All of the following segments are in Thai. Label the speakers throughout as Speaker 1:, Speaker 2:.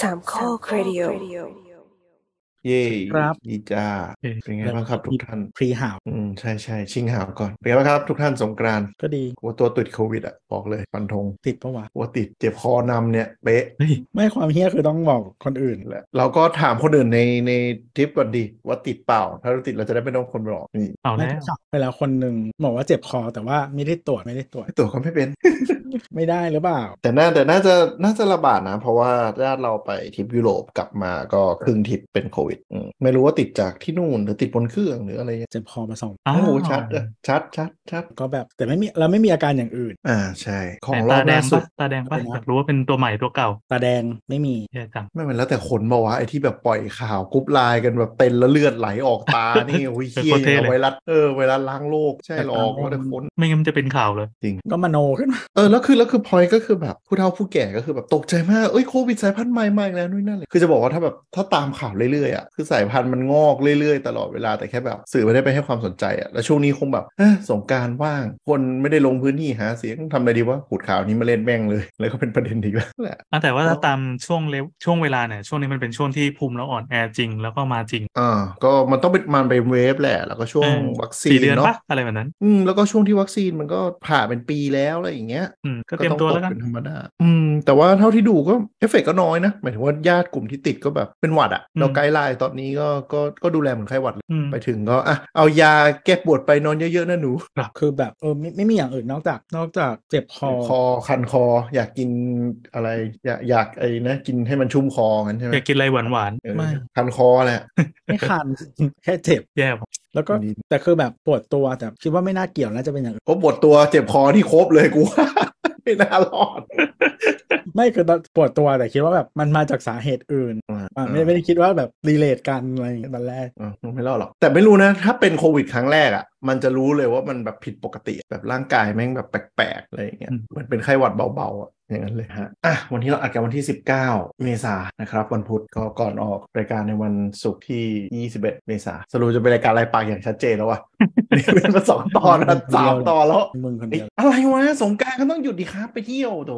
Speaker 1: สามข้อครดิโอ
Speaker 2: เย่
Speaker 3: ครับ
Speaker 2: ดีจ้า
Speaker 3: โอเค
Speaker 2: เป็นไงบ้างครับทุกท่าน
Speaker 3: พรีหาว
Speaker 2: อืมใช่ใช่ชิงหาวก่อนเป็นไงบ้างครับ ทุกท่านสงกรานต์
Speaker 3: ก็ดี
Speaker 2: กลัวตัวติดโควิดอ่ะบอกเลยฟันธง
Speaker 3: ติดปะวะ
Speaker 2: กลัวติดเจ็บคอนำเนี่ยเป๊ะ
Speaker 3: เฮ้ยไม่ความเฮี้ยคือต้องบอกคนอื่น
Speaker 2: และเราก็ถามคนอื่นในในทริปก่อนดีว่าติดเปล่า ถ้าเราติดเราจะได้ไม่ต้องคนบอกนี่
Speaker 4: เอา
Speaker 3: ไม่
Speaker 4: แล้
Speaker 3: ได้
Speaker 4: ว
Speaker 3: จับไปแล้วคนหนึ่งบอกว่าเจ็บคอแต่ว่าไม่ได้ตรวจไม่ได้ตรวจ
Speaker 2: ไม่ตัวจก็ไม่เป็น
Speaker 3: ไม่ได้หรือเปล่า
Speaker 2: แต่น่าแต่น่าจะน่าจะระบาดนะ เพราะว่าญาติเราไปทริปยุโรปกลับมาก็ครึ่งทริปเป็นโควิดอืมไม่รู้ว่าติดจากที่นู่นหรือติดบนเครื่องหรืออะไรอย่างเงี้ย
Speaker 3: เจ็บคอมาสอง
Speaker 4: อ้า
Speaker 2: โอ้
Speaker 4: ว
Speaker 2: โหชัดอะชัดชัดชัด
Speaker 3: ก็แบบแต่ไม่มีเราไม่มีอาการอย่างอื่น
Speaker 2: อ่าใช่ของ
Speaker 4: ไหน
Speaker 2: รอบ
Speaker 4: ตาแด
Speaker 2: ล่าง สุด
Speaker 4: ปะตาแดง
Speaker 3: ข
Speaker 4: ปะ
Speaker 3: องรอบ
Speaker 4: อยากรู้ว่าเป็นตัวใหม่ตัวเก่า
Speaker 3: ตาแดงไม่มี
Speaker 4: เฮียจัง
Speaker 2: ไม่มันแล้วแต่คนมาวะไอ้ที่แบบปล่อยข่าวกรุ๊ปไลน์กันแบบเป็นแล้วเลือดไหลออกตา นี่โอ้ยเคียอย่างเอาไวรัสเออไวรัสล้างโลกใช่หรอกว่าแต่คน
Speaker 4: ไม่งั้นมันจะเป็นข่าวเลย
Speaker 2: จริง
Speaker 3: ก็มโนขึ้นมา
Speaker 2: เออแล้วคือแล้วคือพอยก็คือแบบผู้เฒ่าผู้แก่ก็คือแบบตกใจมากเอ้ยโควิดสายพันธุ์ใหม่มาอีกแล้วนู่นนั่นเลยคือจะบอกว่าถ้าแบบถ้าตามข่าวเรื่อยๆอ่ะคือสายพันธุ์มันงอกเรื่อยๆ ตลอดเวลาแต่แค่แบบสื่อไม่ได้ไปให้ความสนใจอ่ะแล้วช่วงนี้คงแบบเอ้อสงกรารว่าง คนไม่ได้ลงพื้นที่หาเสียงทำอะไรดีวะขุดข่าวนี้มาเล่นแม่งเลย แล้วก็เป็นประเด็นอีกแล้วแหละ
Speaker 4: อ่ะแต่ว่าถ้า
Speaker 2: แล้ว
Speaker 4: ตามช่วงเลวช่วงเวลาเนี่ยช่วงนี้มันเป็นช่วงที่ภูมิเราอ่อนแอจริงแล้วก็มาจริง
Speaker 2: อ่าก็มันต้องเป็นมันเป็นเวฟแหละแล้วก็ช่วง
Speaker 4: เออ
Speaker 2: วัคซี
Speaker 4: สี่
Speaker 2: น
Speaker 4: เดือน
Speaker 2: เนาะ
Speaker 4: ปะอะไรแบบนั้น
Speaker 2: อืมแล้วก็ช่วงที่วัคซีนมันก็ผ่านเป็นปีแล้วอะไรอย่างเงี้ย
Speaker 4: อืมก็เตรียมตัวแล้วกัน
Speaker 2: เป็นธรรมดา อืม แต่ว่าเท่าที่ดูก็เอฟเฟกต์ก็น้อยนะ หมายถึงว่าญาติกลุ่มที่ติดก็แบบเป็นหวัดอะ
Speaker 4: อืม
Speaker 2: เราไกด์ไลน์ตอนนี้ก็ก็ก็ดูแลเหมือนไข้หวัดเลย
Speaker 4: อืม
Speaker 2: ไปถึงก็อ่ะเอายาแก้ปวดไปนอนเยอะๆนะหนู
Speaker 3: คือแบบเออไม่ไม่มีอย่างอื่นนอกจากนอกจากเจ็บคอ
Speaker 2: คอคันคออยากกินอะไร อยากอยากไอ้นะ กินให้มันชุ่มคองั้นใช่ไหม
Speaker 4: อยากกินอะไรหวานหวาน
Speaker 2: เออคันคอแหละ
Speaker 3: ไม่คัน แค่เจ็บ
Speaker 4: ๆแย่ปะ
Speaker 3: แล้วก็
Speaker 2: ดี
Speaker 3: แต่คือแบบปวดตัวแต่คิดว่าไม่น่าเกี่ยวน่าจะเป็นอย่างอื่น
Speaker 2: ก็ปวดตัวเจ็บคอที่ครบเลยกูว่า ไม่น่ารอด
Speaker 3: ไม่คือตอนปวดตัวแต่คิดว่าแบบมันมาจากสาเหตุอื่นอ่ะไม่ไม่ได้คิดว่าแบบรีเลทกันอะไรอย่างเงี้ยตอนแรก
Speaker 2: อ่ะไม่รอดหรอก แต่ไม่รู้นะ ถ้าเป็นโควิดครั้งแรกอะ่ะ มันจะรู้เลยว่ามันแบบผิดปกติแบบร่างกายแม่งแบบแปลกๆ อะไรอย่างเงี้ยเหมันเป็นไข้หวัดเบาๆอะ่ะอย่างนั้นเลยฮะอ่ะวันนี้เราอัดกันวันที่ 19 เมษายนนะครับ วันพุธก็ก่อนออกรายการในวันศุกร์ที่ 21 เมษายนสรุปจะเป็นรายการรายปากอย่างชัดเจนแล้ววะ นี่เป็นมาสองตอนแล้ว สามตอนแล้ว
Speaker 3: มึงคน
Speaker 2: เอ้ย
Speaker 3: เดียว
Speaker 2: อะไรวะสงกรารก็ต้องหยุดดิครับไปเที่ยวโถ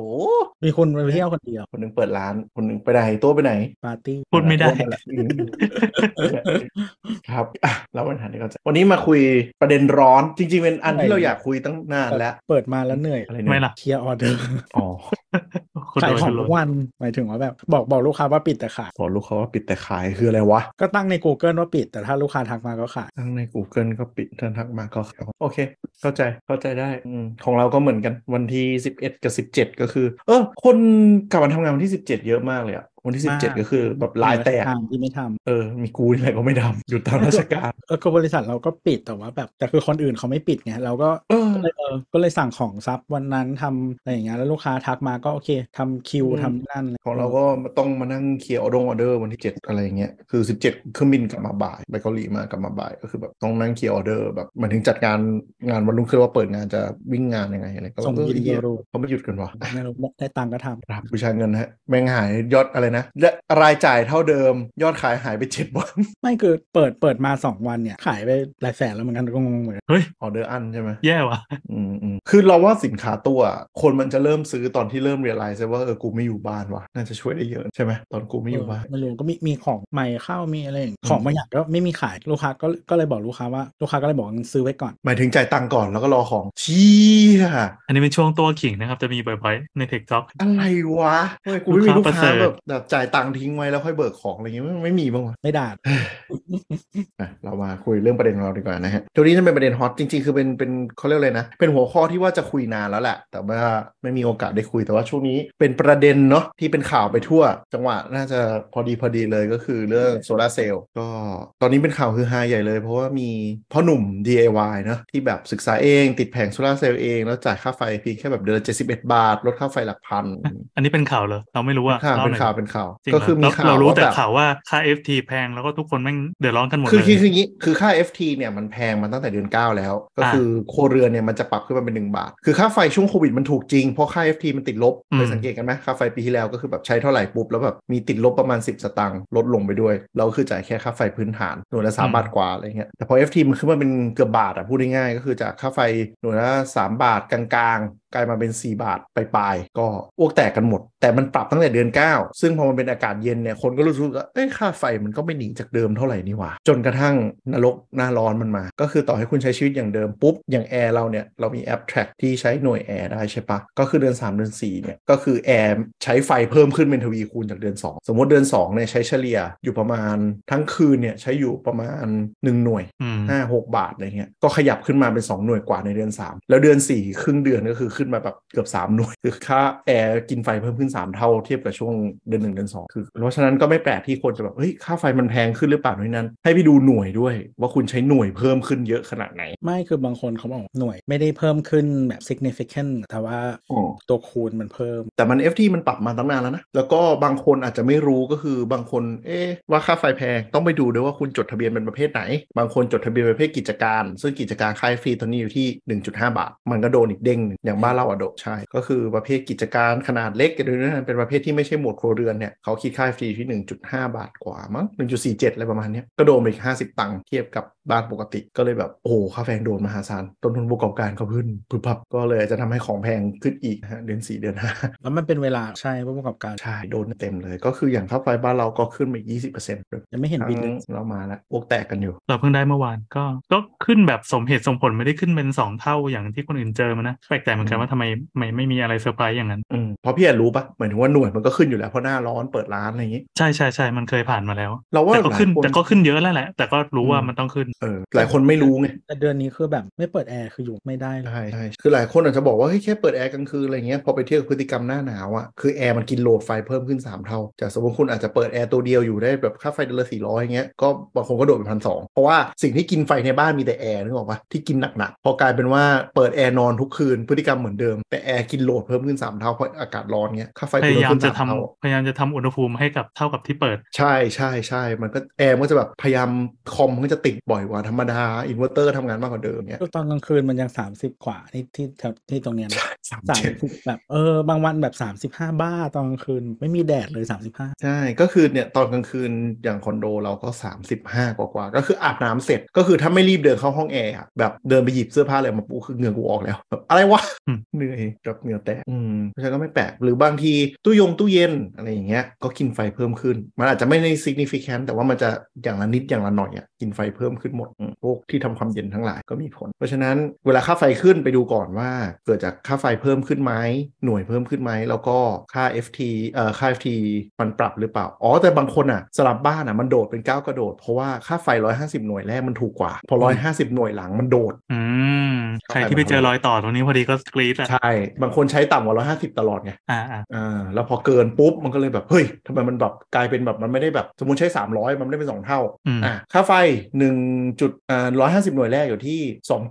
Speaker 3: มีคนไปเที่ยวคนเดียว
Speaker 2: คนหนึงเปิดร้านคนหนึงไปไหนตัวไปไหน
Speaker 3: ปาร์ตี้
Speaker 4: พูดไม่ได้
Speaker 2: ร่วกันละอืมครับอ่ะแล้วปัญหานี้ก็จะวันนี้มาคุยประเด็นร้อนจริง ๆ เป็นอันที่
Speaker 3: ใช่
Speaker 2: เราอยากคุยตั้งนานแล้ว
Speaker 3: เปิดมาแล้วเหนื่อย
Speaker 2: อะไรเนี่ย
Speaker 4: ไม่ล่ะ
Speaker 3: เคลียร์ออเดอร์
Speaker 2: อ๋อ
Speaker 4: คน
Speaker 3: ขาย
Speaker 4: โดน
Speaker 3: ขอ
Speaker 4: ค
Speaker 3: ง
Speaker 4: นโด
Speaker 3: ทุ
Speaker 4: น
Speaker 3: กวันหมายถึงว่าแบบบอกบอกลูกค้าว่าปิดแต่ขาย
Speaker 2: บอกลูกเขาว่าปิดแต่ขายคืออะไรวะ
Speaker 3: ก็ตั้งใน Google ว่าปิด แต่ถ้าลูกค้าทักมาก็ขาย
Speaker 2: ตั้งใน Google ก็ปิดท่านทักมาก็ขายโอเค เข้าใจเข้าใจได้อืมของเราก็เหมือนกันวันที่ 11 กับ 17 ก็คือ เออ คนกลับมาทำงานวันที่ 17 เยอะมากเลยอะวันที่ 17 ก็คือแบบลายแตก
Speaker 3: ทางที่ไม่ทำ
Speaker 2: เออมีกูนี่แหละก็ไม่ทำหยุดตามราชการ
Speaker 3: เออคือบริษัทเราก็ปิดแต่ว่าแบบแต่คือคนอื่นเขาไม่ปิดไงเราก็
Speaker 2: เออ
Speaker 3: ก็เลยเออก็เลยสั่งของซับวันนั้นทำอะไรอย่างเงี้ยแล้วลูกค้าทักมาก็โอเคทำคิว
Speaker 2: อืม
Speaker 3: ทำนั่นลย
Speaker 2: ของเราก็ต้องมานั่งเคลียร์ออเดอร์ออเดอร์วันที่ 7 อะไรอย่างเงี้ย คือ 17เครื่องบินกลับมาบ่ายไปเกาหลีมากลับมาบ่าย ก็คือแบบต้องนั่งเคลียร์ออเดอร์แบบหมันถึงจัดงานงานวันรุ่งขึ้นว่าเปิดงานจะวิ่งงานยังไงอะไรก็
Speaker 3: ส่ง
Speaker 2: เออ
Speaker 3: ยิน
Speaker 2: ไอ้
Speaker 3: เดี
Speaker 2: เหี้
Speaker 3: ย
Speaker 2: ย
Speaker 3: รู
Speaker 2: เขาไม่หยุดกันวะ
Speaker 3: ไม่รู้ได้ตังค์ก็ทำ
Speaker 2: รับบูชาเงินฮะแม่งหายยอดอะไรนะและรายจ่ายเท่าเดิม ยอดขายหายไป 7 วัน
Speaker 3: ไม่คือเปิดเปิดมาสองวันเนี่ยขายไปหลายแสนแล้วเหมือนกันก็งงเหมือนกัน
Speaker 4: เฮ้ย
Speaker 2: ออเดอร์อันใช่ไหม
Speaker 4: แย่ว่ะ
Speaker 2: อืมอืมคือเราว่าสินค้าตัว คนมันจะเริ่มซื้อตอนที่เริ่มเรียลไลซ์ว่าเออกูไม่อยู่บ้านว่ะน่าจะช่วยได้เยอะใช่ไหมตอนกูไม่อยู่บ้าน
Speaker 3: ไม่รู้ก็มีมีของใหม่เข้ามีอะไรอย่าง
Speaker 2: อืม
Speaker 3: ของบางอย่างก็ไม่มีขายลูกค้าก็ก็เลยบอกลูกค้าว่าลูกค้าก็เลยบอกงั้นซื้อไว้ก่อน
Speaker 2: หมายถึงจ่ายตังค์ก่อนแล้วก็รอของเชี่ย
Speaker 4: อันนี้เป็นช่วงตัวขิงนะครับ จะมีบ่อยๆในเทคจ็อก
Speaker 2: อะไรวะเฮ้ยกูไม่มี
Speaker 4: ลู
Speaker 2: ลู
Speaker 4: ก
Speaker 2: ก
Speaker 4: ค้าประเสริ
Speaker 2: ค้า
Speaker 4: ฐ
Speaker 2: แบบแบบจ่ายตังค์ทิ้งไว้แล้วค่อยเบิกของอะไรเงี้ยไม่ไม่มีบ้างวะ
Speaker 3: ไม่ด่า
Speaker 2: อ่ะเรามาคุยเรื่องประเด็นของเราดีกว่านะฮะตัวนี้จะเป็นประเด็นฮอตจริงๆ คือเป็นเป็นเขาเรียกอะไรนะ เป็นหัวข้อที่ว่าจะคุยนานแล้วแหละ แต่ว่าไม่มีโอกาสได้คุยแต่ว่าช่วงนี้เป็นประเด็นเนาะที่เป็นข่าวไปทั่ว จังหวะน่าจะพอดีพอดีเลยก็คือเรื่องโซลาร์เซลล์ก็ตอนนี้เป็นข่าวฮือฮาใหญ่เลย เพราะว่ามีพ่อหนุ่ม DIY เนอะที่แบบศึกษาเองติดแผงโซลาร์เซลล์เองแล้วจ่ายค่าไฟเพียงแค่แบบเดือนละ71 บาทลดค่าไฟหลักพัน
Speaker 4: อันนี้เป็นข่าวเหรอเราไม่รู้ว่า
Speaker 2: ข่าว
Speaker 4: ล่
Speaker 2: เป็น
Speaker 4: หอย
Speaker 2: ข่าวเป็นข่าว
Speaker 4: จริง
Speaker 2: ก็
Speaker 4: เหร
Speaker 2: คือมี
Speaker 4: เรา
Speaker 2: ข่าว
Speaker 4: เรารู้
Speaker 2: ว่
Speaker 4: แต่
Speaker 2: บบ
Speaker 4: ข่าวว่าค่า FT แพงแล้วก็ทุกคนแม่งเดือดร้อนกันหมด
Speaker 2: คือ
Speaker 4: เลย
Speaker 2: คือคืออย่างงี้คือค่า FT เนี่ยมันแพงมาตั้งแต่เดือน 9 แล้ว ก็
Speaker 4: อ่า
Speaker 2: คือโครัวเรือนเนี่ยมันจะปรับขึ้นมาเป็น 1 บาท คือค่าไฟช่วงโควิดมันถูกจริง เพราะค่า FT มันติดลบ
Speaker 4: อืม
Speaker 2: เคยสังเกตกันไหมค่าไฟปีที่แล้วก็คือแบบใช้เท่าไหร่ปุ๊บ แล้วแบบมีติดลบประมาณ 10 สตางค์ลดลงไปด้วย เราก็คือจ่ายแค่ค่าไฟพื้นฐานหน่วยละสามบาทกว่าอะไรเงี้ยแต่พอ FT มันขึ้นมาเป็นเกือบบาทอ่ะพูดง่ายๆก็คือจากค่าไฟหน่วยละสามบาทกลางๆ กลายมาเป็น 4 บาทปลายๆก็อ้วกแตกกันหมด แต่มันปรับตั้งแต่เดือน 9 ซึ่งพอมันเป็นอากาศเย็นเนี่ยคนก็รู้สึกว่าเอ้ยค่าไฟมันก็ไม่หนีจากเดิมเท่าไหร่นี่หว่า จนกระทั่งนรกหน้าร้อนมันมา ก็คือต่อให้คุณใช้ชีวิตอย่างเดิมปุ๊บ อย่างแอร์เราเนี่ยเรามีแอป Track ที่ใช้หน่วยแอร์ได้ใช่ปะก็คือเดือน 3 เดือน4เนี่ยก็คือแอร์ใช้ไฟเพิ่มขึ้นเป็นทวีคูณจากเดือน 2 สมมติเดือน2เนี่ยใช้เฉลี่ยอยู่ประมาณทั้งคืนเนี่ยใช้อยู่ประมาณหนึ่งหน่วย
Speaker 4: อืม
Speaker 2: ห้าหกบาทอะไรเงี้ยก็ขยับขึ้นมาเป็น 2 หน่วยกว่าในเดือน 3 แล้วเดือน 4 ครึ่งเดือนก็คือขึ้นมาแบบเกือบ 3 หน่วย คือค่าแอร์กินไฟเพิ่มขึ้น 3 เท่าเทียบกับช่วงเดือน 1 เดือน 2 คือ เพราะฉะนั้นก็ไม่แปลกที่คนจะแบบ เฮ้ย ค่าไฟมันแพงขึ้นหรือเปล่าด้วยนั้น ให้พี่ดูหน่วยด้วยว่าคุณใช้หน่วยเพิ่มขึ้นเยอะขนาดไหน
Speaker 3: ไม่คือบางคนเขาบอกหน่วยไม่ได้เพิ่มขึ้นแบบ significant แต่ว่า
Speaker 2: อ๋อ
Speaker 3: ตัวคูณมันเพิ่ม
Speaker 2: แต่มัน FT มันปรับมาตั้งนานแล้วนะ แล้วก็บางคนอาจจะไม่รู้ก็คือบางคน เอ๊ะว่าค่าไฟแพงต้องไปดูด้วยว่าคุณจดทะเบียนเป็นประเภทไหน บางคนจดทะเบียนประเภทกิจการ ซึ่งกิจการค่ายฟรีตอนนี้อยู่ที่ 1.5 บาท มันก็โดนอีกเด้งหนึ่งอย่างบ้านเราอะโดนใช่ ก็คือประเภทกิจการขนาดเล็กหรือนั้นเป็นประเภทที่ไม่ใช่หมวดครัวเรือนเนี่ยเขาคิดค่าฟรีที่ 1.5 บาทกว่ามั้ง1.47อะไรประมาณเนี้ยก็โดนไปอีก50 ตังค์เทียบกับบ้านปกติก็เลยแบบโอ้โหค่าแรงโดนมหาศาลต้นทุนประกอบการก็ขึ้นพึบพับก็เลยอาจจะทำให้ของแพงขึ้นอีกนะฮะเดือนสี่เดือนห้า
Speaker 3: แล้วมันเป็นเวลาใช่ผู้ประกอบการ
Speaker 2: ใช่โดนเต็มเลยก็คืออย่างค่าไฟบ้านเราก็ขึ้นไป20%เลย
Speaker 3: ยังไม่เห็นบินเลย
Speaker 2: เรามาแล้วอกแตกกันอยู่
Speaker 4: เราเพิ่งได้เมื่อวานก็ก็ขึ้นแบบสมเหตุสมผลไม่ได้ขึ้นเป็นสองเท่าอย่างที่คนอื่นเจอมานะแปลกใจเหมือนกันว่าทำไมไม่ไม่มีอะไรเซอร์ไพรส์อย่างนั้น
Speaker 2: อืมเพราะพี่อะรู้ปะหมายถึงว่าหน่วยมันก็ขึ้นอยู่แล้วเพราะหน้าร้อนเปิดร้านอะไรอย่างงี้
Speaker 4: ใช่ใช่ใช่มันเคยผ่านมาแล้ว
Speaker 2: เราว่า
Speaker 4: แต่ก็ขึ้น
Speaker 2: หลายคน
Speaker 4: แต่ก็ขึ้นเยอะแล้วแหละ แต่ก็รู้ว่ามันต้องขึ้น
Speaker 2: เออหลายคนไม่รู้ไง
Speaker 3: แต่เดือนนี้คือแบบไม่เปิดแอร์คืออยู่ไม่ได้เลย
Speaker 2: ใช่ใช่คือหลายคนอาจจะบอกว่าเฮ้ยแค่เปิดแอร์กลางคืนอะไรเงี้ยพอไปเทียบกับพฤติกรรมหน้าหนาวอะคือแอร์มันกินโหลดไฟเพิ่มขึ้นสามเท่าจากสมมติคุณอาจจะเปิดแอร์ตัวเดียวอยู่ได้แบบค่าไฟเดือนละสี่ร้อยางเงี้ยก็บางคนก็โดดไปพันสองเพราะว่าสิ่งที่กินไฟในบ้านมีแต่แอร์นึกออกปะที่กินหนักๆพอกลายเป็นว่าเปิดแอร์นอนทุกคืนพฤติกรรมเหมือนเดิมแต่แอร์กินโหลดเพิ่มขึ้นสามเท่าเพราะอากาศร้อนเงี้ยค่าไฟ
Speaker 4: พ
Speaker 2: คุณ
Speaker 4: ยายาม
Speaker 2: ขึ้น
Speaker 4: จะ
Speaker 2: สาม
Speaker 4: ทำ
Speaker 2: เท่า
Speaker 4: พยายามจะทำอุณหภูมิให้กับเท่ากับที่เปิด
Speaker 2: ใช่ใช่ใช่ มันก็แอร์มันก็จะแบบพยายามคอมมันก็จะติดบ่อยกว่าธรรมดา อินเวอร์เตอร์ทำงานมากกว่าเดิมเนี่ย
Speaker 3: ก็ตอนกลางคืนมันยัง 30 กว่านี่ที่แถวที่ตรงเนี้ยนะ
Speaker 2: สาม
Speaker 3: สาม
Speaker 2: เจ็ด
Speaker 3: สิบแบบเออบางวันแบบ 35 บ้าตอนกลางคืนไม่มีแดดเลย 35
Speaker 2: ใช่ ก็คือเนี่ยตอนกลางคืนอย่างคอนโดเราก็ 35 กว่ากว่าๆก็คืออาบน้ำเสร็จก็คือถ้าไม่รีบเดินเข้าห้องแอร์อะแบบเดินไปหยิบเสื้อผ้าอะไรมาปูคือเหงื่อกูออกแล้วแบบอะไรวะ
Speaker 4: อืม
Speaker 2: เหนื่อยกับเหงื่อแตกอืมเพราะฉะนั้นก็ไม่แปลก หรือบางทีตู้ยงตู้เย็นอะไรอย่างเงี้ยก็กินไฟเพิ่มขึ้น มันอาจจะไม่ใน significant แต่ว่ามันจะอย่างละนิดอย่างละหน่อยอะกินไฟเพิ่มขึ้นหมดอืมพวกที่ทำความเย็นทั้งหลายก็มีผล เพราะฉะนั้นเวลาค่าไฟขึ้นไปดูก่อนว่า เกิดจากค่าไฟเพิ่มขึ้นไหมหน่วยเพิ่มขึ้นไหมแล้วก็ค่า FT เอ่อค่า FT มันปรับหรือเปล่าอ๋อแต่บางคนอะสลับบ้านอะมันโดดเป็นก้าวกระโดดเพราะว่าค่าไฟ 150 หน่วยแรกมันถูกกว่าพอ 150 หน่วยหลังมันโดด
Speaker 4: อืม ใครที่ไปเจอรอยต่อตรงนี้พอดีก็กรี๊ดแหละ
Speaker 2: ใช่บางคนใช้ต่ำกว่า 150 ตลอดไง
Speaker 4: อ่าอ่า
Speaker 2: อ่าแล้วพอเกินปุ๊บ มันก็เลยแบบเฮ้ยทำไมมันแบบกลายเป็นแบบมันไม่ได้แบบสมมติใช้ 300 มันไม่ได้เป็น 2 เท่า
Speaker 4: อืม
Speaker 2: อ่ะค่าไฟ1จุดอ่าร้อยห้าสิบหน่วยแรกอยู่ที่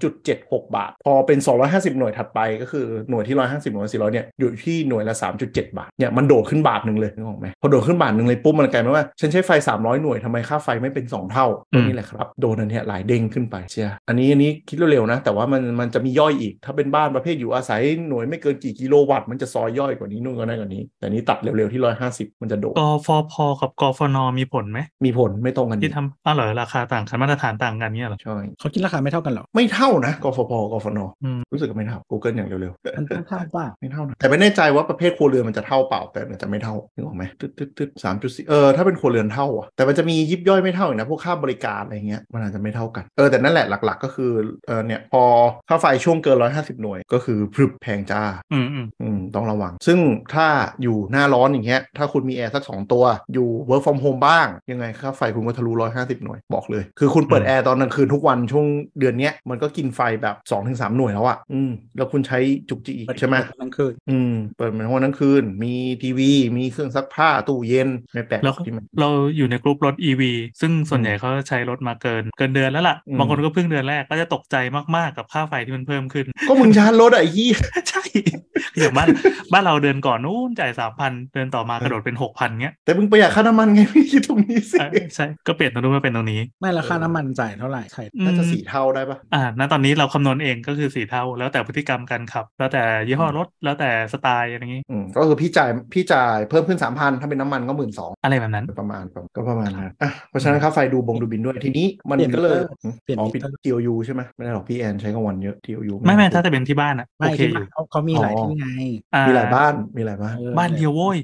Speaker 2: 2.76 บาท พอเป็น 250 หน่วยถัดไปก็คือหน่วยที่ 150 หน่วย400เนี่ยอยู่ที่หน่วยละ 3.7 บาทเนี่ยมันโดดขึ้นบาทหนึ่งเลยนึกออกไหมพอโดดขึ้นบาทหนึ่งเลยปุ๊บมันกลายเป็นว่าฉันใช้ไฟ 300 หน่วยทำไมค่าไฟไม่เป็น 2 เท่าก็นี่แหละครับโดนอันเนี้ยหลายเด้งขึ้นไปเชียอันนี้อันนี้คิดเร็วๆนะ แต่ว่ามันมันจะมีย่อยอีกถ้าเป็นบ้านประเภทอยู่อาศัยหน่วยไม่เกินกี่กิโลวัตต์มันจะซอยย่อยกว่านี้นู่นก็นั่นกว่านี้ แต่นี้ตัดเร็วๆที่ 150 มันจะโดด
Speaker 4: กฟพกับกฟนมีผลไหม
Speaker 2: มีผลไม่ตรงกัน
Speaker 4: ที่ทำอ้าวเหรอราคาต่างกันมาตรฐานต่างกันเนี่ยเหรอ
Speaker 2: ใช่
Speaker 3: เขาคิดราคาไม่เท่ากันหรอก
Speaker 2: ไม่เท่านะกฟพกฟน
Speaker 4: อืม
Speaker 2: รู้สึกว่าไม่เท่า Google อย่างเร็วๆ
Speaker 3: มันต้องเท่าป่ะ
Speaker 2: ไม่เท่านะแต่ไม่แน่ใจว่าประเภทครัวเรือนมันจะเท่าเปล่าแต่มันจะไม่เท่านึกออกไหมตึ๊ดตึ๊ดตึ๊ดสามจุดสี่เออถ้าเป็นครัวเรือนเท่าอ่ะแต่มันจะมียิบย่อยไม่เท่าอีกนะพวกค่าบริการอะไรเงี้ยมันอาจจะไม่เท่ากันเออแต่นั่นแหละหลัก ๆ ก็คือเออเนี่ยพอค่าไฟช่วงเกินร้อยห้าสิบหน่วยก็คือพรึบแพงจ้า
Speaker 4: อืมอืม
Speaker 2: อืมต้องระวัง ซึ่งถ้าอยู่หน้าร้อนอย่างเงี้ย ถ้าคุณมีแอร์สัก 2 ตัว อยู่ work from home บ้าง ยังไงค่าไฟคุณก็ทะลุ 150 หน่วย บอกเลย คือคุณเปิดแอร์ตอนกลางคืนทุกวันช่วงเดือนเนี้ย มันก็กินไฟแบบ 2-3 หน่วยแล้วอะ่ะ อืม แล้วคุณใช้จุกจิกอีกใช่ไหม
Speaker 3: กลางคืน
Speaker 2: อืม เปิดมาทั้งวันทั้งคืน มีทีวี มีเครื่องซักผ้า ตู้เย็น ไม่แปลก
Speaker 4: แล้ว
Speaker 2: ที่มัน
Speaker 4: เราอยู่ในกลุ่มรถ EV ซึ่งส่วนใหญ่เขาจะใช้รถมาเกินเกินเดือนแล้วล่ะ
Speaker 2: อืม
Speaker 4: บางคนก็เพิ่งเดือนแรกก็จะตกใจมากๆกับค่าไฟที่มันเพิ่มขึ้น
Speaker 2: ก็มึงชาร์จรถอะไอ้ยี่
Speaker 4: ใช่ อย่างบ้าน บ้านเราเดือนก่อนนู้นจ่ายสามพันเดือนต่อมากระโดดเป็นหกพันเงี้ย
Speaker 2: แต่มึงประหยัดค่าน้ำมันไงพี่คิดตรงนี้สิ
Speaker 4: เออใช่ก็เปลี่ยนตรงนู้นมาเป็นตรงนี้
Speaker 3: ไม่ราคาน้ำมันจ่ายเท่าไหร่ใช่
Speaker 4: อืม
Speaker 2: น่าจะสี่เท่าได้ปะ
Speaker 4: อ่าณตอนนี้เราคำนวณเองก็คือสี่เท่า แล้วแต่พฤติกรรมการขับ แล้วแต่ยี่ห้อรถแล้วแต่สไตล์อะไรอย่างงี้
Speaker 2: อืมก็คือพี่จ่ายพี่จ่ายเพิ่มขึ้นสามพันถ้าเป็นน้ำมันก็หมื่นสอง
Speaker 4: อะไรแบบนั้น
Speaker 2: ประมาณก็ประมาณนะอ่ะเพราะฉะนั้นค่าไฟดูบงดูบินด้วยทีนี้มันก็เลย
Speaker 3: เปลี่ยน
Speaker 2: อ๋อ
Speaker 3: มิ
Speaker 2: ปิด
Speaker 3: เตอร์
Speaker 2: TOU ใช่ไหมไม่ได้หรอกพี่แอนใช้กลางวันเยอะ TOU
Speaker 4: ไม่ไม่ถ้าจะเป็นที่บ้านอะ
Speaker 3: ไม่
Speaker 4: โอเค
Speaker 3: ที่บ้าน
Speaker 4: อยู่
Speaker 3: เขาเขามีหลายที่ไง
Speaker 4: อ่
Speaker 2: มีหลายบ้านมีหลายบ้าน
Speaker 3: ออ
Speaker 4: บ้านเดียวโว้ย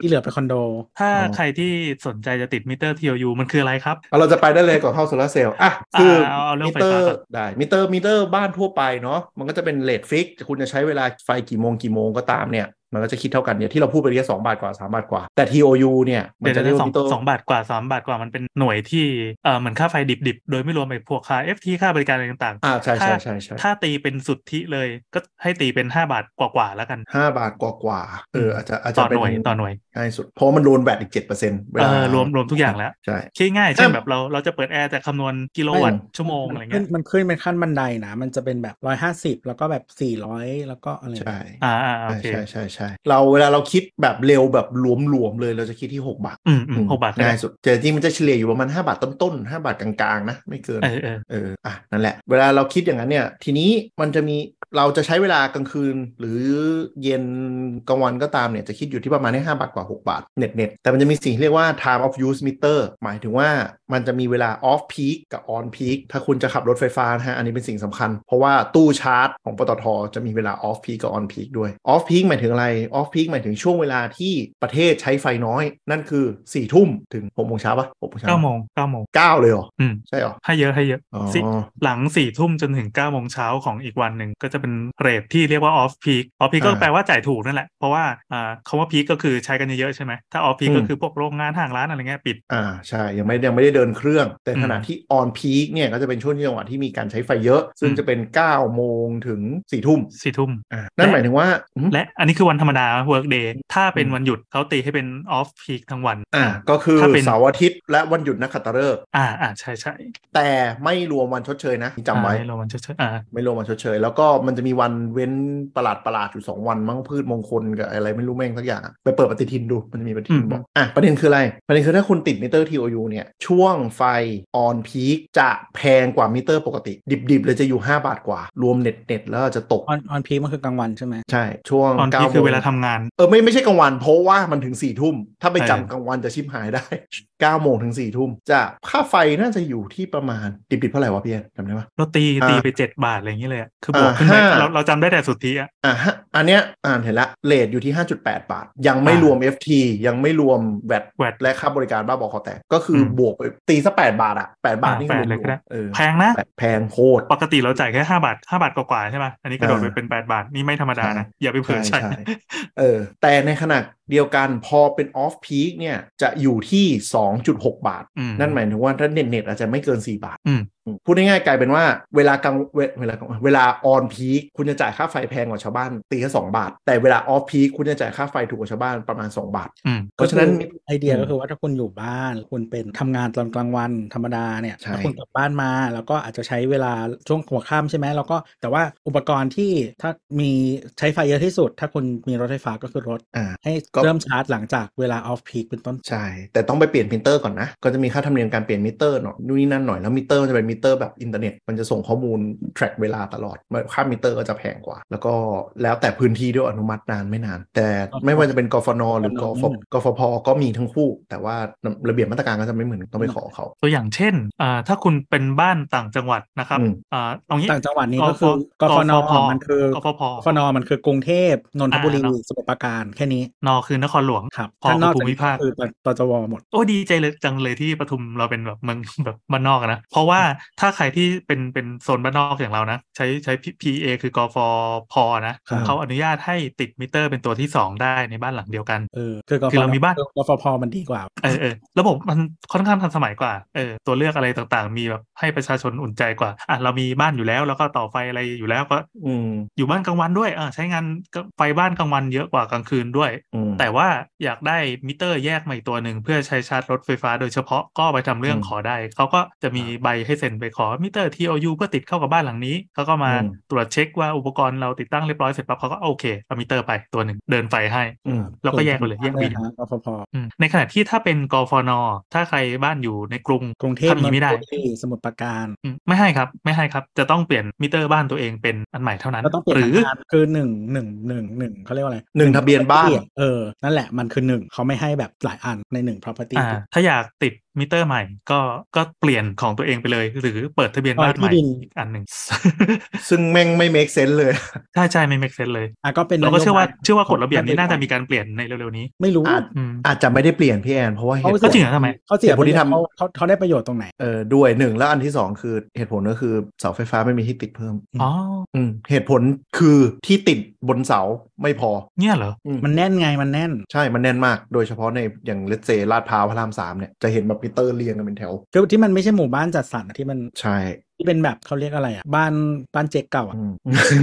Speaker 3: ที่เหลือเป็นคอนโด
Speaker 4: ถ้า
Speaker 2: อ๋อ
Speaker 4: ใครที่สนใจจะติดมิเตอร์ TOU มันคืออะไรครับ
Speaker 2: เอาเราจะไปได้เลยก่อนเข้าโซลาร์เซลล์อ่ะคืออา
Speaker 4: เอาเรื่อง
Speaker 2: มิ
Speaker 4: ไฟ
Speaker 2: เตอ
Speaker 4: ฟ้าก่
Speaker 2: ร์
Speaker 4: อน
Speaker 2: ได้มิเตอร์มิเตอร์บ้านทั่วไปเนาะมันก็จะเป็นเลทฟิกคุณจะใช้เวลาไฟกี่โมงกี่โมงก็ตามเนี่ย มันก็จะคิดเท่ากันเนี่ยที่เราพูดไปเรียกสองบาทกว่าสามบาทกว่า แต่ TOU เนี่ยมัน
Speaker 4: เดี๋
Speaker 2: จะ
Speaker 4: ยวจะ
Speaker 2: เรียก
Speaker 4: ส
Speaker 2: ว่า
Speaker 4: อง
Speaker 2: มิเตอร์
Speaker 4: สองบาทกว่าสามบาทกว่ามันเป็นหน่วยที่เออเหมือนค่าไฟดิบๆ โดยไม่รวมไปพวกค่า FT ค่าบริการอะไรต่าง
Speaker 2: อ่าใช่
Speaker 4: ถ้า
Speaker 2: ใช่ใช่ใช่
Speaker 4: ถ้าตีเป็นสุทธิเลยก็ให้ตีเป็น 5 บาทกว่าๆแล้วกัน
Speaker 2: ห้าบาทกว่ากว่าๆเอออาจจะอาจจะ
Speaker 4: ต่อหน่วย
Speaker 2: เป็
Speaker 4: ต่อหน่วย
Speaker 2: ง่ายสุด เพราะมันโดนแบตอีกเจ็ดเปอร์เซ็นต์
Speaker 4: เออรวมรวมทุกอย่างแล้ว
Speaker 2: ใช่
Speaker 4: คิดง่ายเช่น
Speaker 2: เอิ่ม
Speaker 4: แบบเราเราจะเปิดแอร์แต่คำนวณกิโลวัตต์ชั่วโมงอะไร
Speaker 3: มัน
Speaker 4: เงี้ย
Speaker 3: ขึ้นมันขึ้นเป็นขั้นบันไดนะ มันจะเป็นแบบร้อยห้าสิบแล้วก็แบบสี่ร้อยแล้วก็อะไร
Speaker 2: ใช่
Speaker 4: อ่าอ่าโอ
Speaker 2: ใช่
Speaker 4: เค
Speaker 2: ใช่ใช่ใช่เราเวลาเราคิดแบบเร็วแบบรวมรวมๆเลยเราจะคิดที่หกบาท
Speaker 4: อืมอืมหกบาทก็ได้
Speaker 2: ง่ายสุดแต่จริงๆมันจะเฉลี่ยอยู่ประมาณห้าบาทต้นๆห้าบาทกลางๆนะไม่เกิน
Speaker 4: เออเออ
Speaker 2: เออ อ่ะ นั่นแหละ เวลาเราคิดอย่างนั้นเนี่ย ทีนี้มันจะมี เราจะใช้เวลากลางคืน หรือเย็นกลางวันก็ตามเนี่ย จะคิดอยู่ที่ประมาณห้าบาทกว่า 6 บาท เน็ตเน็ตแต่มันจะมีสิ่งที่เรียกว่า time of use meter หมายถึงว่ามันจะมีเวลา off peak กับ on peak ถ้าคุณจะขับรถไฟฟ้านะฮะ อันนี้เป็นสิ่งสำคัญ เพราะว่าตู้ชาร์จของปตทจะมีเวลา off peak กับ on peak ด้วย off peak หมายถึงอะไร off peak หมายถึงช่วงเวลาที่ประเทศใช้ไฟน้อย นั่นคือ4ี่ทุ่มถึงหกโมงเช้าปะหกโมงเช้า
Speaker 4: เก้าโมงเก้าโมง
Speaker 2: เก้าเลยเหรอ
Speaker 4: อืม
Speaker 2: ใช่เหรอ
Speaker 4: ให้เยอะให้เยอะ
Speaker 2: อ๋อ
Speaker 4: สิ หลังสี่ทุ่มจนถึงเก้าโมงเช้าของอีกวันหนึ่งก็จะเป็นเรทที่เรียกว่าออฟพีคออฟพีคก็
Speaker 2: อ่า
Speaker 4: แปลว่าจ่ายถูกนั่นแหละ เพราะว่าอ่าคำว่าพีคก็คือใช้กันเยอะๆใช่ไหมถ้าออฟพีค
Speaker 2: อืม
Speaker 4: ก็คือพวกโรงงานห้างร้านอะไรเงี้ยปิด
Speaker 2: อ่าใช่ยังไม่ยังไม่ได้เดินเครื่อง แต่
Speaker 4: อืม
Speaker 2: ขณะที่ on peak เนี่ยก็จะเป็นช่วงจังหวะที่มีการใช้ไฟเยอะ ซึ่ง
Speaker 4: อืม
Speaker 2: จะเป็น 9 โมงถึง 4 ทุ่ม
Speaker 4: สี่ทุ่ม
Speaker 2: อ่านั่น
Speaker 4: และ
Speaker 2: หมายถึงว่าอืม
Speaker 4: และอันนี้คือวันธรรมดา work day ถ้าเป็น
Speaker 2: อืม
Speaker 4: วันหยุดเขาตีให้เป็นออฟพีคทั้งวัน
Speaker 2: อ่าก็คือ
Speaker 4: ถ้าเป็น
Speaker 2: เสาร์อาทิตย์และวันหยุดนักขัตฤกษ์
Speaker 4: อ่าอ่าใช่ใช่
Speaker 2: แต่ไม่รวมวันชดเชยนะจำไว้
Speaker 4: อ่าให้เราวันเฉยๆอ่า
Speaker 2: ไม่รวมวันชดเชย แล้วก็มันจะมีวันเว้นประหลาดประหลาดๆอยู่ 2 วันมั้งพืชมงคลกับอะไรไม่รู้แม่งสักอย่างอะไปเปิดปฏิทินดูมันจะมีปฏิทินบอกอ่ะประเด็นคืออะไร ประเด็นคือถ้าคุณติดมิเตอร์ TOU เนี่ย ช่วงไฟ on peak จะแพงกว่ามิเตอร์ปกติ ดิบๆ เลยจะอยู่ 5 บาทกว่า รวมเน็ตเน็ตๆแล้วจะตก
Speaker 3: ออนออนพีมันคือกลางวันใช่ไหม
Speaker 2: ใช่ ช่วง
Speaker 4: on peak
Speaker 2: ก้โมง
Speaker 4: คือเวลาทำงาน
Speaker 2: เออไม่ไม่ใช่กลางวันเพราะว่ามันถึง4ี่ทุ่ม ถ้าไปจำ
Speaker 4: เออ
Speaker 2: กลางวันจะชิบหายได้ 9 โมงถึง4ทุ่มจะค่าไฟน่าจะอยู่ที่ประมาณดิบๆเท่าไหร่วะพี่แอนจำได้ปะ
Speaker 4: เราตี
Speaker 2: อ่า
Speaker 4: ตีไปเจ็ดบาทอะไรอย่างเงี้ยเลยอะคือบวกขึ้นไป
Speaker 2: อ่าห้า
Speaker 4: เราเราจำได้แต่สุทธิอ่ะ
Speaker 2: อ่ะฮะอันเนี้ยอ่านเห็นละเลทอยู่ที่ 5.8 บาท ยังไม่
Speaker 4: อ่าร ร
Speaker 2: วม FT ยังไม่รวมแวด
Speaker 4: VAT
Speaker 2: และค่าบริการบ้าบอคอแตกก็คืออ
Speaker 4: ม
Speaker 2: บวกไปตีสัก8บาทอ่ะ 8 บาท
Speaker 4: อ่า
Speaker 2: นี่คือ
Speaker 4: แปดเลยก็ได้
Speaker 2: เออ
Speaker 4: แพงนะ
Speaker 2: แปดแพงโคตร
Speaker 4: ปกติเราจ่ายแค่ห้าบาทห้าบาทกว่าๆใช่ป่ะอันนี้กระโดดไปเป็นแปดบาทนี่ไม่ธรรมดานะอย่าไปเผื่อใช้
Speaker 2: ใช่ เออแต่ในขณะเดียวกันพอเป็นออฟพีคเนี่ยจะอยู่ที่ 2.6 บาท
Speaker 4: อืม
Speaker 2: นั่นหมายถึงว่าถ้าเน็ตเน็ตๆอาจจะไม่เกิน 4 บาท
Speaker 4: อืม
Speaker 2: อืมพูดง่ายๆกลายเป็นว่าเวลากลางเวเวลากลางเวลาออนพีคคุณจะจ่ายค่าไฟแพงกว่าชาวบ้านตีแค่สองบาท แต่เวลาออฟพีคคุณจะจ่ายค่าไฟถูกกว่าชาวบ้านประมาณ 2 บาท
Speaker 4: อืม
Speaker 2: เพราะฉะนั้น
Speaker 3: ก็คือไอเดีย
Speaker 2: อืม
Speaker 3: ก็คือว่าถ้าคุณอยู่บ้านคุณเป็นทำงานตอนกลางวันธรรมดาเนี่ย
Speaker 2: ใช่
Speaker 3: แล้วคุณกลับบ้านมา แล้วก็อาจจะใช้เวลาช่วงหัวค่ำใช่ไหมแล้วก็แต่ว่าอุปกรณ์ที่ถ้ามีใช้ไฟเยอะที่สุด ถ้าคุณมีรถไฟฟ้าก็คือรถ
Speaker 2: อ่า
Speaker 3: ให้
Speaker 2: ก็
Speaker 3: เริ่มชาร์จหลังจากเวลาออฟพีคเป็นต้น
Speaker 2: ใช่ แต่ต้องไปเปลี่ยนมิเตอร์ก่อนนะ ก็จะมีค่าธรรมเนียมการเปลี่ยนมิเตอร์หน่อยนู่นนี่นั่นหน่อย แล้วมิเตอร์มันจะเป็นมิเตอร์แบบอินเทอร์เน็ต มันจะส่งข้อมูล track เวลาตลอด ค่ามิเตอร์ก็จะแพงกว่า แล้วก็แล้วแต่พื้นที่ด้วยอนุมัตินานไม่นาน แต่ไม่ว่าจะเป็นกฟนหรือกฟกฟพก็มีทั้งคู่ แต่ว่าระเบียบมาตรการก็จะไม่เหมือนต้องไปขอเขา
Speaker 4: ตัวอย่างเช่นอ่าถ้าคุณเป็นบ้านต่างจังหวัดนะครับ
Speaker 2: อืม
Speaker 4: อ่าเอางี้
Speaker 3: ต่างจังหวัดนี้ก็คือก ก
Speaker 4: ฟ
Speaker 3: ฟน
Speaker 4: กฟผ
Speaker 3: มันคือก
Speaker 4: ฟผ
Speaker 3: กฟนมันคือกรุงเทพนนทบุรี
Speaker 4: อ่าเนอะ
Speaker 3: สมุทรปราการแค่นี้
Speaker 4: นอคือนครหลวง
Speaker 3: ครับ
Speaker 4: พอ
Speaker 3: ถ้านอก
Speaker 4: ภู
Speaker 3: จาก
Speaker 4: มิ
Speaker 3: นี้
Speaker 4: ภาค
Speaker 3: ก็คือตตจวหมด
Speaker 4: โอ้ดีใจเลยจังเลยที่ปทุมเราเป็นแบบเมือง แบบบ้านนอกอะนะเพราะว่าถ้าใครที่เป็นเป็นโซนบ้านนอกอย่างเรานะ ใช้ใช้ PA คือกฟพนะครับ เขาอนุญาตให้ติดมิเตอร์เป็นตัวที่สองได้ในบ้านหลังเดียวกัน
Speaker 3: เออคือกฟ
Speaker 4: คือเรามีบ้าน
Speaker 3: กฟพมันดีกว่า
Speaker 4: เออเออระบบมันค่อนข้างทันสมัยกว่าเออตัวเลือกอะไรต่างๆ มีแบบให้ประชาชนอุ่นใจกว่าอ่ะเรามีบ้านอยู่แล้ว แล้วก็ต่อไฟอะไรอยู่แล้วก็
Speaker 2: อืม
Speaker 4: อยู่บ้านกลางวันด้วยอ่ะใช้งานก็ไฟบ้านกลางวันเยอะกว่ากลางคืนด้วย
Speaker 2: อืม
Speaker 4: แต่ว่าอยากได้มิเตอร์แยกมาอีกตัวหนึ่งเพื่อใช้ชาร์จรถไฟฟ้าโดยเฉพาะก็ไปทำเรื่อง
Speaker 2: อืม
Speaker 4: ขอได้ เขาก็จะมีใบให้เซ็น ไปขอมิเตอร์ TOU เพื่อติดเข้ากับบ้านหลังนี้เขาก็มา
Speaker 2: อืม
Speaker 4: ตรวจเช็คว่าอุปกรณ์เราติดตั้งเรียบร้อยเสร็จปั๊บเขาก็เอาโอเคเอามิเตอร์ไปตัวหนึ่งเดินไฟให้
Speaker 2: อืม
Speaker 4: แล้วก็แยกไปเลยแยกบิน
Speaker 3: นะกฟผ
Speaker 4: อืมในขณะที่ถ้าเป็นกฟน ถ้าใครบ้านอยู่ในกรุง
Speaker 3: กรุงเทพ
Speaker 4: ทำอย่างนี้ไม่ได้
Speaker 3: ที่สมุทรปราการ
Speaker 4: อืมไม่ให้ครับ ไม่ให้ครับ จะต้องเปลี่ยนมิเตอร์บ้านตัวเองเป็นอันใหม่เท่านั้น
Speaker 3: ก็ต้องเปลี่ยน
Speaker 4: หรือ
Speaker 3: ทางคือหนึ่งหนึ่งหนึ่งหนึ่งเขาเรียกว่าอะไร
Speaker 2: หนึ่งทะเบียนบ้าน
Speaker 3: เออนั่นแหละมันคือหนึ่งเขาไม่ให้แบบหลายอันในหนึ่ง property
Speaker 4: อ่า ถ้าอยากติดมิเตอร์ใหม่ ก็ก็เปลี่ยนของตัวเองไปเลย หรือเปิดทะเบียนบ้าน
Speaker 3: เอาที่
Speaker 4: ใหม่
Speaker 3: ดิน
Speaker 4: อีกอันหนึ่ง
Speaker 2: ซึ่งแม่งไม่ make sense เลย
Speaker 4: ใช่ใช่ไม่ make sense เลย
Speaker 3: อ่ะก็เป็น
Speaker 4: เราก็
Speaker 3: นโยบย
Speaker 4: เชื่อว่าเชื่อว่ากฎระเบียบ
Speaker 3: ขง
Speaker 4: นี้น่าจะมีการเปลี่ยนในเร็วๆนี้
Speaker 3: ไม่รู้
Speaker 2: อาจ
Speaker 4: อืม
Speaker 2: อาจจะไม่ได้เปลี่ยนพี่แอน เพราะว่าเหตุผ
Speaker 4: ก็
Speaker 2: ล
Speaker 4: จริงเหรอทำไม
Speaker 3: เขาเสีย
Speaker 2: เหตุผลที่ทำ
Speaker 3: เขาเขาเขาได้ประโยชน์ตรงไหน
Speaker 2: เออด้วยหนึ่งแล้วอันที่สองคือเหตุผลก็คือเสาไฟฟ้าไม่มีที่ติดเพิ่ม
Speaker 3: อืม
Speaker 4: อ๋อ
Speaker 2: อืมเหตุผลคือที่ติดบนเสาไม่พอ
Speaker 4: เนี่ยเหรอ
Speaker 2: อืม
Speaker 3: มันแน่นไงมันแน่น
Speaker 2: ใช่มันแน่นมากโดยเฉพาะในอย่างเลสเซลาดพร้าวพระรามสามเนี่ยจะเห็นแบบมิเตอร์เรียงกันเป็นแถว
Speaker 3: คือที่มันไม่ใช่หมู่บ้านจัดสรรอะที่มัน
Speaker 2: ใช่
Speaker 3: ที่เป็นแบบเขาเรียกอะไรอ่ะบ้านบ้านเจ๊กเก่าอ่ะ
Speaker 2: อืม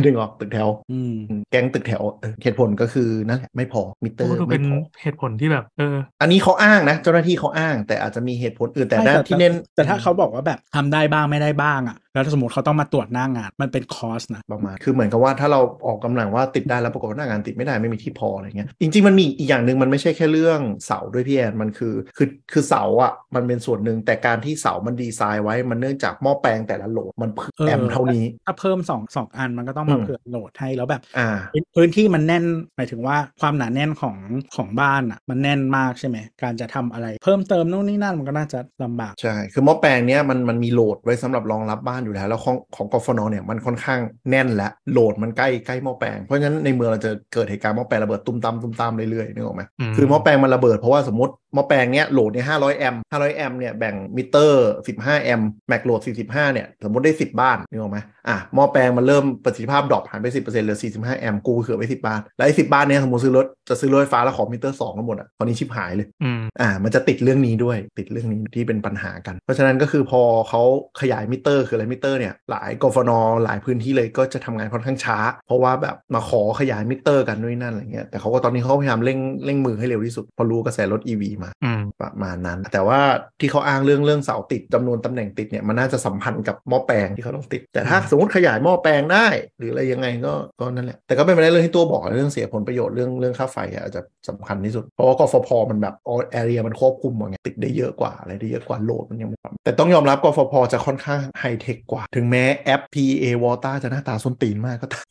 Speaker 2: ดึงออกตึกแถว
Speaker 3: อืม
Speaker 2: อืมแก๊งตึกแถวเออเหตุผลก็คือนั่นแหละไม่พอมิเตอร์
Speaker 4: โอ้ดูเป็
Speaker 2: ไม่
Speaker 4: น
Speaker 2: พอ
Speaker 4: เหตุผลที่แบบ เออ
Speaker 2: อันนี้เขาอ้างนะเจ้าหน้าที่เขาอ้าง แต่อาจจะมีเหตุผลอื่นแต่
Speaker 3: ใช่
Speaker 2: นะ
Speaker 3: แต่
Speaker 2: ที่เน้น
Speaker 3: แต่ถ้าเขาบอกว่าแบบทำได้บ้างไม่ได้บ้างอ่ะ แล้วถ้าสมมติเขาต้องมาตรวจหน้างาน มันเป็นคอสนะ
Speaker 2: ประมาณคือเหมือนกับว่าถ้าเราออกกำลังว่าติดได้แล้วปรากฏว่าหน้างานติดไม่ได้ไม่มีที่พออะไรเงี้ยจริงๆมันมีอีกอย่างหนึ่งมันไม่ใช่แค่เรื่องเสาด้วยพี่แอนมันคือคือคือเสาอ่ะมันเป็นส่วนหนึ่งแต่การที่เสามันดีไซน์ไว้มันเนื่องจากหม้อแปลงแต่ละโหลดมันเพิ่ม
Speaker 3: เออ
Speaker 2: แอมเท่านี้
Speaker 3: ถ้าเพิ่มสองสองอันมันก็ต้อง
Speaker 2: อื
Speaker 3: มาม เผื่อโหลดให้แล้วแบบ
Speaker 2: อ่า
Speaker 3: พื้นพื้นที่มันแน่นหมายถึงว่าความหนาแน่นของของบ้านอ่ะ มันแน่นมากใช่ไหมการจะทำอะไร เพิ่มเติมนู่นนี่นั่นมันก็น่าจะลำบาก
Speaker 2: ใช่ คือหม้อแปลงเนี้ยมันมันมีโหลดไว้สำหรับรองรับบ้านอยู่แล้ว แล้วของของกฟนเนี่ยมันค่อนข้างแน่นและโหลดมันใกล้ใกล้หม้อแปลง เพราะฉะนั้นในเมืองเราจะเกิดเหตุการณ์หม้อแปลงระเบิดตุ้มตามตุ้มตามเรื่อยๆนึกออกไหม
Speaker 4: อืม
Speaker 2: คือหม้อแปลงมันระเบิดเพราะว่าสมมติหม้อแปลงเนี้ยโหลดเนี่ย500แอมป์500แอมป์เนี่ยแบ่งมิเตอร์ 15 แอมป์แม็กโหลด 45 เนี่ยสมมติได้ 10 บ้านนึกออกไหมอ่ะหม้อแปลงมันเริ่มประสิทธิภาพดรอปหายไป10%เหลือ45แอมป์กูเขือไป10บ้านแล้วไอ้10บ้านเนี่ยสมมติซื้อรถจะซื้อรถไฟฟ้าแล้วขอมิเตอร์สองทั้งหมดอ่ะตอนนี้ชิบหายเลย
Speaker 4: อืม
Speaker 2: อ่ามันจะติดเรื่องนี้ด้วยติดเรื่องนี้ที่เป็นปัญหากัน เพราะฉะนั้นก็คือพอเขาขยายมิเตอร์คืออะไรมิเตอร์เนี่ยหลายกฟนหลายพื้นที่เลยก็จะทำงานค่อนข้างช้า เพราะว่าแบบมาขอขยายมิเตอร์กันด้วยนั่นอะไรเงี้ยแต่เขาก็ตอนนี้เขาพยายามเร่งเร่งมือให้เร็วที่สุดเพราะรู้กระแสรถ EV มา
Speaker 4: อื ม
Speaker 2: ประมาณนั้น แต่ว่าที่เขาอ้างเรื่องเรื่องเสาติดจำนวนตำแหน่งติดเนี่ยมันน่าจะสัมพันธ์กับหม้อแปลงที่เขาต้องติด แต่ถ้าสมมติขยายหม้อแปลงได้ หรืออะไรยังไงก็ก็นั่นแหละแต่ก็เป็นไปได้เรื่องที่ตัวบอกเรื่องเสียผลประโยชน์เรื่องเรื่องค่าไฟอะอาจจะสำคัญที่สุด เพราะว่ากฟพมันแบบออแอเรียมันควบคุมหมดไงติดได้เยอะกว่าอะไรได้เยอะกว่าโหลดมันยังไม่ทำแต่ต้องยอมรับกฟพจะค่อนข้างไฮเทคกว่า ถึงแม้แอป PA Water จะหน้าตาส้นตีนมากก็ตาม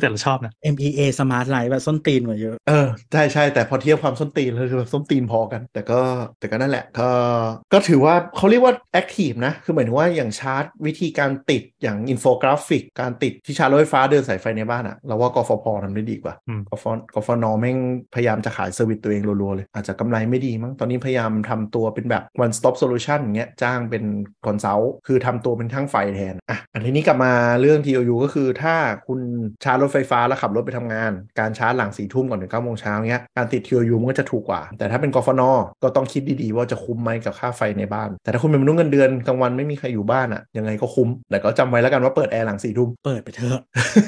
Speaker 4: แต่เราชอบนะ
Speaker 3: MEA Smart Light แบบส้นตีนกว่าเยอะ
Speaker 2: เออใช่ใช่แต่พอเทียบความส้นตีนแล้วคือแบบส้นตีนพอกัน แต่ก็แต่ก็นั่นแหละก็ก็ถือว่าเขาเรียกว่าแอคทีฟนะ คือหมายถึงว่าอย่างชาร์จวิธีการติดอย่างอินโฟกราฟิก การติดที่ชาร์จรถไฟฟ้าเดินสายไฟในบ้านอะเราว่ากฟพทำได้ดีกว่า
Speaker 4: อืม
Speaker 2: กฟกฟนแม่งพยายามจะขายเซอร์วิสตัวเองรัวๆเลย อาจจะกำไรไม่ดีมั้งตอนนี้พยายามทำตัวเป็นแบบ one stop solution อย่างเงี้ยจ้างเป็นคอนซัลท์คือทำตัวเป็นทั้งไฟแทนอ่ะอันทีนี้กลับมาเรื่อง TOU ก็คือถ้าคุณชาร์จรถไฟฟ้าแล้วขับรถไปทำงาน การชาร์จหลังสี่ทุ่มก่อนถึงเก้าโมงเช้าเงี้ยการติด TOU มันก็จะถูกกว่า แต่ถ้าเป็นกฟนก็ต้องคิดดีๆ ว่าจะคุ้มไหมกับค่าไฟในบ้าน แต่ถ้าคุณเป็นมนุษย์เงินเดือนกลางวันไม่มีใครอยู่บ้านอะยังไงก็คุ้มแต่ก็จำไว้แล้วกันว่าเปิดแอร์หลังสี่ทุ่ม
Speaker 3: เปิดไปเถอะ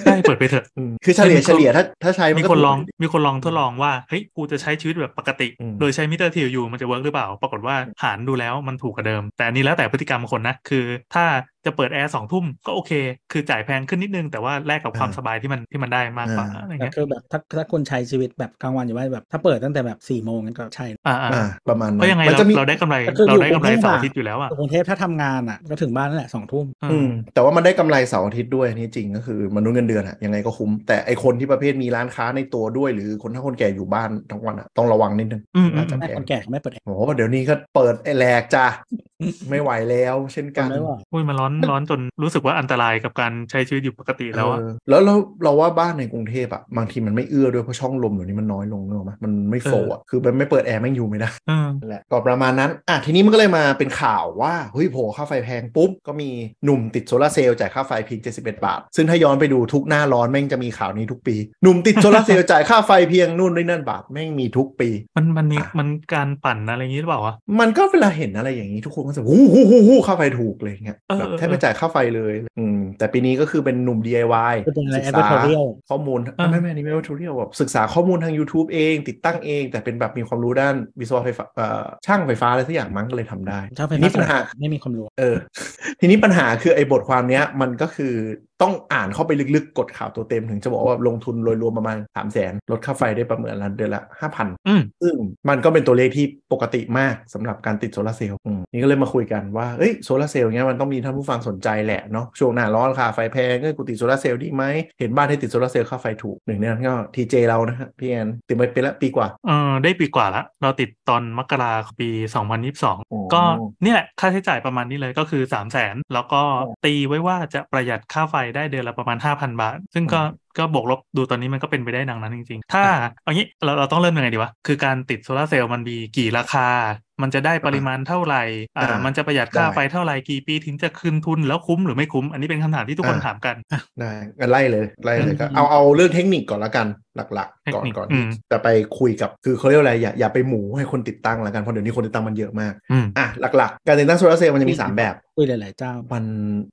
Speaker 4: ได้เปิดไปเถอะ
Speaker 2: อืมคือเฉลี่ยเฉลี่ยถ้าถ้าใช้มั
Speaker 4: มี
Speaker 2: นก็
Speaker 4: คน
Speaker 2: ถูก
Speaker 4: ลอง
Speaker 2: ยู่ดี
Speaker 4: มีคนลองทดลองว่าเฮ้ยกูจะใช้ชีวิตแบบปกติ
Speaker 2: อืม
Speaker 4: โดยใช้มิเตอร์ทีอยู่มันจะเวิร์กหรือเปล่า ปรากฏว่าหารดูแล้วมันถูกกว่าเดิม แต่อันนี้แล้วแต่พฤติกรรมคนนะ คือถ้าจะเปิดแอร์สองทุ่มก็โอเค คือจ่ายแพงขึ้นนิดนึง แต่ว่าแลกกับความ
Speaker 2: อ่า
Speaker 4: สบายที่มันที่มันได้มากกว่า
Speaker 2: อ่า
Speaker 4: อะไร
Speaker 3: แต่
Speaker 4: เงี้ย
Speaker 3: คือแบบถ้าถ้าคนใช้ชีวิตแบบกลางวันอยู่ว่านแบบถ้าเปิดตั้งแต่แบบ4ี่โมงนั้นก็ใช่
Speaker 4: อ่าอ่า
Speaker 2: อ่าประมาณนั้
Speaker 4: เพราะ
Speaker 2: น
Speaker 4: ยังไง
Speaker 2: มัน
Speaker 4: เรา
Speaker 2: จะมี
Speaker 4: เราได้กำไร
Speaker 3: ก็คือ
Speaker 4: เราได้
Speaker 3: อยู่กรุ
Speaker 4: กำไร
Speaker 3: งเทพ
Speaker 4: เสาร์
Speaker 3: อะ
Speaker 4: อาทิตย์อยู่แล้วอ่ะ
Speaker 3: กรุงเทพถ้าทำงานอ่ะก็ถึงบ้านนั่นแหละสองทุ่ม
Speaker 4: อื
Speaker 2: อื
Speaker 4: ม
Speaker 2: มแต่ว่ามันได้กำไรเสาร์อาทิตย์ด้วยอันนี่จริงก็คือมนุษย์เงินเดือนอะยังไงก็คุ้ม แต่ไอคนที่ประเภทมีร้านค้าในตัวด้วย หรือคนถ้าคนแก่อยู่บ้านทั้งวันอะต้องระวังนิดนึง
Speaker 4: อืม
Speaker 2: น่าจะ
Speaker 4: อืม
Speaker 3: ไม่คนแก่เขาไม่เปิดแอร์
Speaker 2: โอ้โหเดี๋ยวนี้ก็เปิดไอแหลกจ้ะ ไม่ไหวแล้วเช่นกัน
Speaker 3: ไม่ไหว
Speaker 4: อุ้ยมันร้อนร้อนจนรู้สึกว่าอันตรายกับการใช้ชีวิตอยู่ปกติแล้วอะ
Speaker 2: เออแล้วเราเราว่าบ้านในกรุงเทพอะบางทีมันไม่เอื้อด้วยเพราะช่องลมเดี๋ยวนี้มันน้อยลงเนกอะมั้ยมันไม่โฟลว์อะคือมันไม่เปิดแอร์ไม่งอยู่ไม่ได้
Speaker 4: เออ
Speaker 2: นั่นแหละก็ประมาณนั้นอ่ะทีนี้มันก็เลยมาเป็นข่าวว่าเฮ้ยโผล่ค่าไฟแพงปุ๊บ ก็มีหนุ่มติดโซลาร์เซลล์จ่ายค่าไฟเพียง 71 บาท ซึ่งถ้าย้อนไปดูทุกหน้าร้อนแม่งจะมีข่าวนี้ทุกปี หนุ่มติดโซลาร์เซลล์จ่ายค่าไฟเพียงนู่นนี่นั่นบาท แม่งมีทุกปี
Speaker 4: มันมันมี
Speaker 2: อ่ะ
Speaker 4: มันการปั่นอะไรอย่างนี้หรือเปล่าวะ
Speaker 2: มันก็เวลาเห็นอะไรอย่างนี้ทุกคน ก็จะหูหูหูหูค่าไฟถูกอะไรอย่างเงี้ย
Speaker 4: เออ
Speaker 2: แบบ
Speaker 4: เออ
Speaker 2: แทบไม่จ่ายค่าไฟเลย อืมแต่ปีนี้ก็คือเป็นหนุ่ม DIY
Speaker 3: ก็เป็นอะไร
Speaker 2: ศึกษา
Speaker 3: editorial
Speaker 2: ข้อมูล
Speaker 4: อ่า
Speaker 2: ไม่ไม่อันนี่ไม่ว่าทูเรียลแบบศึกษาข้อมูลทาง YouTube เอง ติดตั้งเอง แต่เป็นแบบมีความรู้ด้านวิศวะไฟฟ้าเอ่อช่างไฟฟ้าอะไรสักอย่างมั้งก็เลยทำได้
Speaker 3: เจ้าไฟ
Speaker 2: ทีนี้
Speaker 3: ฟ้า
Speaker 2: ปัญหา
Speaker 3: ไม่มีความรู้
Speaker 2: เออ ทีนี้ปัญหาคือไอ้บทความเนี้ยมันก็คือต้องอ่านเข้าไปลึกๆ กดข่าวตัวเต็มถึงจะบอกว่าลงทุนโดยรวมประมาณ3ามแสนลดค่าไฟได้ประเมินละเดือนละห้าพัน
Speaker 4: อืม
Speaker 2: ซึ่งมันก็เป็นตัวเลขที่ปกติมากสำหรับการติดโซลาร์เซลล์อืมนี่ก็เลยมาคุยกันว่าเอ้ยโซลาร์เซลล์เนี้ยมันต้องมีท่านผู้ฟังสนใจแหละเนาะช่วงหน้าร้อนค่าไฟแพงเอ้ยกูติดโซลาร์เซลล์ดีไหมเห็นบ้านให้ติดโซลาร์เซลล์ค่าไฟถูกหนึ่งในนั้นก็ทีเจเรานะฮะพี่แอนติดมาเป็นละปีกว่า
Speaker 4: เออได้ปีกว่าละเราติดตอนมกราปี
Speaker 2: โอ้
Speaker 4: 2022 ก็เนี่ยค่าใช้จ่ายประมาณนี้เลยก็คือ 3 0 0แสนแล้วก็ตีไว้ว่าจะประหยัดค่าไฟได้เดือนละประมาณ 5,000 บาท ซึ่งก็ก็บวกลบดูตอนนี้มันก็เป็นไปได้ดังนั้นจริงๆ ถ้าเอางี้เราเราต้องเริ่มยังไงดีวะ คือการติดโซลาร์เซลล์มันมีกี่ราคา มันจะได้ปริมาณเท่าไหร่อ่า
Speaker 2: อ่ามั
Speaker 4: มันจะประหยัดค่า
Speaker 2: ได้
Speaker 4: ไฟเท่าไหร่กี่ปีถึงจะคืนทุนแล้วคุ้มหรือไม่คุ้ม อันนี้เป็นคำถามที่ทุกคน
Speaker 2: อ่า
Speaker 4: ถามกัน
Speaker 2: ได้งั้นไล่เลยไล่เลยก็
Speaker 3: อืม
Speaker 2: เอาเอาเรื่องเทคนิคก่อนละกันหลักๆ ก่อน
Speaker 4: เทคนิค
Speaker 2: ก่อน
Speaker 4: อื
Speaker 2: ที่
Speaker 4: ม
Speaker 2: จะไปคุยกับคือเขาเรียกว่าอะไรอย่าอย่าไปหมูให้คนติดตั้งละกันเพราะเดี๋ยวนี้คนติดตั้งมันเยอะมาก
Speaker 4: อืม
Speaker 2: อ่ะหลักๆ การติดตั้งโซลาร์เซลล์มันจะมี 3 แบบ
Speaker 3: คุยหลาย ๆ เจ้า
Speaker 2: มัน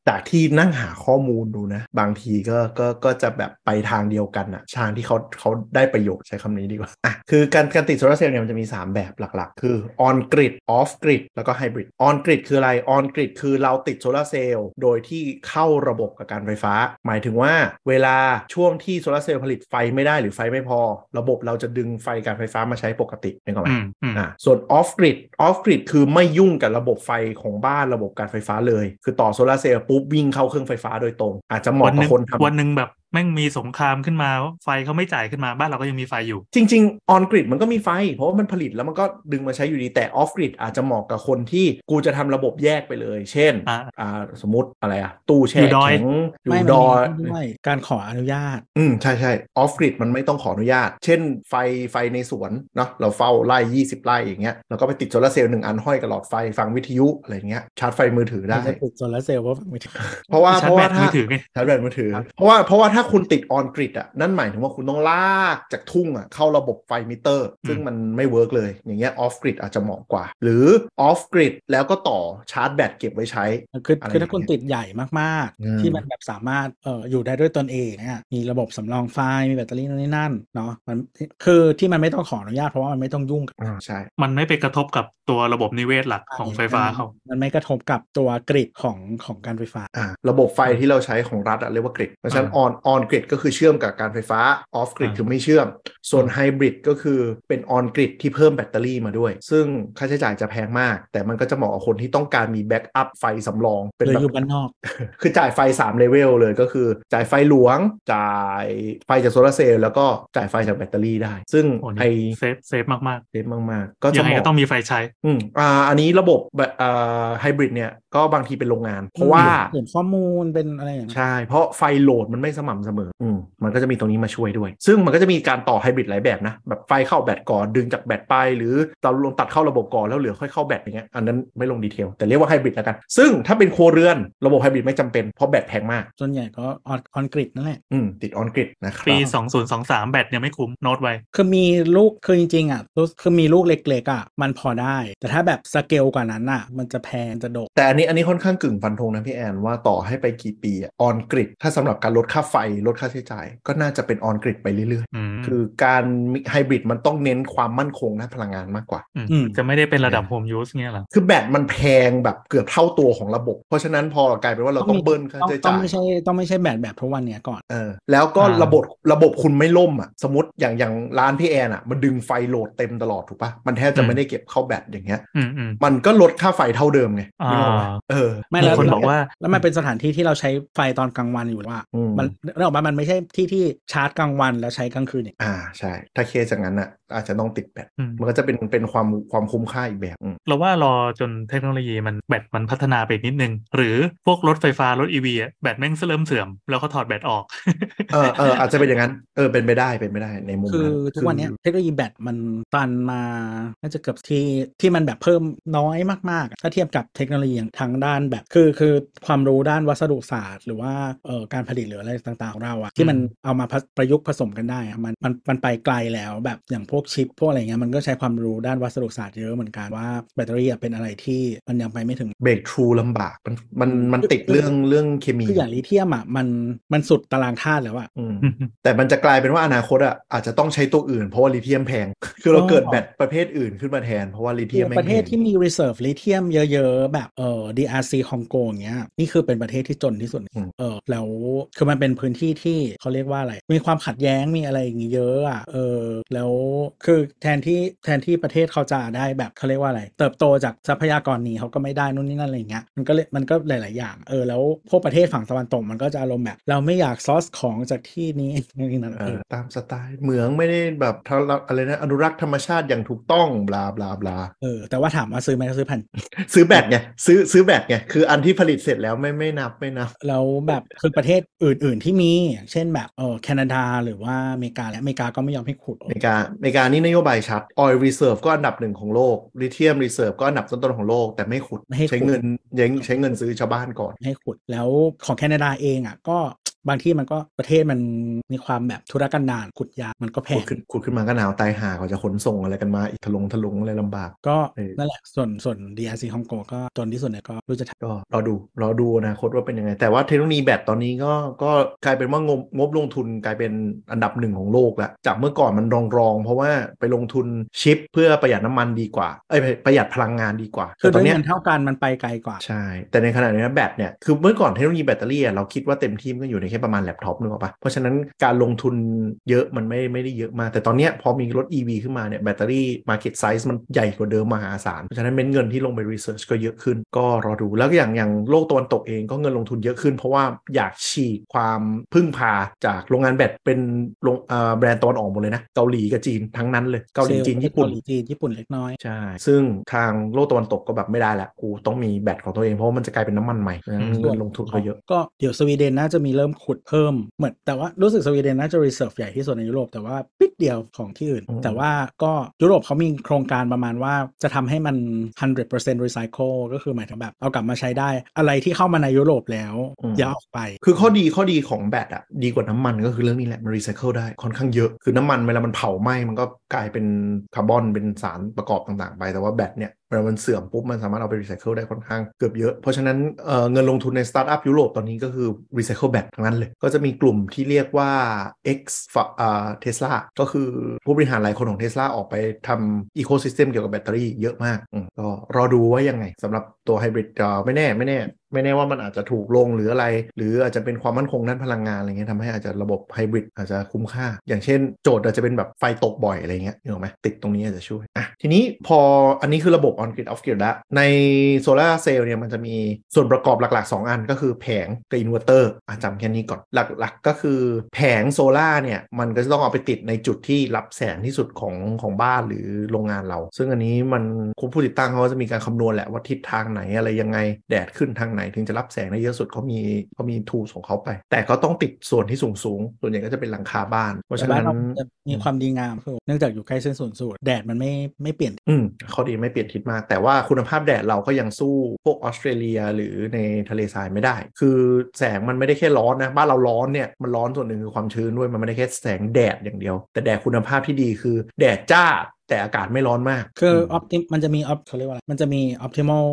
Speaker 2: จากที่นั่งหาข้อมูลดูนะ บางทีก็ก็ก็จะแบบไปทางเดียวกันอะทางที่เขาเขาได้ประโยชน์ใช้คำนี้ดีกว่าอ่ะคือการการติดโซลาร์เซลล์เนี่ยมันจะมี 3 แบบหลักๆ คือ on grid off grid แล้วก็ hybrid on grid คืออะไร on grid คือเราติดโซลาร์เซลล์โดยที่เข้าระบบกับการไฟฟ้า หมายถึงว่าเวลาช่วงที่โซลาร์เซลล์ผลิตไฟไม่ได้หรือไฟไม่พอ ระบบเราจะดึงไฟการไฟฟ้ามาใช้ปกตินึกออกไหม
Speaker 4: อืมอืม
Speaker 2: อ่ะส่วน off grid off grid คือไม่ยุ่งกับระบบไฟของบ้านระบบการไฟฟ้าเลย คือต่อโซลาร์เซลล์ปุ๊บวิ่งเข้าเครื่องไฟฟ้าโดยตรง อาจจะเหมาะ
Speaker 4: วันห
Speaker 2: กับ
Speaker 4: นึ่ง
Speaker 2: คน
Speaker 4: วัน
Speaker 2: ทำ
Speaker 4: หนึ่งแบบแม่งมีสงครามขึ้นมาไฟเขาไม่จ่ายขึ้นมาบ้านเราก็ยังมีไฟอยู่
Speaker 2: จริง ๆ on grid มันก็มีไฟ เพราะว่ามันผลิตแล้วมันก็ดึงมาใช้อยู่ดีแต่ off grid อาจจะเหมาะกับคนที่กูจะทำระบบแยกไปเลย เช่น
Speaker 4: อ่ะ
Speaker 2: อ่าสมมติอะไรอ่ะ ตู้แช่
Speaker 4: อยู่ดอย
Speaker 2: แข็งอยู่
Speaker 3: ไม่
Speaker 2: ดอย
Speaker 3: มันมีด้วยการขออนุญาต
Speaker 2: อืม ใช่ใช่ออฟกริดมันไม่ต้องขออนุญาต เช่นไฟไฟในสวนเนาะเราเฝ้าไร่20 ไร่อย่างเงี้ยแล้วก็ไปติดโซลาร์เซลล์หนึ่งอันห้อยกับหลอดไฟฟังวิทยุอะไรอย่างเงี้ยชาร์จไฟมือถือได้
Speaker 3: ไม่ใช่ติดโซลาร์เซลล์เพราะฟังไม่ถึง
Speaker 2: เพราะว่า
Speaker 4: ชา
Speaker 2: เพ
Speaker 4: ร์จ
Speaker 2: ราะ
Speaker 4: แบ
Speaker 2: ว่าถ้า
Speaker 4: ตมือถือไง
Speaker 2: ชาร์จแบตมือถือ
Speaker 3: ครับ
Speaker 2: เพราะว่าเพราะว่าถ้าคุณติดออนกริดอ่ะนั่นหมายถึงว่าคุณต้องลากจากทุ่งอ่ะเข้าระบบไฟมิเตอร์ ซึ่งมันไม่เวิร์กเลยอย่างเงี้ยออฟกริดอาจจะเหมาะกว่า หรือออฟกริดแล้วก็ต่อชาร์จแบตเก็บไว้ใช้
Speaker 3: คืออะไร คือถ้าคุณ
Speaker 2: อย่างเงี้ย
Speaker 3: ติดใหญ่มาก
Speaker 2: อืม
Speaker 3: ๆ ที่มันแบบสามารถเอ่ออยู่ได้ด้วยตนเองเนี่ยมีระบบสำรองไฟมีแบตเตอรี่นู่นนี่นั่นเนาะมันคือที่มันไม่ต้องขออนุญาตเพราะว่ามันไม่ต้องยุ่งกับ
Speaker 2: อ่าใช่
Speaker 4: มันไม่ไปกระทบกับตัวระบบนิเวศหลักของไฟฟ้าเขา
Speaker 3: นไม่กระทบกับตัวกริดของของการไฟฟ้า
Speaker 2: อ่าระบบไฟที่เราใช้ของรัฐอะเรียกว่ากริดเพราะฉะนั้นออนออนกริดก็คือเชื่อมกับการไฟฟ้าออฟกริดคือไม่เชื่อม ส่วนไฮบริดก็คือเป็นออนกริดที่เพิ่มแบตเตอรี่มาด้วย ซึ่งค่าใช้จ่ายจะแพงมาก แต่มันก็จะเหมาะกับคนที่ต้องการมีแบ็กอัพไฟสำรองเป็น
Speaker 3: หรือ
Speaker 2: แบบ
Speaker 3: อยู่บ้านนอก
Speaker 2: คือจ่ายไฟ3เลเวลเลยก็คือ จ่ายไฟหลวง จ่ายไฟจากโซลาร์เซลล์แล้วก็จ่ายไฟจากแบตเตอรี่ได้ ซึ่ง
Speaker 4: โอ้
Speaker 2: ไอ
Speaker 4: นี่เซฟเซฟมาก
Speaker 2: เซฟมากๆ ก็
Speaker 4: ๆ
Speaker 2: จะ
Speaker 4: ยัง
Speaker 2: เห
Speaker 4: ไง
Speaker 2: มาะ
Speaker 4: ก็ต้องมีไฟใช้
Speaker 2: อืมอ่าอันนี้ระบบแบบอ่าไฮบริดเนี่ย ก็บางทีเป็นโรงงาน เพราะว่า
Speaker 3: เห็นข้อมูลเป็นอะไรอย่างเงี้ย
Speaker 2: ใช่ เพราะไฟโหลดมันไม่สม่ำเสมออืมมันก็จะมีตรงนี้มาช่วยด้วย ซึ่งมันก็จะมีการต่อไฮบริดหลายแบบนะ แบบไฟเข้าแบตก่อนดึงจากแบตไป หรือเราลงตัดเข้าระบบก่อนแล้วเหลือค่อยเข้าแบตอย่างเงี้ย อันนั้นไม่ลงดีเทล แต่เรียกว่าไฮบริดแล้วกัน ซึ่งถ้าเป็นครัวเรือนระบบไฮบริดไม่จำเป็น เพราะแบตแพงมาก
Speaker 3: ส่วนใหญ่ก็ออนออนกริดนั่นแหละ
Speaker 2: อืม ติดออนกริดนะครับ
Speaker 4: ปี 2023 แบตยังไม่คุ้มโน้ตไว้
Speaker 3: คือมีลูกคือจริงๆอ่ะรู้คือมีลูกเล็กๆอ่ะมันพอได้ แต่ถ้าแบบสเกลกว่านั้นอ่ะมันจะแพงจะโดก
Speaker 2: แต่อันนี้อันนี้ค่อนข้างกึ่งฟันธงนะพี่แอน ว่าต่อให้ไปกี่ปีออนกริดถ้าสำหรับการลดค่าไฟลดค่าใช้จ่าย ก็น่าจะเป็นออนกริดไปเรื่อย
Speaker 4: อืม
Speaker 2: ๆ คือการไฮบริดมันต้องเน้นความมั่นคงด้านพลังงานมากกว่า
Speaker 3: อืม
Speaker 4: จะไม่ได้เป็นระดับโฮมยูสเงี้ยเหรอ
Speaker 2: คือแบตมันแพงแบบเกือบเท่าตัวของระบบ เพราะฉะนั้นพอกลายเป็นว่าเราต้องเบิร์นค่า
Speaker 3: ต้อง
Speaker 2: ใช้
Speaker 3: ต้อ
Speaker 2: จ่าง ย
Speaker 3: ไม่ใช่ต้องไม่ใช่แบบแบบทุกวันเนี้ยก่อน
Speaker 2: เออแล้วก็
Speaker 4: อ่า
Speaker 2: ระบบระบบคุณไม่ล่มอ่ะสมมติอย่างอย่างร้านพี่แอนอ่ะมันดึงไฟโหลดเต็มตลอดถูกปะมันแทบจะไม่ได้เก็บเข้าแบตอย่างเงี้ย
Speaker 4: อืมอืม
Speaker 2: มันก็ลดค่าไฟเท่าเดิมไง
Speaker 4: อ่า
Speaker 2: นึกออกปะเออ
Speaker 3: ไม่
Speaker 4: มี
Speaker 3: แล้ว
Speaker 4: คนบอกว่า
Speaker 3: แล้วมันเป็นสถานที่ที่เราใช้ไฟตอนกลางวันอยู่ว่า
Speaker 2: อืม
Speaker 3: มันเรื่องออกมามันไม่ใช่ที่ที่ชาร์จกลางวันแล้วใช้กลางคืนเนี่ย
Speaker 2: อ่าใช่ ถ้าเคสอย่างนั้นอ่ะอาจจะต้องติดแบต
Speaker 4: อืม
Speaker 2: มันก็จะเป็นเป็นความความคุ้มค่าอีกแบบอืม
Speaker 4: เราว่ารอจนเทคโนโลยีมันแบตมันพัฒนาไปอีกนิดนึง หรือพวกรถไฟฟ้ารถอีวีแบตแม่งเริ่มเสื่อม แล้วก็ถอดแบตออก
Speaker 2: เอ อเอออาจจะเป็นอย่างนั้นเออเป็นไปได้เป็นไปได้ในมุม
Speaker 3: คือ
Speaker 2: นั้น
Speaker 3: ทุกวันเนี้ยเทคโนโลยีแบตมันตันมาน่าจะเกือบที่ที่มันแบบเพิ่มน้อยมากๆอะถ้าเทียบกับเทคโนโลยีอย่างทางด้านแบบคือคือความรู้ด้านวัสดุศาสตร์ หรือว่าเอ่อการผลิตหรืออะไรต่างๆของเราอะที่มันเอามาผสประยุกต์ผสมกันได้อะมัน มันมันไปไกลแล้วแบบอย่างพวกชิปพวกอะไรเงี้ยมันก็ใช้ความรู้ด้านวัสดุศาสตร์เยอะเหมือนกันว่าแบตเตอรี่อะเป็นอะไรที่มันยังไปไม่ถึง
Speaker 2: เบรกทรูลำบากมันมันมันติดเรื่องเรื่องเคมี
Speaker 3: คืออย่างลิเทียมอ่ะมันมันสุดตารางธาตุแล้วอ่ะ
Speaker 2: อืม แต่มันจะกลายเป็นว่าอนาคตอ่ะอาจจะต้องใช้ตัวอื่นเพราะว่าลิเทียมแพง คือเราเกิดแบตประเภทอื่นขึ้นมาแทนเพราะว่าลิเทียมไม่
Speaker 3: ประเทศที่มี reserve ลิเทียมเยอะๆ แบบเออ DRC คองโกอย่างเงี้ยนี่คือเป็นประเทศที่จนที่สุดเออแล้วคือมันเป็นพื้นที่ที่เขาเรียกว่าอะไร มีความขัดแย้งมีอะไรอย่างงี้เยอะอ่ะเออแล้วคือแทนที่แทนที่ประเทศเขาจะได้แบบเขาเรียกว่าอะไร เติบโตจากทรัพยากรนี้เขาก็ไม่ได้นู่นนี่นั่นอะไรอย่างเงี้ยมันก็เลยมันก็หลาย ๆ อย่างเออแล้วพวกประเทศฝั่งตะวันตกมันก็จะอารมณ์แบบ เราไม่อยากซอร์สของจากที่นี้ นู่นนี่นั่น
Speaker 2: เอ
Speaker 3: เอ
Speaker 2: อ
Speaker 3: อ
Speaker 2: ตามสไตล์เหมืองไม่ได้แบบทะเลาะอะไรนะอนุรักษ์ธรรมชาติอย่างถูกต้องบลาบลาบลา
Speaker 3: เออแต่ว่าถามว่าซื้อไหมก็ซื้อผ่าน
Speaker 2: ซื้อแบตไงซื้อซื้อแบตไงคืออันที่ผลิตเสร็จแล้วไม่ไม่นับไม่นับ
Speaker 3: แล้วแบบคือประเทศอื่น ๆ ที่มี อย่างเช่นแบบเออแคนาดาหรือว่าอเมริกาและอเมริกาก็ไม่ยอมให้ขุด
Speaker 2: อเมริกาอเมริกานี่นโยบายชัดออย r ์รีเซิร์ฟก็อันดับหนึ่งของโลกลิเทียมรีเซิร์ฟก็อันดับต้นๆของโลก แต่ไม่ขุด
Speaker 3: ไม่ให้ขุด
Speaker 2: ใช้เงินยังใช้เงินซื้อชาวบ้านก่อน
Speaker 3: ให้ขุด แล้วของแคนาดาเองอ่ะก็บางที่มันก็ประเทศมันมีความแบบธุรกันดารขุดยากมันก็แพ
Speaker 2: ขุ
Speaker 3: ง
Speaker 2: ดขึ้นขุดขึ้นมาก็หนาวตายหาก็จะขนส่งอะไรกันมาอีกทะลงทะลงอะไรลำบาก
Speaker 3: ก็
Speaker 2: เออ
Speaker 3: นั่นแหละส่วนส่วน DRC ฮ่องกงก็จนที่สุดเนี่ยก็รู้จะทำ
Speaker 2: ก็รอดูรอดูอนาคตว่าเป็นยังไง แต่ว่าเทคโนโลยีแบตตอนนี้ก็ก็กลายเป็นว่างบงบลงทุนกลายเป็นอันดับหนึ่งของโลกแล้วจากเมื่อก่อนมันรองรองๆเพราะว่าไปลงทุนชิปเพื่อประหยัดน้ำมันดีกว่าเอ้ยประหยัดพลังงานดีกว่า
Speaker 3: คือ
Speaker 2: แต่ตอน
Speaker 3: ด้วย
Speaker 2: เนี้ย
Speaker 3: เงินเท่ากันมันไปไกลกว่า
Speaker 2: ใช่ แต่ในขณะนี้แบตเนี่ย คือเมื่อก่อนเทคโนโลยีแบตเตอรี่อะเราคิดว่าเต็มที่มันก็อยู่ในแค่ประมาณแล็ปท็อปนึกออกปะเพราะฉะนั้นการลงทุนเยอะมันไม่ไม่ได้เยอะมาก แต่ตอนเนี้ยพอมีรถ EV ขึ้นมาเนี่ยแบตเตอรี่ Market Size มันใหญ่กว่าเดิมมหาศาล เพราะฉะนั้นเม็ดเงินที่ลงไป Research ก็เยอะขึ้น ก็รอดู แล้วก็อย่างอย่างโลกตะวันตกเองก็เงินลงทุนเยอะขึ้น เพราะว่าอยากฉีกความพึ่งพาจากโรงงานแบตเป็นโรงเอ่อแบรนด์ตะวันออกหมดเลยนะ เกาหลีกับจีนทั้งนั้นเลย เกาหลี
Speaker 3: Sale
Speaker 2: จีนญี่ปุ่น
Speaker 3: เกาหลีจีนญี่ปุ่นเล็กน้อย
Speaker 2: ใช่ ซึ่งทางโลกตะวันตกก็แบบไม่ได้ละกูต้องมีแบตของตัวเอง เพราะว่ามันจะกลายเป็นน้ำมันใหม่เพราะฉะนั้นเงินลงทุนก็เยอะ
Speaker 3: ก็เดี๋ยวสวีเดนน่าจะมีเริ่มขุดเพิ่มเหมือนแต่ว่ารู้สึกสวีเดนน่าจะรีเซิร์ฟใหญ่ที่สุดในยุโรปแต่ว่าปิดเดียวของที่อื่น
Speaker 2: อืม
Speaker 3: แต่ว่าก็ยุโรปเขามีโครงการประมาณว่าจะทำให้มัน 100% recycle ก็คือหมายถึงแบบเอากลับมาใช้ได้ อะไรที่เข้ามาในยุโรปแล้วอย่าเอาออกไป
Speaker 2: คือข้อดีข้อดีของแบตอะดีกว่าน้ำมันก็คือเรื่องนี้แหละ มันรีไซเคิลได้ค่อนข้างเยอะ คือน้ำมันเวลามันเผาไหม้มันก็กลายเป็นคาร์บอนเป็นสารประกอบต่างๆ ไป แต่ว่าแบตเนี่ยเวลามันเสื่อมปุ๊บมันสามารถเอาไปรีไซเคิลได้ค่อนข้างเกือบเยอะ เพราะฉะนั้นเอ่อเงินลงทุนในสตาร์ทอัพยุโรปตอนนี้ก็คือรีไซเคิลแบตทั้งนั้นเลย ก็จะมีกลุ่มที่เรียกว่า X ฝั่งอ่าเทสลาก็คือผู้บริหารหลายคนของเทสลาออกไปทำอีโคซิสเต็มเกี่ยวกับแบตเตอรี่เยอะมากอืมก็รอดูว่ายังไงสำหรับตัวไฮบริดไม่แน่ไม่แน่ ไม่แน่ว่ามันอาจจะถูกลงหรืออะไร หรืออาจจะเป็นความมั่นคงด้านพลังงานอะไรเงี้ยทำให้อาจจะระบบไฮบริดอาจจะคุ้มค่า อย่างเช่นโจทย์อาจจะเป็นแบบไฟตกบ่อยอะไรเงี้ยนึกออกไหมติดตรงนี้อาจจะช่วยอ่ะทีนี้พออันนี้คือระบบ on grid off grid แล้วในโซลาร์เซลล์เนี่ยมันจะมีส่วนประกอบหลักๆ 2 อันก็คือแผงกับอินเวอร์เตอร์อ่ะจำแค่นี้ก่อนหลักๆ ก็คือแผงโซลาร์เนี่ยมันก็จะต้องเอาไปติดในจุดที่รับแสงที่สุดของของบ้านหรือโรงงานเรา ซึ่งอันนี้มันคุณผู้ติดตั้งเขาก็จะมีการคำนวณแหละว่าทิศทางไหนอะไรยังไงแดดขึ้นทางไหนถึงจะรับแสงได้เยอะสุดเขามีเขามีทูของเขาไป แต่ก็ต้องติดส่วนที่สูงสูงๆส่วนใหญ่ก็จะเป็นหลังคาบ้าน เพราะ
Speaker 3: แต่
Speaker 2: ฉะ
Speaker 3: บ้า
Speaker 2: นั้น น
Speaker 3: เราจะมีความดีงามคือเนื่องจากอยู่ใกล้เส้นศูนย์สูตรแดดมันไม่ไม่เปลี่ยน
Speaker 2: อืมข้อดีไม่เปลี่ยนทิศมาก แต่ว่าคุณภาพแดดเราก็ยังสู้พวกออสเตรเลียหรือในทะเลทรายไม่ได้ คือแสงมันไม่ได้แค่ร้อนนะบ้านเราร้อนเนี่ยมันร้อนส่วนหนึ่งคือความชื้นด้วยมันไม่ได้แค่แสงแดดอย่างเดียว แต่แดดคุณภาพที่ดีคือแดดจ้า แต่อากาศไม่ร้อนมาก
Speaker 3: คือ
Speaker 2: ม
Speaker 3: ออปติมันจะมีออปเขาเรียกว่าอะไรมันจะมีออปติมอล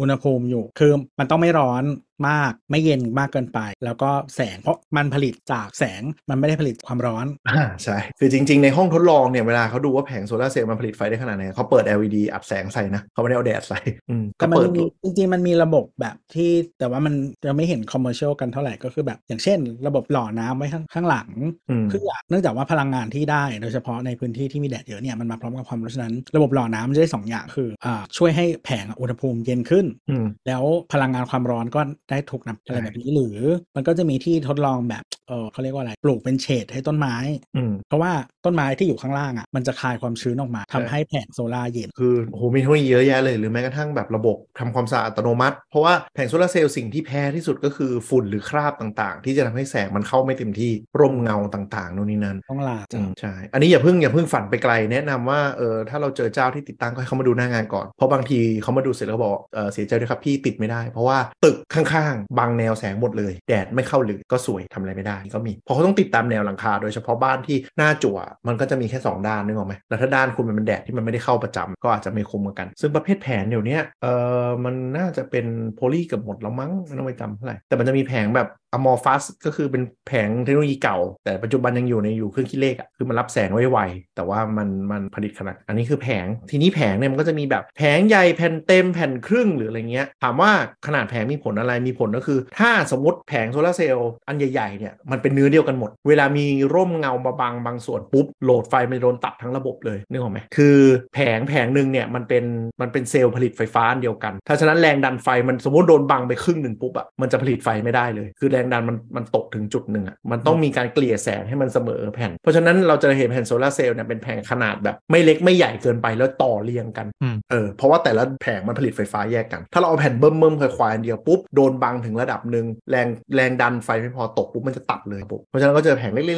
Speaker 3: อุณหภูมิอยู่ คือมันต้องไม่ร้อนมากไม่เย็นมากเกินไป แล้วก็แสงเพราะมันผลิตจากแสงมันไม่ได้ผลิตความร้อน
Speaker 2: อ่าใช่ คือจริง ๆ ในห้องทดลองเนี่ย เวลาเขาดูว่าแผงโซลาร์เซลล์มันผลิตไฟได้ขนาดไหนเขาเปิด LED อับแสงใส่นะ เขาไม่ได้เอาแดดใส่อืมก็
Speaker 3: แต่มัน
Speaker 2: เปิด
Speaker 3: มีจริงๆ มันมีระบบแบบที่แต่ว่ามันยังไม่เห็นคอมเมอร์เชียลกันเท่าไหร่ก็คือแบบอย่างเช่น ระบบหล่อน้ำไว้ข้างข้างหลัง
Speaker 2: อืม
Speaker 3: เพื่อเนื่องจากว่าพลังงานที่ได้โดยเฉพาะในพื้นที่ที่มีแดดเยอะเนี่ยมันมาพร้อมกับความร้อนฉะนั้น ระบบหล่อน้ำมันจะได้สองอย่างคืออ่าช่วยให้แผงอุณหภูมิเย็นขึ้น
Speaker 2: อืม
Speaker 3: แล้วพลังงานความร้อนก็ได้ถูกนำอะไร
Speaker 2: ใช่
Speaker 3: แบบนี้หรือมันก็จะมีที่ทดลองแบบเออเขาเรียกว่าอะไรปลูกเป็นเฉดให้ต้นไม้
Speaker 2: อืม
Speaker 3: เพราะว่าต้นไม้ที่อยู่ข้างล่างอ่ะมันจะคายความชื้นออกมาทำให้แผงโซลาร์เย็น
Speaker 2: คือโอ้โหมีเทคโนโลยีเยอะแยะเลย หรือแม้กระทั่งแบบระบบทำความสะอาดอัตโนมัติ เพราะว่าแผงโซลาร์เซลล์สิ่งที่แพ้ที่สุดก็คือฝุ่นหรือคราบต่างๆ ที่จะทำให้แสงมันเข้าไม่เต็มที่ร่มเงาต่างๆนู่นนี่นั่น
Speaker 3: ต้องลาจ้ะ
Speaker 2: ใช่ อันนี้อย่าเพิ่งอย่าเพิ่งฝันไปไกลแนะนำว่าเออถ้าเราเจอเจ้าที่ติดตั้งก็ให้เขามาดูหน้างานก่อน เพราะบางทีเขามาดูเสร็จแล้วก็บอกเออเสียใจด้วยครับพี่ติดไม่ได้ เพราะว่าตึกข้ ข้างบังแนวแสงหมดเลย แดดไม่เข้าเลยก็สวยทำอะไรไม่ได้ก็มีเพราะเขาต้องติดตามแนวหลังคา โดยเฉพาะบ้านที่หน้าจั่วมันก็จะมีแค่สองด้านนึกออกไหมแล้วถ้าด้านคุณมันเป็นแดดที่มันไม่ได้เข้าประจำก็อาจจะไม่คมเหมือนกัน ซึ่งประเภทแผงเดี๋ยวเนี้ยเออมันน่าจะเป็นโพลีเกือบหมดแล้วมั้งไม่ต้องไปจำเท่าไหร่แต่มันจะมีแผงแบบ อมอฟัสก็คือเป็นแผงเทคโนโลยีเก่า แต่ปัจจุบันยังอยู่ในอยู่เครื่องคิดเลขอะคือมันรับแสงไว้ไวแต่ว่ามันมันผลิตขนาด อันนี้คือแผงทีนี้แผงเนี่ยมันก็จะมีแบบแผงใหญ่แผ่นเต็มแผ่นครึ่งหรืออะไรเงี้ยถามว่าขนาดแผงมีผลอะไรมีผลก็คือ ถ้าสมมติแผงโซลาร์เซลล์อันใหญ่ๆเนี่ยมันเป็นเนื้อเดียวกันหมด เวลามีร่มเงามาบังบางส่วนปุ๊บโหลดไฟมันโดนตัดทั้งระบบเลยนึกออกไหมคือแผงแผงหนึ่งเนี่ยมันเป็นมันเป็นเซลล์ผลิตไฟฟ้าอันเดียวกัน ถ้าฉะนั้นแรงดันไฟมันสมมติโดนบังไปครึ่งหนึ่งปุ๊บอะมันจะผลิตไฟไม่ได้เลย คือแรงดันมันมันตกถึงจุดหนึ่งอะมันต้องมีการเกลี่ยแสงให้มันเสมอแผ่น เพราะฉะนั้นเราจะเห็นแผ่นโซลาร์เซลล์เนี่ยเป็นแผงขนาดแบบไม่เล็กไม่ใหญ่เกินไปแล้วต่อเรียงกัน
Speaker 4: อืม
Speaker 2: เออเพราะว่าแต่ละแผงมันผลิตไฟฟ้าแยกกัน ถ้าเราเอาแผ่นเบิ่มเบิ่มๆควายๆอันเดียวปุ๊บโดนบังถึงระดับหนึ่งแรงแรงดันไฟไม่พอตกปุ๊บมันจะตัดเลยปุ๊บเพราะฉะนั้นก็เจอแผงเล็กๆ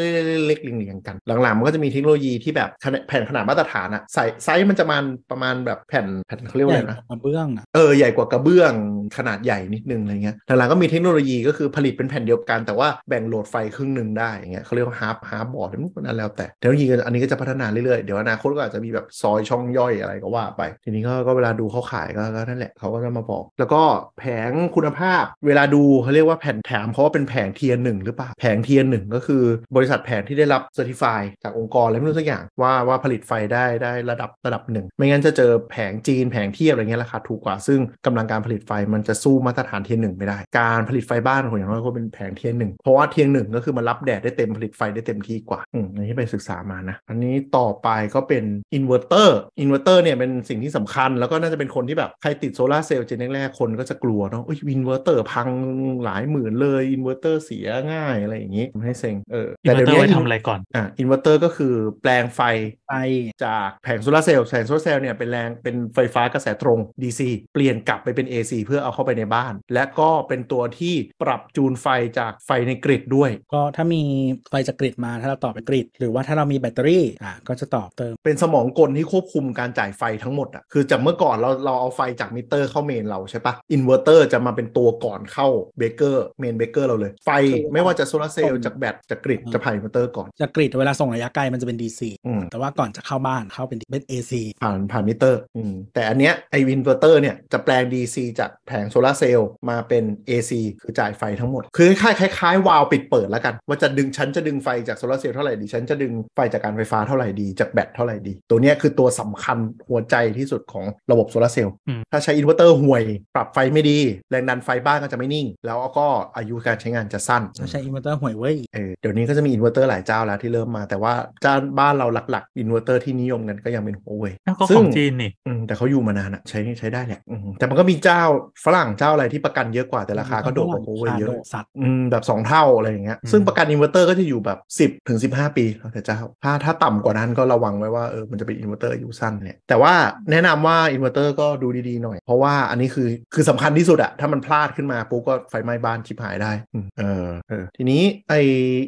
Speaker 2: เล็กๆเรียงๆกัน หลังๆมันก็จะมีเทคโนโลยีที่แบบขนาดแผ่นขนาดมาตรฐานอะใส่ไซส์มันจะประมาณประมาณแบบแผ่นแผ่นเขาเรียกว่า
Speaker 3: ให
Speaker 2: อะ
Speaker 3: ญ่
Speaker 2: ไร
Speaker 3: ก
Speaker 2: นะ
Speaker 3: ว่ากระเบื้องอะ
Speaker 2: เออใหญ่กว่ากระเบื้องขนาดใหญ่นิดนึงอะไรเงี้ยหลังๆก็มีเทคโนโลยีก็คือผลิตเป็นแผ่นเดียวกัน แต่ว่าแบ่งโหลดไฟครึ่งหนึ่งได้อย่างเงี้ยเขาเรียกว่าฮาร์ปฮาร์ปบอร์ดนั่นแล้วแต่เทคโนโลยีอันนี้ก็จะพัฒนาเรื่อยๆ เดี๋ยวอนาคตก็อาจจะมีแบบซอยช่องย่อยอะไรก็ว่าไป ทีนี้ก็ก็เวลาดูเขาขายก็ก็นั่นแหละเขาก็จะมาบอก แล้วก็แผงคุณภาพ เวลาดูเขาเรียกว่าแผ่นแถมเพราะว่าเป็นแผงเทียนหนึ่งหรือเปล่าแผงเทียนหนึ่งก็คือบริษัทแผงที่ได้รับเซอร์ติฟายจากองค์กรอะไรไม่รู้สักอย่างว่าว่าผลิตไฟได้ได้ระดับระดับหนึ่งไม่งั้นจะเจอแผงจีนแผงเทียบอะไรเงี้ยราคาถูกกว่าซึ่งกำลังการผลิตไฟมันจะสู้มาตรฐานเทียนหนึ่งไม่ได้ การผลิตไฟบ้านของอย่างน้อยก็เป็นแผงเทียนหนึ่งเพราะว่าเทียนหนึ่งก็คือมันรับแดดได้เต็มผลิตไฟได้เต็มที่กว่าอืมอันนี้ไปศึกษามานะอันนี้ต่อไปก็เป็นอินเวอร์เตอร์อินเวอร์เตอร์เนี่ยเป็นสิ่งที่สำคัญ แล้วก็น่าจะเป็นคนที่แบบใครติดโซลาร์เซลล์เจนแรกๆคนก็จะกลัวเนาะอุ้ยอินเวอร์เตอร์พังหลายหมื่นเลยอินเวอร์เตอร์เสียง่ายอะไรอย่างงี้ทำให้เซ็งเออ
Speaker 4: อินเวอร์เตอร์
Speaker 2: นี้
Speaker 4: ไว้ทำอะไรก่อน
Speaker 2: อ่าอินเวอร์เตอร์ก็คือแปลงไฟ
Speaker 3: ไป
Speaker 2: จากแผงโซลาร์เซลล์แผงโซลาร์เซลล์เนี่ยเป็นแรงเป็นไฟฟ้ากระแสตรง DC เปลี่ยนกลับไปเป็น AC เพื่อเอาเข้าไปในบ้าน และก็เป็นตัวที่ปรับจูนไฟจากไฟในกริดด้วย
Speaker 3: ก็ถ้ามีไฟจากกริดมาถ้าเราต่อไปกริด หรือว่าถ้าเรามีแบตเตอรี่อ่ะก็จะต่อเติม
Speaker 2: เป็นสมองกลที่ควบคุมการจ่ายไฟทั้งหมดอ่ะคือจากเมื่อก่อนเราเราเอาไฟจากมิเตอร์เข้าเมนเราใช่ปะอินเวอร์เตอร์จะมาเป็นตัวก่อนเข้าเบเกอร์เมนเบเกอร์เราเลย ไฟไม่ว่าจะโซลาร์เซลล์จากแบตจากกริดจะผ่านอินเวอร์เตอร์ก่อน
Speaker 3: จากกริดเวลาส่งระยะไกลมันจะเป็น DC
Speaker 2: อืม
Speaker 3: แต่ว่าก่อนจะเข้าบ้านเข้าเป็นเป็น AC
Speaker 2: ผ่านผ่านมิเตอร์อืมแต่อันเนี้ยไอวินเวอร์เตอร์เนี่ยจะแปลง DC จากแผงโซลาร์เซลล์มาเป็น AC คือจ่ายไฟทั้งหมด คือคล้ายๆคล้ายๆวาล์วปิดเปิดแล้วกัน ว่าจะดึงฉันจะดึงไฟจากโซลาร์เซลล์เท่าไหร่ดี ฉันจะดึงไฟจากการไฟฟ้าเท่าไหร่ดี จากแบตเท่าไหร่ดี ตัวเนี้ยคือตัวสำคัญหัวใจที่สุดของระบบโซลาร์เซลล์
Speaker 4: อืม
Speaker 2: ถ้าใช้อินเวอร์เตอร์ห่วยปรับไฟไม่ดี แรงดันไฟบ้านก็จะไม่นิ่ง แล้วก็อายุการใช้งานจะสั้น
Speaker 3: ใช้อินเวอร์เตอร์ห่วยเว้ย
Speaker 2: เออเดี๋ยวนี้ก็จะมีอินเวอร์เตอร์หลายเจ้าแล้วที่เริ่มมา แต่ว่าเจ้าบ้านเราหลักๆอินเวอร์เตอร์ที่นิยมกันก็ยังเป็น Huawei
Speaker 4: อ้าวก็
Speaker 2: ซึ่
Speaker 4: ของจีนนี่
Speaker 2: อืมแต่เขาอยู่มานานอะใช้ใช้ได้แหละอืมแต่มันก็มีเจ้าฝรั่งเจ้าอะไรที่ประกันเยอะกว่าแต่ราคาก็โดดกว่าโอเวอร์เยอะ
Speaker 3: สัตว์
Speaker 2: อืมแบบ 2 เท่าอะไรอย่างเงี้ย
Speaker 4: อืม
Speaker 2: ซึ่งประกันอินเวอร์เตอร์ก็จะอยู่แบบ 10ถึง15 ปีแล้วแต่เจ้า ถ้าถ้าต่ำกว่านั้นก็ระวังไว้ว่าเออมันจะเป็นอินเวอร์เตอร์อายุสั้นแหละแต่ว่าแนะนำว่าอินเวอร์เตอร์ก็ดูดีๆหน่อย เพราะว่าอันนี้คือคือสำคัญที่สุดอะถ้ามันพลาดขึ้นมาปุ๊บก็ไฟไหม้บ้านชิบหายได้อืมเออเออทีนี้ไอ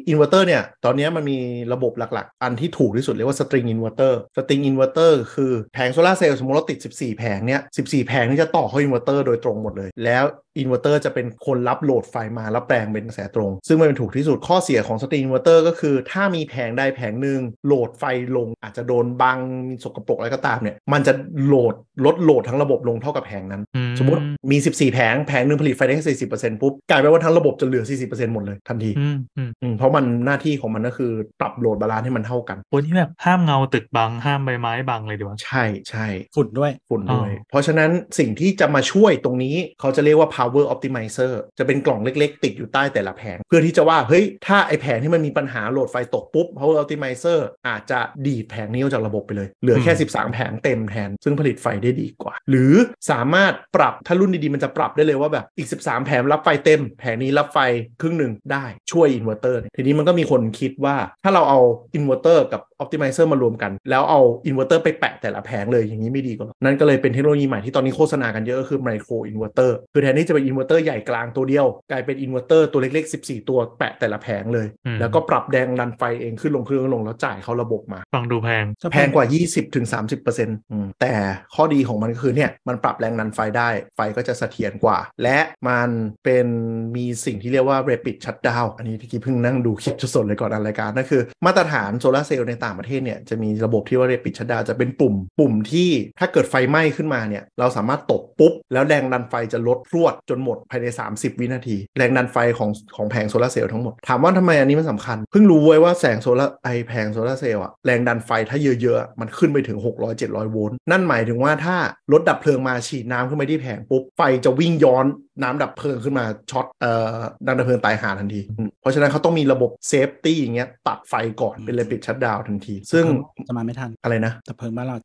Speaker 2: อินเวอร์เตอร์เนี่ยตอนเนี้ยมันมีระบบหลักๆ อันที่ถูกที่สุดเรียกว่าสตริงอินเวอร์เตอร์สตริงอินเวอร์เตอร์คือแผงโซลาร์เซลล์สมมติเราติด 14 แผงเนี่ย14 แผงนี่จะต่อเข้าอินเวอร์เตอร์โดยตรงหมดเลย แล้วอินเวอร์เตอร์จะเป็นคนรับโหลดไฟมาแล้วแปลงเป็นกระแสตรง ซึ่งมันเป็นถูกที่สุดข้อเสียของสตริงอินเวอร์เตอร์ก็คือถ้ามีแผงใดแผงหนึ่งโหลดไฟลงอาจจะโดนบังมีสกปรกอะไรก็ตามเนี่ยมันจะโหลดลดโหลดทั้งระบบลงเท่ากับแผงนั้น
Speaker 4: อื
Speaker 2: สมมติมี 14 แผง แผงหนึ่งผลิตไฟได้แค่40%ปุ๊บ กลายเป็นว่าทั้งระบบจะเหลือ 40%หมดเลยทันที
Speaker 4: อืมอืม
Speaker 2: อืมเพราะมันหน้าที่ของมันก็คือปรับโหลดบาลานซ์ให้มันเท่ากัน
Speaker 4: โอ้นี่แบบห้ามเงาตึกบังห้ามใบไม้บังเลยดีวะ
Speaker 2: ใช่ใช่
Speaker 3: ฝุ่นด้วย
Speaker 2: ฝุ่นด้วย
Speaker 4: อ๋อ
Speaker 2: เพราะฉะนั้นสิ่งที่จะมาช่วยตรงนี้เขาจะเรียกว่า power optimizer จะเป็นกล่องเล็กๆ ติดอยู่ใต้แต่ละแผง เพื่อที่จะว่า เฮ้ย ถ้าไอแผงที่มันมีปัญหาโหลดไฟตกปุ๊บ power optimizer อาจจะดีดแผงนี้ออกจากระบบไปเลย เหลือแค่ 13 แผงเต็มแทน ซึ่งผลิตไฟได้ดีกว่า หรือสามารถปรับ ถ้ารุ่นดีๆ มันจะปรับได้เลยว่าแบบอีก 13 แผงรับไฟเต็ม แผงนี้รับไฟครึ่งหนึ่งได้ช่วยอินเวอร์เตอร์ทีนี้มันก็มีคนคิดว่าถ้าเราเอาอินเวอร์เตอร์กับออ t ติมิเซอร์มารวมกัน แล้วเอาอินเวอร์เตอร์ไปแปะแต่ละแผงเลยอย่างนี้ไม่ดีกว่าหรอนั่นก็เลยเป็นเทคโนโลยีใหม่ที่ตอนนี้โฆษณากันเยอะก็คือไมโครอินเวอร์เตอร์คือแทนที่จะ จะเป็นอินเวอร์เตอร์ใหญ่กลางตัวเดียว กลายเป็นอินเวอร์เตอร์ตัวเล็กๆ 14 ตัวแปะแต่ละแผงเลย
Speaker 4: อืม
Speaker 2: แล้วก็ปรับแดงดันไฟเองขึ้นลงขึ้นลงแล้วจ่ายเขาระบบมา
Speaker 4: ฟังดูแพง
Speaker 3: จะ
Speaker 2: แพงกว่า 20-30%ถึง30%อืมแต่ข้อดีของมันก็คือเนี่ย มันปรับแรงดันไฟได้ ไฟก็จะเสถียรกว่า และมันเป็นมีสิ่งที่เรียกว่า rapid shutdown อันนี้พี่กี้เพิ่งนั่งดูคลิปสดๆเลยก่อนอันรายการนั่นคือ มาตรฐานโซลาร์เซลล์ในต่างประเทศเนี่ย จะมีระบบที่ว่า rapid shutdown จะเป็นปุ่ม ปุ่มที่ถ้าเกิดไฟไหม้ขึ้นมาเนี่ย เราสามารถตบปุ๊บ แล้วแรงดันไฟจะลดพรวดจนหมดภายใน 30 วินาที แรงดันไฟของของแผงโซลาร์เซลล์ทั้งหมด ถามว่าทำไมอันนี้มันสำคัญ เพิ่งรู้ไว้ว่าแสงโซลาร์ไอแผงโซลาร์เซลล์อะแรงดันไฟถ้าเยอะๆอะมันขึ้นไปถึง 600 700 โวลต์นั่นหมายถึงว่าถ้ารถดับเพลิงมาฉีดน้ำขึ้นไปที่แผงปุ๊บ ไฟจะวิ่งย้อนน้ำดับเพลิงขึ้นมาช็อตเอ่อน้ำดับเพลิงตายหาทันทีอืมเพราะฉะนั้นเขาต้องมีระบบเซฟตี้อย่างเงี้ยตัดไฟก่อนเป็นเลยปิดชัดดาวทันที ซึ่ง
Speaker 3: จะมาไม่ทัน
Speaker 2: อะไรนะ
Speaker 3: แต่เพิ่งบ้านเรา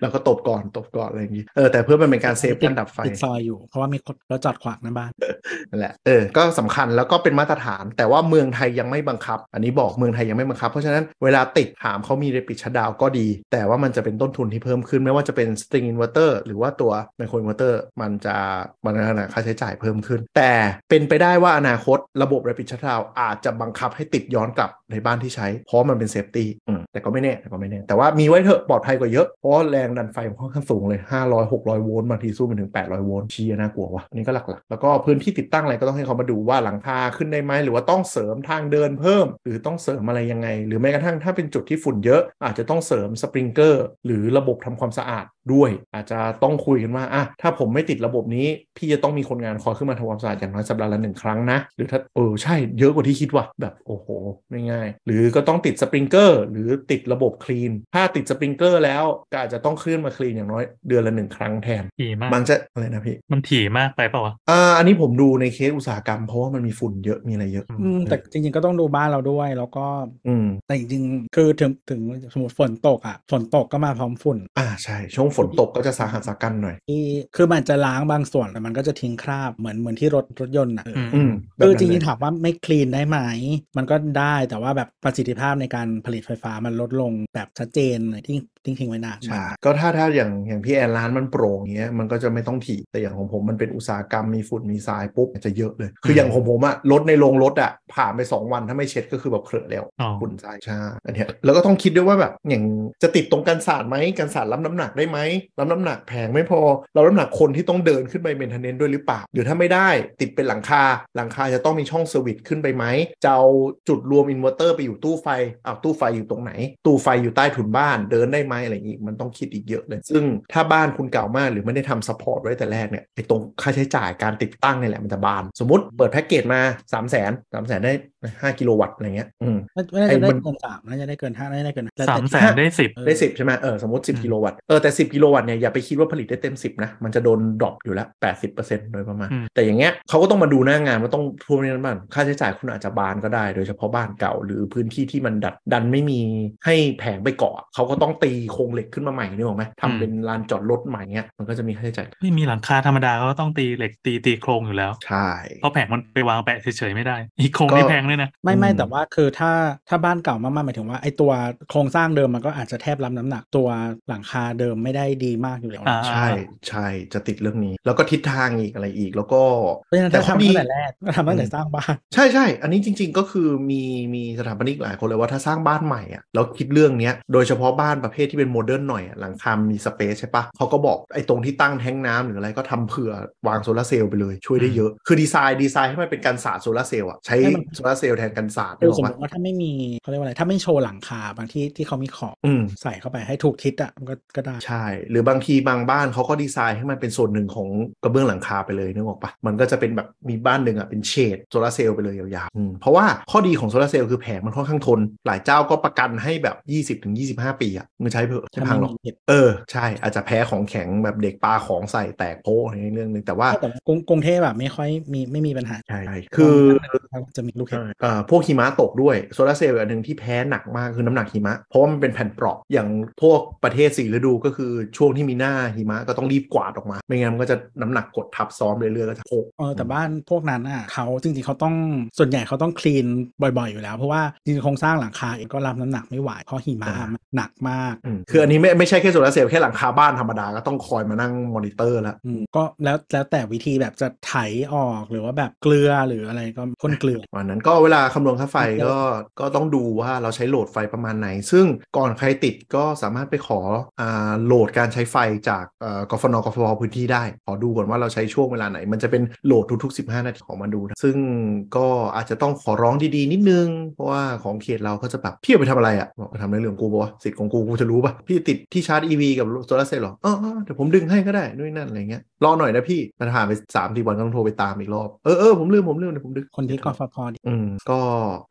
Speaker 2: เราก็ตบก่อนตบก่อนอะไรอย่างงี้เออแต่เพื่อมันเป็นการเซฟการดับไฟ
Speaker 3: ติดซอยอยู่เพราะว่ามีคนรถจอดขวางหน้าบ้าน
Speaker 2: นั่นแหละ เออ ก็สำคัญแล้วก็เป็นมาตรฐาน แต่ว่าเมืองไทยยังไม่บังคับ อันนี้บอกเมืองไทยยังไม่บังคับ เพราะฉะนั้นเวลาติดถามเขามีเรปิชดาวก็ดี แต่ว่ามันจะเป็นต้นทุนที่เพิ่มขึ้น ไม่ว่าจะเป็นสตริงอินเวอร์เตอร์หรือว่าตัวไมโครอินเวอร์เตอร์มันจะมันจะหาค่าใช้จ่ายเพิ่มขึ้น แต่เป็นไปได้ว่าอนาคตระบบเรปิชดาวอาจจะบังคับให้ติดย้อนกลับในบ้านที่ใช้ เพราะมันเป็นเซฟตี้แต่ก็ไม่แน่แต่ก็ไม่แน่แต่ว่ามีไว้เถอะปลอดภัยกว่าเยอะเพราะแรงดันไฟมันค่อนข้างสูงเลย 500 600 โวลต์บางทีสู้มันถึง 800 โวลต์เชียน่ากลัววะอันนี้ก็หลักๆ แล้วก็พื้นที่ติดตั้งอะไรก็ต้องให้เขามาดูว่าหลังคาขึ้นได้ไหม หรือว่าต้องเสริมทางเดินเพิ่ม หรือต้องเสริมอะไรยังไง หรือแม้กระทั่งถ้าเป็นจุดที่ฝุ่นเยอะ อาจจะต้องเสริมสปริงเกอร์หรือระบบทำความสะอาดด้วย อาจจะต้องคุยกันว่าอ่ะถ้าผมไม่ติดระบบนี้ พี่จะต้องมีคนงานคอยขึ้นมาทำความสะอาดอย่างน้อยสัปดาห์ละหนึ่งครั้งนะหรือถ้าเออใช่เยอะกว่าที่คิดว่ะแบบโอ้โหไม่ง่ายหรือก็ต้องติดสปริงเกอร์หรือติดระบบคลีนถ้าติดสปริงเกอร์แล้วก็อาจจะต้องขึ้นมาคลีนอย่างน้อยเดือนละหนึ่งครั้งแทน
Speaker 4: ถี่มาก
Speaker 2: บางจะอะไรนะพี่
Speaker 4: มันถี่มากไปเปล่าวะ
Speaker 2: อ่าอันนี้ผมดูในเคสอุตสาหกรรมเพราะว่ามันมีฝุ่นเยอะมีอะไรเยอะ
Speaker 4: อื
Speaker 3: อืมแต่จริงๆก็ต้องดูบ้านเราด้วย แล้วก็
Speaker 2: อืม
Speaker 3: แต่จริงๆคือถึงถึงสมมติฝนตกอ่ะฝนตกก็มาพร้อมฝุ่น
Speaker 2: อ่าใช่ ช่วงฝนตกก็จะสาหัสสากันหน่อย
Speaker 3: ที่คือมันจะล้างบางส่วนแต่มันก็จะทิ้งคราบเหมือนเหมือนที่รถรถยนต์อ่ะ
Speaker 4: อืม
Speaker 2: อืมแบบ
Speaker 3: คือ
Speaker 2: นั้น
Speaker 3: จริงๆ
Speaker 2: เลย
Speaker 3: ถามว่าไม่คลีนได้ไหม มันก็ได้แต่ว่าแบบประสิทธิภาพในการผลิตไฟฟ้ามันลดลงแบบชัดเจนเลยที่ทิ้งทิ้งไว้นาน
Speaker 2: ใช่ก็ถ้าถ้าอย่างอย่างพี่แอนร้านมันโปร่งเงี้ยมันก็จะไม่ต้องถี่แต่อย่างของผมมันเป็นอุตสาหกรรมมีฝุ่นมีทรายปุ๊บจะเยอะเลย คืออย่างของผมอะรถในโรงรถอะผ่านไป 2 วันถ้าไม่เช็ดก็คือแบบเคลอะแล้ว
Speaker 4: อ๋อ
Speaker 2: ฝุ่นทรายใช่อันเนี้ยแล้วก็ต้องคิดด้วยว่าแบบอย่างจะติดตรงกันศาสตร์ไหมกันศาสตร์รับน้ำหนักได้ไหมรับน้ำหนักแพงไม่พอรับน้ำหนักคนที่ต้องเดินขึ้นไปเมนเทนเนนด้วยหรือเปล่าหรือถ้าไม่ได้ติดเป็นหลังคา หลังคาจะต้องมีช่องเซอร์วิสขึ้นไปไหมจะเอาจุดรวมอินเวอร์เตอร์ไปอยู่ตู้ไฟเอาวตู้ไฟอยู่ตรงไหน ตู้ไฟอยู่ใต้ถุนบ้านเดินได้ไหมอะไรอย่างงี้มันต้องคิดอีกเยอะเลย ซึ่งถ้าบ้านคุณเก่ามากหรือไม่ได้ทำซัพพอร์ตไว้แต่แรกเนี่ยไอ้ตรงค่าใช้จ่ายการติดตั้งเนี่ยแหละมันจะบาน สมมติเปิดแพ็กเกจมา 3 0 0 0 0 0 3 0 0 0 0ได้5กิโลวัตต์อะไรเงี้ยอืม
Speaker 3: ไม่น่า
Speaker 2: ไอ้
Speaker 3: จะได้
Speaker 2: มัน
Speaker 3: เกินสามน่าจะได้เกินห้าน่าจะได้เกินล้ว
Speaker 4: สา
Speaker 3: ต่
Speaker 4: มแสนได้สิบ
Speaker 3: เออ
Speaker 2: ได้ 10 ใช่ไหมเออสมมติ
Speaker 4: อืม
Speaker 2: 10 กิโลวัตต์เออแต่ 10 กิโลวัตต์เนี่ยอย่าไปคิดว่าผลิตได้เต็ม 10 นะ มันจะโดนดรอปอยู่แล้ว 80%โดยประมาณ แต่อย่างเงี้ยเขาก็ต้องมาดูหน้างานว่าต้องทวงเงินบ้างค่าใช้จ่ายคุณอาจจะบานก็ได้ โดยเฉพาะบ้านเก่าหรือพื้นที่ที่มันดัดดันไม่มีให้แผงไปเกาะเขาก็ต้องตีโครงเหล็กขึ้นมาใหม่นึกออกไหมทำเป็นลานจอดรถใหม่เงี้ยมันก็จะมีค่าใช้จ่าย
Speaker 4: ไม่มีหลังคาธรรมดาก็ต้องตีเหล็กตีตีโครงอยู่แล้ว
Speaker 2: ใช่
Speaker 4: เพราะแผงมันไปวางแปะเฉยๆไม่ได้ อีกโครง
Speaker 2: ก็
Speaker 4: นี่แพงด้วยนะ
Speaker 3: ไม่ไม่
Speaker 2: อืม
Speaker 3: แต่ว่าคือถ้าถ้าบ้านเก่ามากๆหมายถึงว่าไอ้ตัวโครงสร้างเดิมมันก็อาจจะแทบรับน้ำหนักตัวหลังคาเดิมไม่ได้ดีมากอยู่แล้วนะ
Speaker 4: อ่า
Speaker 2: ใช่ใช่จะติดเรื่องนี้ แล้วก็ทิศทางอีกอะไรอีกแล้วก็
Speaker 3: เพราะฉะนั้นถ้า
Speaker 2: ข้อ
Speaker 3: ทำ
Speaker 2: ดี
Speaker 3: ตั้งแต่แรกก็ทำตั้งแต่สร้างบ้าน
Speaker 2: ใช่ใช่ อันนี้จริง ๆ ก็คือมีมีสถาปนิกหลายคนเลยว่าถ้าสร้างบ้านใหม่อ่ะแล้วคิดเรื่องเนี้ยโดยเฉพาะบ้านประเภทที่เป็นโมเดิร์นหน่อยอะหลังคา มีสเปซใช่ปะเขาก็บอกไอ้ตรงที่ตั้งแท้งน้ำหรืออะไรก็ทำเผื่อวางโซลาร์เซลล์ไปเลยช่วยได้เยอะ คือดีไซน์ดีไซน์ให้มันเป็นการสาดโซลาร์เซลล์อ่ะใช้
Speaker 3: ให้มัน
Speaker 2: โซลาร์เซลล์แทนกันสาด
Speaker 3: คือ
Speaker 2: ได้หร
Speaker 3: สม
Speaker 2: อปะ
Speaker 3: มติว่าถ้าไม่มีเขาเรียกว่าอะไรถ้าไม่โชว์หลังคาบางที่ที่เขามีขอบ
Speaker 2: อืม
Speaker 3: ใส่เข้าไปให้ถูกทิศอ่ะมันก็ก็ได้
Speaker 2: ใช่ หรือบางทีบางบ้านเขาก็ดีไซน์ให้มันเป็นส่วนหนึ่งของกระเบื้องหลังคาไปเลยนึกออกปะมันก็จะเป็นแบบมีบ้านหนึ่งอ่ะเป็นเฉดโซลาร์เซลล์ไปเลยยาวๆอืมเพราะว่าข้อดีของโซลาร์เซลล์คือแผงมันค่อนข้างทน หลายเจ้าก็ประกันให้แบบ 20-25 ปีอ่ะมันใช้เพื่อะไม่พังหรอก เออ ใช่อาจจะแพ้ของแข็งแบบเด็กปลาของใส่แตกโพะอะไรเรื่องหนึงแต่ว่า
Speaker 3: แต่ว่ากรุงกรุงเทพแบบไม่ค่อยมีไม่มีปัญหา
Speaker 2: ใช่คือ
Speaker 3: จะมีลูกเห็บ
Speaker 2: เอ่อพวกหิมะตกด้วยโซลาร์เซลล์อันหนึ่งที่แพ้หนักมากคือน้ำหนักหิมะ เพราะว่ามันเป็นแผ่นเปราะอย่างพวกประเทศสีฤดูก็คือช่วงที่มีหน้าหิมะก็ต้องรีบกวาดออกมา ไม่งั้นมันก็จะน้ำหนักกดทับซ้อมเรื่อยๆก็จะโผล่
Speaker 3: เออแต่บ้านพวกนั้นอ่ะเขาจริงๆเขาต้องส่วนใหญ่เขาต้องคลีนบ่อยๆอยู่แล้ว เพราะว่าจริงๆโครงสร้างหลังคาเองก็รับน้ำหนักไม่ไหวเพราะหิมะมันหนักมาก
Speaker 2: อืมคืออันนี้ไม่ไม่ใช่แค่โซลาร์เซลล์แค่หลังคาบ้านธรรมดาก็ต้องคอยมานั่งมอนิเตอร์แล้ว
Speaker 3: อืมก็แล้วแล้วแต่วิธีแบบจะไถออกหรือว่าแบบเกลือหรืออะไรก็พ่นเกลื อ
Speaker 2: วันนั้นก็เวลาคำนวณค่าไฟก็ก็ต้องดูว่าเราใช้โหลดไฟประมาณไหน ซึ่งก่อนใครติดก็สามารถไปขออ่าโหลดการใช้ไฟจากเอ่อกฟนกฟพพื้นที่ได้ ขอดูก่อนว่าเราใช้ช่วงเวลาไหน มันจะเป็นโหลดทุกๆ 15 นาทีของมาดูนะซึ่งก็อาจจะต้องขอร้องดีๆ นิดนึง เพราะว่าของเขตเราก็จะแบบพี่เอาไปทำอะไรอะ่ะบอกไปทำในเรื่องของกูปะวะสิทธิ์ของกูกูจะรู้ปะพี่ติดที่ชาร์จ EV กับโซลาร์เซลล์เหรออ๋ออ๋อเดี๋ยวผมดึงให้ก็ได้นู่นนนั่นอะไรเงี้ยรอหน่อยนะพี่มันผ่านไปสามสี่วันก็ต้องโทรไปตามอีกรอบเออเออผมลืมผมลืมเดี๋ยวผมดึง
Speaker 3: คนที่กฟพดี
Speaker 2: อืมก็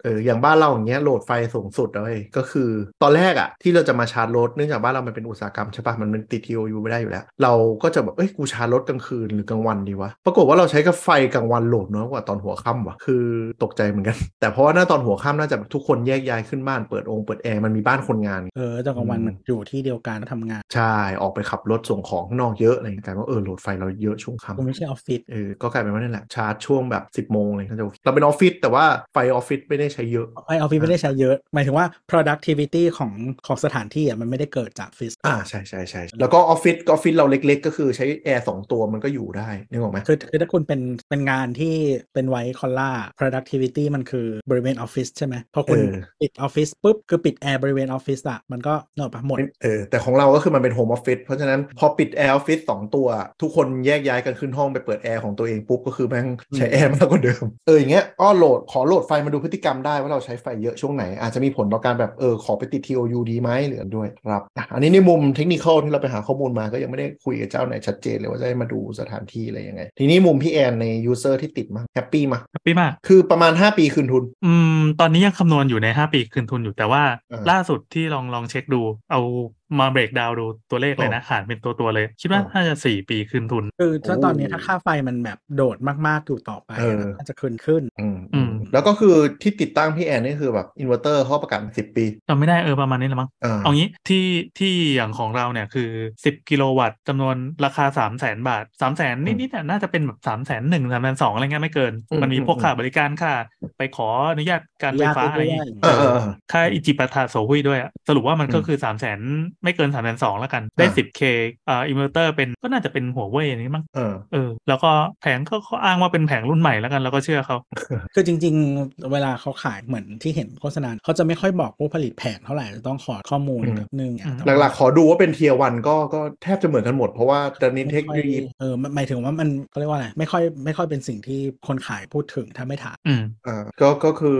Speaker 2: เอออย่างบ้านเราอย่างเงี้ยโหลดไฟสูงสุดเลยก็คือตอนแรกอะที่เราจะมาชาร์จรถเนื่องจากบ้านเรามันเป็นอุตสาหกรรมใช่ปะมันเป็นติด TOU ไม่ได้อยู่แล้ว เราก็จะแบบเอ้ยกูชาร์จรถกลางคืนหรือกลางวันดีวะปรากฏว่าเราใช้กับไฟกลางวันโหลดน้อยกว่าตอนหัวค่ำว่ะคือตกใจเหมือนกัน แต่เพราะว่าหน้าตอนหัวค่ำน่าจะแบบทุกคนแยกย้ายขึ้นบ้านเปิดองค์เปิดแอร์มันมีบ้านคนงาน
Speaker 3: เออตอนกลางวันมันอยู่ที่เดียวกันทำงาน
Speaker 2: ใช่ออกไปขับรถส่งของข้างนอกเยอะอะไรอย่างเงี้ยกลายว่าเออโหลดไฟเราเยอะช่วงค่ำ
Speaker 3: มันไม่ใช่ออฟฟิศ
Speaker 2: เออ ก็กลายเป็นว่านั่นแหละชาร์จช่วงแบบ 10 โมงเลยก็จะเราเป็นออฟฟิศแต่ว่าไฟออฟฟิศไม่ได้ใช้เยอะ
Speaker 3: ไอออฟฟิศไม่ได้ใช้เยอะ หมายถึงว่า productivity ของของสถานที่อ่ะมันไม่ได้เกิดจากฟิส
Speaker 2: อ่าใช่ใช่ใช่แล้วก็ออฟฟิศก็ออฟฟิศเราเล็กๆ ก็คือใช้แอร์สองตัวมันก็อยู่ได้นึกออกไหม
Speaker 3: คือคือถ้าคุณเป็นเป็นงานที่เป็นไวคอลล่า productivity มันคือบริเวณออฟฟิศใช่ไหมพอคุณปิดออฟฟิศปุ๊บคือปิดแอร์บริเวณออฟฟิศอ่ะมันก็เนกอะปะหมด
Speaker 2: เออแต่ของเราก็คือมันเป็นโฮมออฟฟิศเพราะฉะนั้นพอปิดแอร์ออฟฟิศสองตัว ทุกคนแยกย้ายกันขึ้นห้องไปเปิดแอร์ของตัวเองปุ๊บก็คือแม่งใช้แอร์มากกว่าเดิมเอออย่างเงี้ยก็โหลดขอโหลดไฟมาดูพฤติกรรมได้ว่าเราใช้ไฟเยอะช่วงไหนอาจจะมีผลต่อการแบบเออขอไปติด TOU ดีไหมหรืออะไรด้วยครับอ่ะอันนี้ในมุมเทคนิคอลที่เราไปหาข้อมูลมาก็ยังไม่ได้คุยกับเจ้าไหนชัดเจนเลยว่าจะให้มาดูสถานที่อะไรยังไง ทีนี้มุมพี่แอนในยูเซอร์ที่ติดมาแฮปปี้มา
Speaker 4: แฮปปี้มาก
Speaker 2: คือประมาณ 5 ปีคืนทุน
Speaker 4: อืมตอนนี้ยังคำนวณอยู่ใน 5 ปีคืนทุนอยู่แต่ว่า
Speaker 2: เออ
Speaker 4: ล่าสุดที่ลองลองเช็คดู เอามาเบรกดาวดูตัวเลขเลยนะหารเป็นตัวตัวๆเลย คิดว่า
Speaker 2: อ๋อ
Speaker 4: น่าจะ 4 ปีคืนทุน
Speaker 3: คือถ้า
Speaker 2: โอ้
Speaker 3: ตอนนี้ถ้าค่าไฟมันแบบโดดมาก ๆ อยู่ต่อไป
Speaker 2: เออ
Speaker 3: น่าจะขึ้นขึ้น
Speaker 2: อืม
Speaker 4: อืม
Speaker 2: แล้วก็คือที่ติดตั้งพี่แอนนี่คือแบบอินเวอร์เตอร์เขาประกันสิบปี
Speaker 4: จำไม่ได้เออประมาณนี้ละมั้ง
Speaker 2: อ่า
Speaker 4: เอางี้ที่ที่อย่างของเราเนี่ยคือ 10 กิโลวัตต์จำนวนราคา 3 0 0แสนบาท 3 0 0แสนนิดๆน่ะน่าจะเป็นแบบ3 0 0แสนหนึ่งสามแสนสองอะไรเงี้ยไม่เกิน
Speaker 2: อืม
Speaker 4: มันมีพวก
Speaker 2: อืม
Speaker 4: ค่าบริการค่าไปขออนุญาตการไฟฟ้าอะไรเงี้ย
Speaker 2: เออเออเออ
Speaker 4: ค่าอิจิปาถาโสหุยด้วยอะสรุปว่ามันก็คือ 3 0 0แสนไม่เกิน3 0 0แสนสองแล้วกัน ได้
Speaker 2: อ่า
Speaker 4: 10K อ่าอินเวอร์เตอร์เป็นก็น่าจะเป็นหัวเว่ยอันนี้มั้ง
Speaker 2: เออ
Speaker 4: เออแล้วก็แผงก็เขาอ้างว่าเป็นแผงรุ่นใหม่แล้วกันเราก็เชื่อเขา
Speaker 3: คือจริง ๆ เวลาเขาขายเหมือนที่เห็นโฆษณาเขาจะไม่ค่อยบอกผู้ผลิตแผงเท่าไหร่จะต้องขอข้อมูล
Speaker 2: อืม
Speaker 3: นิดนึง
Speaker 4: อืม
Speaker 3: แต่ว่า
Speaker 2: หลักๆ ขอดูว่าเป็นเทียวันก็ก็แทบจะเหมือนกันหมด เพราะว่าตอนนี้เทคโนโลยี
Speaker 3: เออมันหมายถึงว่ามันเขาเรียกว่าอะไรไม่ค่อยไม่ค่อยเป็นสิ่งที่คนขายพูดถึงถ้าไม่ถาม
Speaker 4: อืม
Speaker 2: อ่าก็ก็คือ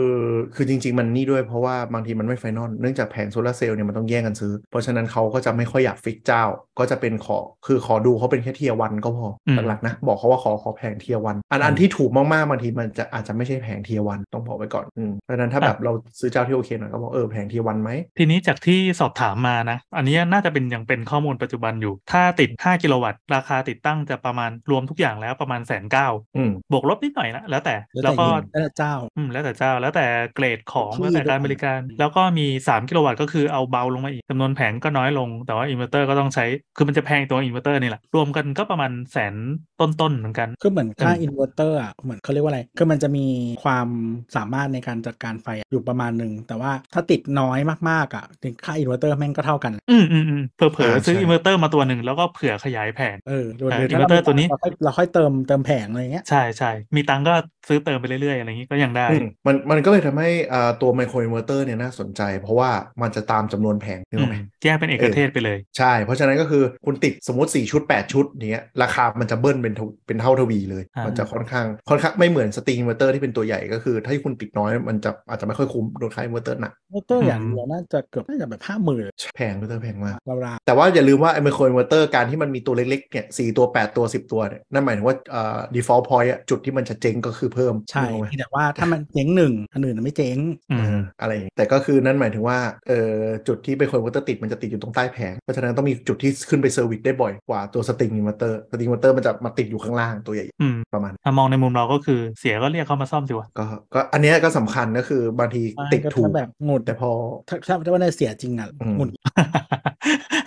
Speaker 2: คือจริง ๆ มันนี่ด้วยเพราะว่าบางทีมันไม่ไฟนอลเนื่องจากแผงโซลาร์เซลล์เนี่ยมันต้องแย่งกันซื้อ เพราะฉะนั้นเขาก็จะไม่ค่อยอยากฟิกเจ้า ก็จะเป็นขอคือขอดูเขาเป็นแค่เทียวันก็พอ
Speaker 4: อืม
Speaker 2: หลักๆนะบอกเขาว่าขอขอแผงเทียวัน อันอันที่ถูกมากๆบางทีมันจะอาจจะไม่ใช่แผงเทียวันต้องบอกไว้ก่อนอืมเพราะฉะนั้นถ้าแบบเราซื้อเจ้าที่โอเคหน่อยก็บอกเออแผงเทียวันไหม
Speaker 4: ทีนี้จากที่สอบถามมานะ อันนี้น่าจะเป็นยังเป็นข้อมูลปัจจุบันอยู่ ถ้าติด 5 กิโลวัตต์ ราคาติดตั้งจะประมาณรวมทุกอย่างแล้วประมาณแสนเก้า
Speaker 2: อืม
Speaker 4: บวกลบนิดหน่อยนะแล้วแต่
Speaker 3: แล้ว
Speaker 4: แล้ว
Speaker 3: แต่
Speaker 4: ก็
Speaker 3: ยิ่งแล้วแต่เจ้า
Speaker 4: อืมแล้วแต่เจ้า แล้วแต่เกรดของ
Speaker 3: ที่
Speaker 4: แล้วแต่การบริการ
Speaker 3: ด้วย
Speaker 4: แล้วก็มี 3 กิโลวัตต์ก็คือเอาเบาลงมาอีกจำนวนแผงก็น้อยลง แต่ว่าอินเวอร์เตอร์ก็ต้องใช้ คือมันจะแพงตัวอินเวอร์เตอร์นี่แหละ รวมกันก็ประมาณแสนต้นๆเหมือนกัน
Speaker 3: คือเหมือนค่า
Speaker 4: อืม
Speaker 3: อินเวอร์เตอร์อ่ะเหมือนเขาเรียกว่าอะไร คือมันจะมีความสามารถในการจัดการไฟอยู่ประมาณหนึ่งแต่ว่าถ้าติดน้อยมากๆอ่ะค่าอินเวอร์เตอร์แม่งก็เท่ากัน
Speaker 4: อืมอืมอืมเผื่อ
Speaker 2: อ่า
Speaker 4: ๆซื้อ
Speaker 2: ใช่
Speaker 4: อินเวอร์เตอร์มาตัวหนึ่งแล้วก็เผื่อขยายแผง
Speaker 3: เออหรือ
Speaker 4: อ่า
Speaker 3: หรือถ้า
Speaker 4: inverter
Speaker 3: รา
Speaker 4: ตัวนี้
Speaker 3: เราค่อยเราค่อยเติมเติมแผงอะไรเงี้ย
Speaker 4: ใช่ใช่มีตังค์ก็ซื้อเติมไปเรื่อยๆอะไรอย่างนี้ก็ยังได้
Speaker 2: อืมมันมันก็เลยทำให้อ่าตัวไมโครอินเวอร์เตอร์เนี่ยน่าสนใจ เพราะว่ามันจะตามจำนวนแผงนึกออกไหม
Speaker 4: อืมแยกเป็นเอก
Speaker 2: เออ
Speaker 4: เทศไปเลย
Speaker 2: ใช่ เพราะฉะนั้นก็คือคุณติดสมมติ 4 ชุด 8 ชุดเนี้ยราคามันจะเบิ้ลเป็นเท่าเป็นเท่าทวีเลย
Speaker 4: อ่ามั
Speaker 2: มันจะค่อนข้างค่อนข้างไม่เหมือนสตรีมเวอร์เตอร์ที่เป็นตัวใหญ่ก็คือ ถ้าคุณติดน้อยมันจะอาจจะไม่ค่อยคุ้มโดนค่าอินเวอร์เตอร์หนัก
Speaker 3: inverter
Speaker 4: อืม
Speaker 3: อย่างเดียวน่าจะเกือบน่าจะแบบห้าหมื่น
Speaker 2: แพงเวอร์เตอร์แพงมาก
Speaker 3: เรารา
Speaker 2: แต่ว่าอย่าลืมว่าไอ้ไมโครอินเวอร์เตอร์การที่มันมีตัวเล็กๆเนี่ยสตัว 8 ตัว 10 ตัวเนี่ยนั่นหมายถึงว่าเอ่อ default point อะจุดที่มันจะเจ๊งก็คือเพิ่ม
Speaker 3: ใช่
Speaker 2: นึกออกไหม
Speaker 3: แต่ว่าถ้ามันเจ๊งหนึ่งอันอื่นนะไม่เจ๊ง
Speaker 4: อืม
Speaker 2: อะไรอย่างงี้แต่ก็คือนั่นหมายถึงว่าเอ่อจุดที่ไปคนวัตเตอร์ติดมันจะติดอยู่ตรงใต้แผง เพราะฉะนั้นต้องมีจุดที่ขึ้นไปเซอร์วิสได้บ่อยกว่าตัวสตริงมัตเตอร์สตริงมัตเตอร์มันจะมาติดอยู่ข้างล่างตัวใหญ่
Speaker 4: อืม
Speaker 2: ๆประมาณ
Speaker 4: ถ้ามองในมุมเราก็คือเสียก็เรียกเขามาซ่อมสิวะ
Speaker 2: ก็ ก็อันเนี้ยก็สำคัญก็คือบางทีติดถูก
Speaker 3: ถ้าแบบหงุด
Speaker 2: แต่พอ
Speaker 3: ถ้าถ้าถ้าว่าได้เสียจริงอ่ะ
Speaker 2: อืม
Speaker 3: หงุด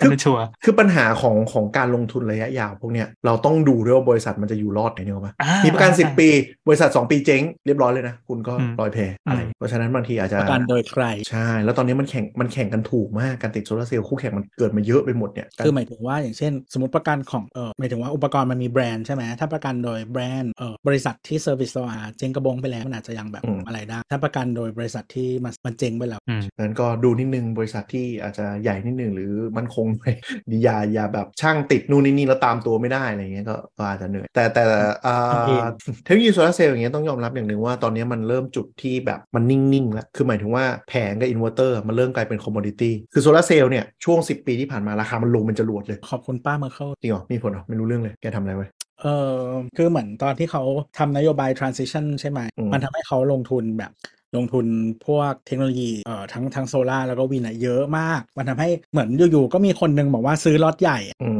Speaker 4: อันนั้นชัวร์
Speaker 2: คือปัญหาของของการลงทุนระยะยาวพวกเนี้ยเราต้องดูด้วยว่าบริษัทมันจะอยู่รอดไหนเนี่ยปะ
Speaker 4: อ่
Speaker 2: มีประกัน 10 ปี บริษัท 2 ปีเจ๊งเรียบร้อยเลยนะ คุณก็
Speaker 4: อืม
Speaker 2: ลอยแพอะไรอย่างเงี้ยเพราะฉะนั้นบางทีอาจจะ
Speaker 3: ประกันโดยใคร
Speaker 2: ใช่ แล้วตอนนี้มันแข่งมันแข่งกันถูกมาก การติดโซลาร์เซลล์คู่แข่งมันเกิดมาเยอะไปหมดเนี่ย
Speaker 3: คือหมายถึงว่าอย่างเช่น สมมติประกันของเออหมายถึงว่าอุปกรณ์มันมีแบรนด์ใช่ไหมถ้าประกันโดยแบรนด์เออบริษัทที่เซอร์วิสเราอาเจงกระบงไปแล้วมันอาจจะยังแบบอะไรได้ ถ้าประกันโดยบริษัทที่มันมันเจงไปแล้ว
Speaker 2: ดังนั้นก็ดูนิดนึงบริษัทที่อาจจะใหญ่นิดนึงหรือมัน คงหน่อยอย่าอย่าแบบช่างติดนู่นนี่นี่แล้วตามตัวไม่ได้อะไรเงี้ยก็ก็อาจจะเหนื่อย แต่แต่อ่า
Speaker 3: โอเค
Speaker 2: เทคโนโลยีโซลาร์เซลล์อย่างเงี้ยต้องยอมรับอย่างหนึ่งว่าตอนนี้มันเริ่มจุดที่แบบมันนิ่งๆแล้วคือหมายถึงว่าแผงกับอินเวอร์เตอร์มันเริ่มกลายเป็นคอมมอดิตี้คือโซลาร์เซลล์เนี่ยช่วง 10 ปีที่ผ่านมาราคามันลงเป็นจรวดเลย
Speaker 3: ขอบคุณป้าเมอร์เคิล
Speaker 2: จริงเหรอมีผลเหรอไม่รู้เรื่องเลยแกทำอะไรไว้
Speaker 3: เออคือเหมือนตอนที่เขาทำนโยบาย transition ใช่ไหม
Speaker 2: อืม
Speaker 3: มันทำให้เขาลงทุนแบบลงทุนพวกเทคโนโลยีเอ่อทั้งทั้งโซลาร์แล้วก็วินอะเยอะมาก มันทำให้เหมือนอยู่ๆก็มีคนนึงบอกว่าซื้อล็อตใหญ่
Speaker 2: อื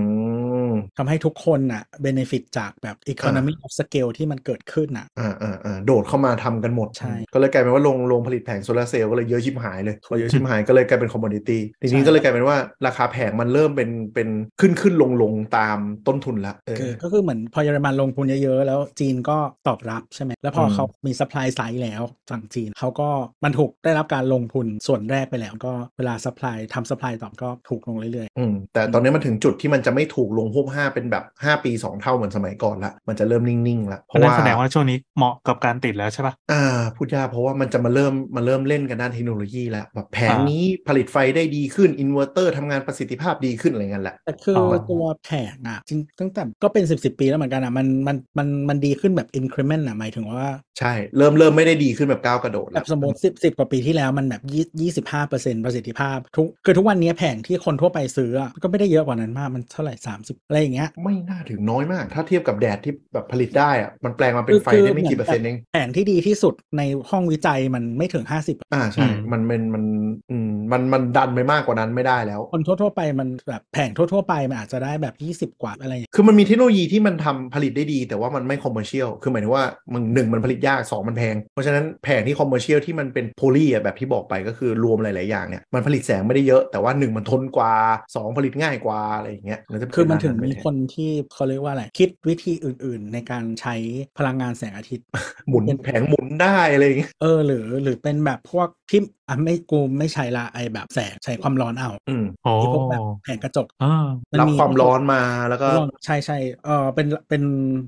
Speaker 2: ม
Speaker 3: ทำให้ทุกคนน่ะ benefit จากแบบ economy of scale ที่มันเกิดขึ้นน่ะ
Speaker 2: อ่าอ่าอ่าโดดเข้ามาทำกันหมด
Speaker 3: ใช่
Speaker 2: ก็เลยกลายเป็นว่าลงลงผลิตแผงโซลาร์เซลล์ก็เลยเยอะชิบหายเลยพอเยอะชิบหายก็เลยกลายเป็นคอมมอดิตี้ทีนี้
Speaker 3: ใช่
Speaker 2: ก็เลยกลายเป็นว่าราคาแผงมันเริ่มเป็นเป็นขึ้นขึ้นลงลงตามต้นทุนละเออ
Speaker 3: คือก็คือเหมือนพอเยอรมันลงทุนเยอะๆ แล้วจีนก็ตอบรับใช่ไหม แล้วพออ
Speaker 2: ม
Speaker 3: เขามี supply side แล้วฝั่งจีนเขาก็มันถูกได้รับการลงทุนส่วนแรกไปแล้วก็เวลา supply ทำ supply ตอบก็ถูกลงเรื่อย
Speaker 2: อืมแต่ตอนนี้มันถึงจุดที่มันจะไม่ถูกลงพวบห้าเป็นแบบ 5 ปี 2 เท่าเหมือนสมัยก่อนละมันจะเริ่มนิ่งๆละเพ
Speaker 4: อัน
Speaker 2: ราะ
Speaker 4: นั้น
Speaker 2: ว่า
Speaker 4: แสดงว่าช่วงนี้เหมาะกับการติดแล้วใช่ปะ
Speaker 2: อ่าพูดยากเพราะว่ามันจะมาเริ่มมาเริ่มเล่นกันด้านเทคโนโลยีละแบบแผง
Speaker 4: อ่านี้
Speaker 2: นี้ผลิตไฟได้ดีขึ้นอินเวอร์เตอร์ทำงานประสิทธิภาพดีขึ้นอะไรเงี้ยแหละ
Speaker 3: ๆ แต่คือ
Speaker 2: อ
Speaker 3: ตัวแผงอ่ะจริงตั้งแต่ก็เป็น 10บปีแล้วเหมือนกันอ่ะมันมันมันมันดีขึ้นแบบ increment อ่ะหมายถึงว่า
Speaker 2: ใช่ เริ่มเริ่มไม่ได้ดีขึ้นแบบก้าวกระโดด
Speaker 3: แบ
Speaker 2: ละ
Speaker 3: บสมมติสิบสิบกว่าปีที่แล้วมันแบบยี่ยี่สิบห้าเปอร์เซ็นต์ประสิทธิภาพทุกคือทุกวันนี้แผงที่คนทั่วไปซื้ออะก็ไม่ได้เยอะกว่านั้นมาก มันเท่าไหร่สามสิบอะไรอย่างเงี้ย
Speaker 2: ไม่น่าถึงน้อยมาก ถ้าเทียบกับแดดที่แบบผลิตได้อะมันแปลงมาเป็นไฟ
Speaker 3: คือ
Speaker 2: ได้ไม่กี่เปอร์เซ็นต์เอง
Speaker 3: แผงที่ดีที่สุดในห้องวิจัยมันไม่ถึงห้าสิบ
Speaker 2: อ่าใช่
Speaker 4: อืม
Speaker 2: มันเป็นมันอืมมันมันดันไปมากกว่านั้นไม่ได้แล้ว
Speaker 3: คนทั่วๆไปมันแบบแผงทั่วๆไปมันอาจจะได้แบบยี่สิบกว่าอะไรอย่างเงี้ย
Speaker 2: คือมันมีเทคโนโลยีที่มันทำผลิตได้ดี แต่ว่ามันไม่คอมเมอร์เชียลคือหมายถึงว่ามึงหนึ่งมันผลิตยากสองมันแพง เพราะฉะนั้นแผงที่คอมเมอร์เชียลที่มันเป็นโพลีอะแบบที่บอกไปก็คือรวมหลาย ๆ อย่างเนี่ยมันผลิตแสงไม่ได้เยอะแต่ว่าหนึ่งมันทนกว่าสองผลิตง่ายกว่าอะไรอย่างเงี้ยแล้วจะเป็
Speaker 3: คือมันถึง
Speaker 2: ร้า
Speaker 3: มี
Speaker 2: แท
Speaker 3: คนที่เขาเรียกว่าอะไรคิดวิธีอื่นๆ ในการใช้พลังงานแสงอาทิตย์
Speaker 2: หมุนแผงหมุนได้อะไรอย่างเงี้ย
Speaker 3: เออหรือหรือเป็นแบบพวกที่อ่ะไม่กูไม่ใช้ละไอแบบแสงใช้ความร้อนเอา
Speaker 2: อืม
Speaker 4: โอ้
Speaker 3: ที่พวกแบบแผงกระจก
Speaker 4: อ่า
Speaker 3: น
Speaker 2: รับ
Speaker 3: มี
Speaker 2: ความร้อนมาแล้วก็
Speaker 3: ลองใช่ใช่เออเป็นเป็น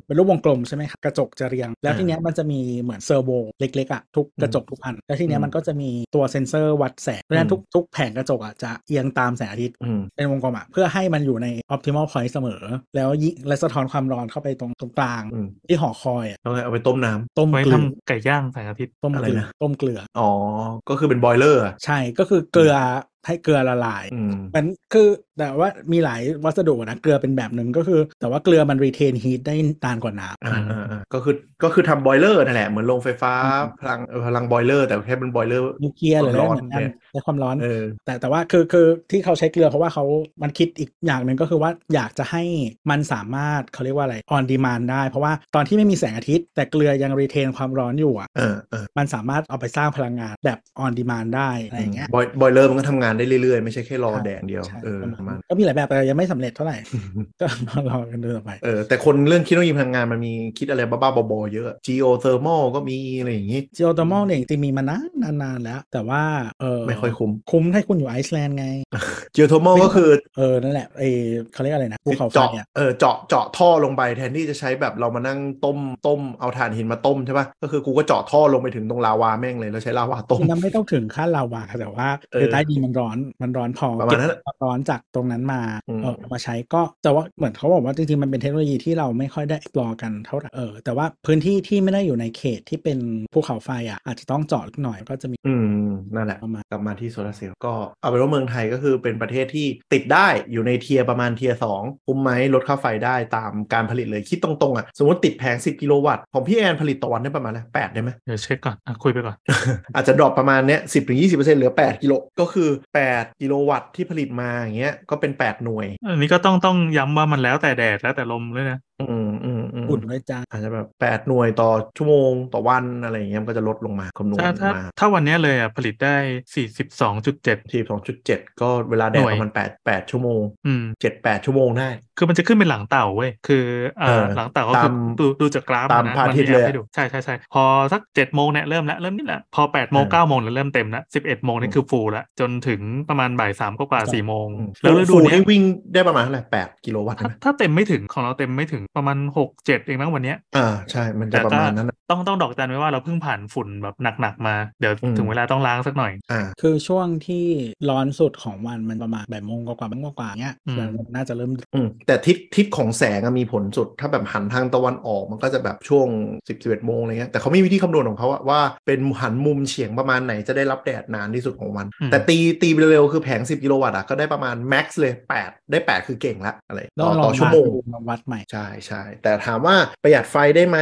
Speaker 3: เป็นรูปวงกลมใช่ไหมครับกระจกจะเรียง แล้ว
Speaker 2: อ่า
Speaker 3: ทีเนี้ยมันจะมีเหมือนเซอร์โวเล็กๆอ่ะทุกกระจกทุกอัน แล้วทีเนี้ย
Speaker 2: อืม
Speaker 3: มันก็จะมีตัวเซ็นเซอร์วัดแสงเพราะฉะนั้
Speaker 2: อืม
Speaker 3: นทุกทุกแผงกระจกอ่ะจะเอียงตามแสงอาทิตย์
Speaker 2: อืม
Speaker 3: เป็นวงกลมอ่ะเพื่อให้มันอยู่ใน optimal point เสมอ แล้วยิและสะท้อนความร้อนเข้าไปตรงตรงกลาง
Speaker 2: อืม
Speaker 3: ที่หอคอยอ่ะ
Speaker 2: แล้วเอาไปต้มน้ำ
Speaker 3: ต้ม
Speaker 4: ไว้
Speaker 3: เกลือ
Speaker 4: ทำไก่ย่างแสงอาทิตย์
Speaker 3: ต้ม
Speaker 2: อะไร
Speaker 3: เกลือ
Speaker 2: นะ
Speaker 3: ต้มเกลือ
Speaker 2: อ๋อ ก็คือเป็นบอยเลอร์
Speaker 3: ใช่ก็คือเกลือให้เกลือละลาย
Speaker 2: อืม
Speaker 3: มันคือแต่ว่ามีหลายวัสดุนะเกลือเป็นแบบหนึ่งก็คือ แต่ว่าเกลือมันรีเทนฮีทได้นานกว่าน้ำ
Speaker 2: อ่าอ่าอ่าก็คือ ก็คือทำบอยเลอร์นั่นแหละ เหมือนโรงไฟฟ้า
Speaker 3: อืม
Speaker 2: พลังเอ่อพลังบอยเลอร์ แต่แค่เป็นบอยเลอร์
Speaker 3: นิวเคลียร์หรืออะไร
Speaker 2: ความร้อน
Speaker 3: เหมือนกัน
Speaker 2: เนี่ย
Speaker 3: ใช้ความร้อน
Speaker 2: เออ
Speaker 3: แต่แต่ว่าคือคือที่เขาใช้เกลือเพราะว่าเขามันคิดอีกอย่างหนึ่งก็คือว่าอยากจะให้มันสามารถเขาเรียกว่าอะไรออนดีมานได้ เพราะว่าตอนที่ไม่มีแสงอาทิตย์ แต่เกลือยังรีเทนความร้อนอยู่อ่ะ
Speaker 2: เออเออ
Speaker 3: มันสามารถเอาไปสร้างพลังงานแบบออนดีมานได้อะไรอย่างเงี้ย
Speaker 2: บอยบอยเลอร์มันก็ทำงานได้เรื่อยๆ ไม่ใช่แค่รอ
Speaker 3: ใช่
Speaker 2: แดดอย่างเดียว
Speaker 3: ใช่
Speaker 2: เออ
Speaker 3: ประ
Speaker 2: ประ
Speaker 3: มา
Speaker 2: มา
Speaker 3: ณ
Speaker 2: ณ
Speaker 3: ก็มีหลายแบบแต่ยังไม่สำเร็จเท่าไหร่ ก็รอกันดูต่อไป
Speaker 2: เออ แต่คนเรื่องคิดว่ามีพลังงานมันมีคิดอะไรบ้าๆบอๆเยอะ geothermal ก็มีอะไรอย่างงี้
Speaker 3: จีโอตอมอลเนี่ยจริงๆมีมานานนานๆแล้ว แต่ว่าเออ
Speaker 2: ไม่ค่อยคุ้ม
Speaker 3: คุ้มให้คุณอยู่ไอซ์แลนด์ไง
Speaker 2: geothermal ก็คือ
Speaker 3: เออนั่นแหละเออเขาเรียกอะไรนะภูเขาไฟ
Speaker 2: เจาะ
Speaker 3: อ่ะ
Speaker 2: เออ เจาะ เจาะท่อลงไปแทนที่จะใช้แบบเรามานั่งต้ม ต้ม เอาถ่านหินมาต้มใช่ป่ะ ก็คือกูก็เจาะท่อลงไปถึงตรงลาวาแม่งเลยแล้วใช้ลาวาต้ม
Speaker 3: มันไม่ต้องถึงขั้นลาวาค่ะแต่ว่า
Speaker 2: เออ
Speaker 3: คือใต้ดินมันร้อนมันร้อนพอ
Speaker 2: ประมา
Speaker 3: เก็
Speaker 2: ณ
Speaker 3: บ
Speaker 2: นั้นแหละ
Speaker 3: ความร้อนจากตรงนั้นมา
Speaker 2: อืม
Speaker 3: เออเอามาใช้ก็แต่ว่าเหมือนเขาบอกว่าจริงๆ มันเป็นเทคโนโลยีที่เราไม่ค่อยได้ explore กันเท่าไหร่เออแต่ว่าพื้นที่ที่ไม่ได้อยู่ในเขตที่เป็นภูเขาไฟอ่ะอาจจะต้องเจาะหน่อยก็จะมี
Speaker 2: อืม นั่นแหละ
Speaker 3: ประมาณ
Speaker 2: กลับมาที่โซลาร์เซลล์ก็เอาเป็นว่าเมืองไทยก็คือเป็นประเทศที่ติดได้อยู่ในเทียร์ประมาณเทียร์สองคุ้มไหมลดค่าไฟได้ตามการผลิตเลยคิดตรงๆ อ่ะ สมมติติดแผง 10 กิโลวัตต์ของพี่แอนผลิตต่อวันได้ประมาณแปดได้ไหม
Speaker 4: เดี๋ยวเช็คก่อนอ่ะคุยไปก่อน
Speaker 2: อาจจะดรอปประมาณเนี้ยสิบถึงยี่สิบเปอร์เซ็นต์เหลือแปดกิโลก็คือแปดกิโลวัตต์ที่ผลิตมาอย่างเงี้ยก็เป็นแปดหน่วย
Speaker 4: อันนี้ก็ต้องต้องย้ำว่ามันแล้วแต่แดดแล้วแต่ลมด้วยนะ
Speaker 2: อืมอืม อืม
Speaker 3: อุ่นด้วยจ้า
Speaker 2: อาจจะแบบแปดหน่วยต่อชั่วโมงต่อวันอะไรอย่างเงี้ยมันก็จะลดลงมาคำนวณ
Speaker 4: ถ้าถ้า
Speaker 2: มา
Speaker 4: ถ้าวันเนี้ยเลยอ่ะผลิตได้สี่สิบสองจุดเจ็ด
Speaker 2: ทีสองจุดเจ็ดก็เวลาแด
Speaker 4: ห
Speaker 2: ด
Speaker 4: น่วย
Speaker 2: ประมาณแปดแปดชั่วโมง
Speaker 4: อืม
Speaker 2: เจ็ดแปดชั่วโมงได้
Speaker 4: คือมันจะขึ้นเป็นหลังเต่าเว้ย คือเอ่อ
Speaker 2: เออ
Speaker 4: หลังเต่าก็
Speaker 2: ตา
Speaker 4: คื
Speaker 2: ม
Speaker 4: อดูดูจากกราฟ
Speaker 2: ตาม
Speaker 4: นะ
Speaker 2: พระอาทิตย์
Speaker 4: มันมีแอป
Speaker 2: เลยอะ
Speaker 4: ให้ดูใช่ใช่ใช่พอสักเจ็ดโมงเนี่ยเริ่มแล้วเริ่มนิดละพอแปดโมง
Speaker 2: เออ
Speaker 4: เก้าโมงเนี่ยเริ่มเต็มละสิบเอ็ดโมง
Speaker 2: อื
Speaker 4: นี่
Speaker 2: ม
Speaker 4: คือฟูลละจนถึงประมาณบ่ายสามก็กว่าสี่โมง
Speaker 2: อืม
Speaker 4: แล้วฤดู
Speaker 2: ฟูล
Speaker 4: เนี้ย
Speaker 2: นี่วิ่งได้ประมาณเท่าไหร่แปดกิโลวัตต์ใช่ไหม
Speaker 4: ถ้าถ้าเต็มไม่ถึงของเราเต็มไม่ถึงประมาณหกเจ็ดเองนะวันเนี้ย
Speaker 2: อ่าใช่มันจะประมาณนั้นน่ะ
Speaker 4: ต้องต้องดอกจันไว้ว่าเราเพิ่งผ่านฝุ่นแบบหนักๆมา เดี๋ยว
Speaker 2: อืม
Speaker 4: ถึงเวลาต้องล้างสักหน่อย
Speaker 2: อ่า
Speaker 3: คือช่วงที่ร้อนสุดของวันมันประมาณบ่ายโมงกว่าๆบ่ายโมงกว่าๆเนี้ย
Speaker 4: อืม
Speaker 3: มันน่าจะเริ่ม
Speaker 2: อืมแต่ทิศทิศของแสงอะมีผลสุด ถ้าแบบหันทางตะวันออกมันก็จะแบบช่วง 10 11โมงอะไรเงี้ยแต่เขามีวิธีคำนวณของเขาอะว่าเป็นหันมุมเฉียงประมาณไหนจะได้รับแดดนานที่สุดของวัน
Speaker 4: อืม
Speaker 2: แต่ตีตีไปเร็วๆคือแผง 10 กิโลวัตต์อะก็ได้ประมาณแม็กซ์เลย 8 ได้ 8 คือเก่งละอะไร
Speaker 3: ต้
Speaker 2: ต่
Speaker 3: อ
Speaker 2: อง
Speaker 3: ลอ
Speaker 2: ต่
Speaker 3: ง
Speaker 2: อชั่วโมง
Speaker 3: มาวัดใหม่
Speaker 2: ใช่ใช่แต่ถามว่าประหยัดไฟได้ไหม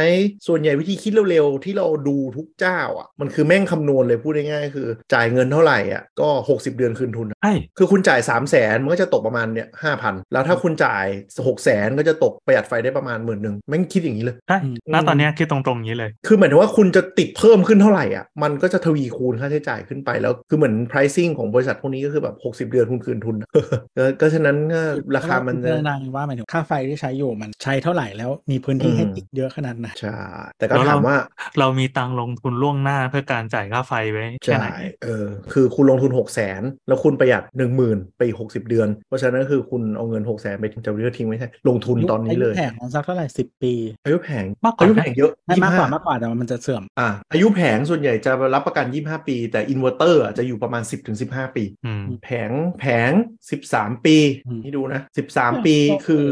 Speaker 2: ส่วนใหญ่วิธีคิดเร็วๆ ที่เราดูทุกเจ้าอ่ะมันคือแม่งคำนวณเลยพูดง่ายๆคือ จ่ายเงินเท่าไหร่อ่ะก็ 60 เดือนคืนทุน
Speaker 4: ไอ้ย
Speaker 2: คือคุณจ่าย 3 0 0แสนมันก็จะตกประมาณเนี่ยห้าพันแล้วถ้าคุณจ่าย 6 0แสนก็จะตกประหยัดไฟได้ประมาณหมื่นหนึ่งแม่งคิดอย่างนี้เลย
Speaker 4: ใช่
Speaker 3: อืม
Speaker 4: ณตอนเนี้ยคิดตรงๆอย่างนี้เลย
Speaker 2: คือหมายถึงว่าคุณจะติดเพิ่มขึ้นเท่าไหร่อ่ะมันก็จะทวีคูณค่าใช้จ่ายขึ้นไปแล้วคือเหมือน pricing ของบริษัทพวกนี้ก็คือแบบ 60 เดือนคุณคืน ทุน ก็ก็ฉะนั้นก็ราคามัน
Speaker 3: เพ
Speaker 2: จะ
Speaker 3: ระว่พิจารณาว่าหมายถึงค่าไฟที่ใช้อยู่มันใช้เท่าไหร่แล้วมีพื้นที่
Speaker 2: อืม
Speaker 3: ให้ติดเยอะขนาดไหน
Speaker 2: ใช่แต่ก็
Speaker 4: แล้ว
Speaker 2: ถา
Speaker 4: เรา
Speaker 2: มว่า
Speaker 4: เรามีตังค์ลงทุนล่วงหน้าเพื่อการจ่ายค่าไฟไว้แค่
Speaker 2: ใช่
Speaker 4: ไหน
Speaker 2: เออ คือคุณลงทุน 6 0แสน แล้วคุณประหยัด 1 0,000 ไปอีก60 เดือน เพราะฉะนั้นคือคุณเอาเงิน 6 0แสนไปจะเรียกทิ้งไม่ใช่ ลงทุนตอนนี้เลย
Speaker 3: าแผงของสักเท่าไหร่สิบปี
Speaker 2: อายุแผง
Speaker 4: มากกว่า
Speaker 2: อายุแผงเยอะ
Speaker 3: ไม่มากกว่า
Speaker 2: 25
Speaker 3: มากกว่าแต่ว่ามันจะเสื่อม
Speaker 2: อ่ะอายุแผงส่วนใหญ่จะรับประกัน 25 ปี แต่อินเวอร์เตอร์จะอยู่ประมาณ 10-15 ปี
Speaker 4: อืม
Speaker 2: แผงแผง 13 ปี
Speaker 3: อืม
Speaker 2: นี่ดูนะ 13 ปี
Speaker 3: เออ
Speaker 2: คือ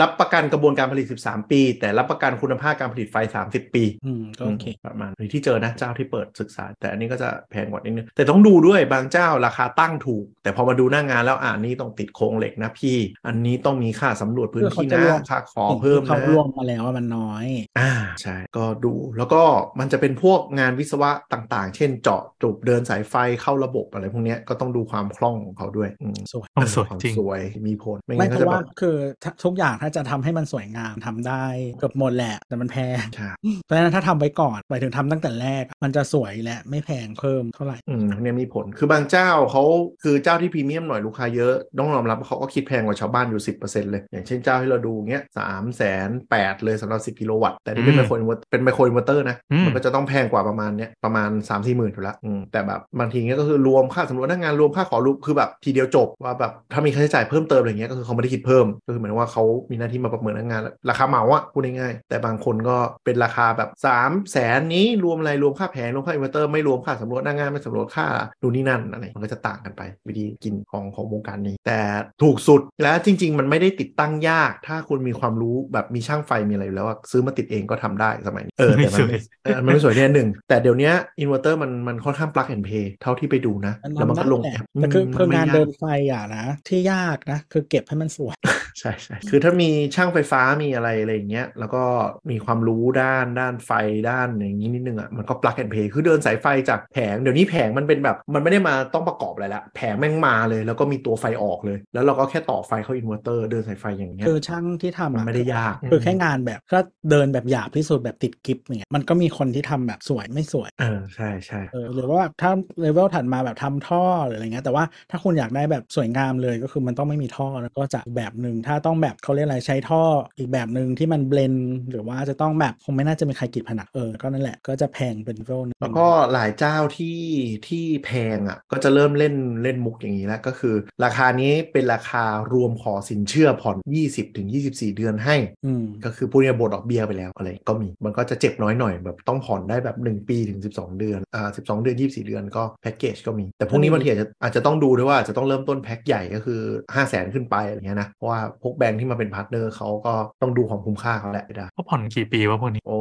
Speaker 2: รับประกันกระบวนการผลิต 13 ปี แต่รับประกันคุณภาพการผลิตไฟ 30 ปี
Speaker 3: อืมก็โอเค
Speaker 2: มประมาณนี้ที่เจอนะเจ้าที่เปิดศึกษา แต่อันนี้ก็จะแพงกว่านิดนึงแต่ต้องดูด้วยบางเจ้าราคาตั้งถูก แต่พอมาดูหน้างงานแล้วอ่านนี้ต้องติดโครงเหล็กนะพี่ อันนี้ต้องมีค่าสำรวจพื้นที่
Speaker 3: เพื่อเขาจะ
Speaker 2: นะ
Speaker 3: รวม
Speaker 2: ค่าขอเพิ่ม
Speaker 3: เขา
Speaker 2: นะ
Speaker 3: รวมมาแล้วว่ามันน้อย
Speaker 2: อ่าใช่ก็ดูแล้วก็มันจะเป็นพวกงานวิศวะต่างๆ เช่นเจาะจูบเดินสายไฟเข้าระบบอะไรพวกเนี้ยก็ต้องดูความคล่องของเขาด้วยอืม
Speaker 3: สวย
Speaker 4: ความสวย
Speaker 2: ความ
Speaker 4: จริง
Speaker 2: สวยมีผลไม่
Speaker 3: ไม่
Speaker 2: งั้นก็
Speaker 3: เพ
Speaker 2: จะ
Speaker 3: ราะ
Speaker 2: แบ
Speaker 3: ว่า
Speaker 2: บ
Speaker 3: คือถ้าทุกอย่างถ้าจะทำให้มันสวยงามทำได้เกือบหมดแหละแต่มันแพง
Speaker 2: ใช่
Speaker 3: เพราะฉะนั้นถ้าทำไว้ก่อนหมายถึงทำตั้งแต่แรก มันจะสวยและไม่แพงเพิ่มเท่าไหร่
Speaker 2: อืมเนี่ยมีผลคือบางเจ้าเขาคือเจ้าที่พรีเมียมหน่อยลูกค้าเยอะต้องยอมรับว่าเขาก็คิดแพงกว่าชาวบ้านอยู่ 10%เลย อย่างเช่นเจ้าที่เราดูเงี้ยสามแสนแปดเลยสำหรับ 10 กิโลวัตต์ แต่นี่เป็น
Speaker 4: อืม
Speaker 2: ไมโครอินเวอร์เป็นไมโครอินเวอร์เตอร์นะ
Speaker 4: อืม
Speaker 2: มันก็จะต้องแพงกว่าประมาณเนี้ยประมาณ 3 4มสี่หมื่นอยู่ละอืมแต่แบบบางทีเงี้ยก็คือรวมค่าสำรวจหน้างานรวมค่าขอรูปคือแบบทีเดียวจบว่าแบบถ้ามีค่าใช้จ่ายเพิ่มเติมอะไรเงี้ยก็คือเขาไม่ได้คิดเพิ่มก็คือเหมือนว่าเขามีหน้าที่มาประเมินหน้างานแล้วราคาเหมาอะพูดง่ายๆแต่บางคนก็เป็นราคาแบบ3ามแสนนี้รวมอะไรรวมค่าแผงรวมค่าอินเวอร์เตอร์ไม่รวมค่าสำรวจหน้างานไม่สำรวจค่าดูนนี่นั่นอะไรมันก็จะต่างกันไป วิธีกินของของวงการนี้ แต่ถูกสุดและจริง ๆ มันไม่ได้ติดตั้งยาก ถ้าคุณมีความรู้แบบมีช่างไฟมีอะไรอยู่แล้วอะซื้อมาติดเองก็ทำได้สมัยนี้เออแต่มันไม่ เออมันไม่สวยเนี่ยหนึ่ง แต่เดี๋ยวเนี้อินเวอร์เตอร์มันมันค่อนข้างปลั๊กแอนเพย์เท่าที่ไปดูนะ
Speaker 3: มัน
Speaker 2: แล้วมันก็
Speaker 3: ทำได้
Speaker 2: ลง
Speaker 3: แหละ
Speaker 2: แอป
Speaker 3: แต่คือ
Speaker 2: ม
Speaker 3: คืองาน
Speaker 2: ไม่ยก
Speaker 3: เดินไฟอ่ะนะที่ยากนะ คือเก็บให้มันสวย
Speaker 2: ใช่ใช่คือถ้ามีช่างไฟฟ้ามีอะไรอะไรอย่างเงี้ยแล้วก็มีความรู้ด้านด้านไฟด้านอย่างนี้นิดนึงอ่ะมันก็ปลั๊กแอนเพย์คือเดินสายไฟจากแผง เดี๋ยวนี้แผงมันเป็นแบบ มันไม่ได้มาต้องประกอบอะไรละแผงแม่งมาเลย แล้วก็มีตัวไฟออกเลย แล้วเราก็แค่ต่อไฟเข้าอินเวอร์เตอร์เดินสายไฟอย่างเงี้ย
Speaker 3: คือช่างที่ทำ
Speaker 2: มัน
Speaker 3: อะ
Speaker 2: ไม่ได้ยาก
Speaker 3: คือแค่งานแบบก็เดินแบบหยาบที่สุดแบบติดกิฟต์เนี่ยมันก็มีคนที่ทำแบบสวยไม่สวย
Speaker 2: เออใช่ใช่
Speaker 3: เออหรือว่าแบบถ้าเลเวลถัดมาแบบทำท่อหรืออะไรเงี้ยแต่ว่าถ้าคุณอยากได้แบบสวยงามเลยก็คือมันต้องไม่มีท่อแล้วก็จะอีกแบบหนึ่งถ้าต้องแบบเขาเรียกอะไรใช้ท่ออีกแบบหนึ่งที่มันเบลนหรือว่าจะต้องแบบคงไม่น่าจะมีใครกรีดผนังเออก็นั่นแหละก็จะแพงเป็นเวลหนึง
Speaker 2: แล้วก็หลายเจ้าที่ที่แพงอ่ะก็จะเริ่มเล่นเล่นมุกอย่างนี้แล้วก็คือ ราคานี้เป็นราคารวมขอสินเชื่อผ่อน 20-24 เดือนให้
Speaker 3: อืม
Speaker 2: ก็คือพูดง่ายๆบทดอกเบี้ยไปแล้วอะไรก็มีมันก็จะเจ็บน้อยหน่อยแบบต้องผ่อนได้แบบ 1 ปีถึง 12 เดือนอ่า12 เดือน 24 เดือนก็แพ็กเกจก็มี แต่พวกนี้บางทีอาจจะอาจจะต้องดูด้วยว่าอาจจะต้องเริ่มต้นแพ็กใหญ่ก็คือ 5 0 0 0 0นขึ้นไปอะไรเงี้ยนะเพราะว่าพวกแบงค์ที่มาเป็นพาร์ทเนอร์เขาก็ต้องดูของคุ้มค่าเขาแหละได้
Speaker 4: เขาผ่อนกี่ปีวะพวกนี้
Speaker 2: โอ้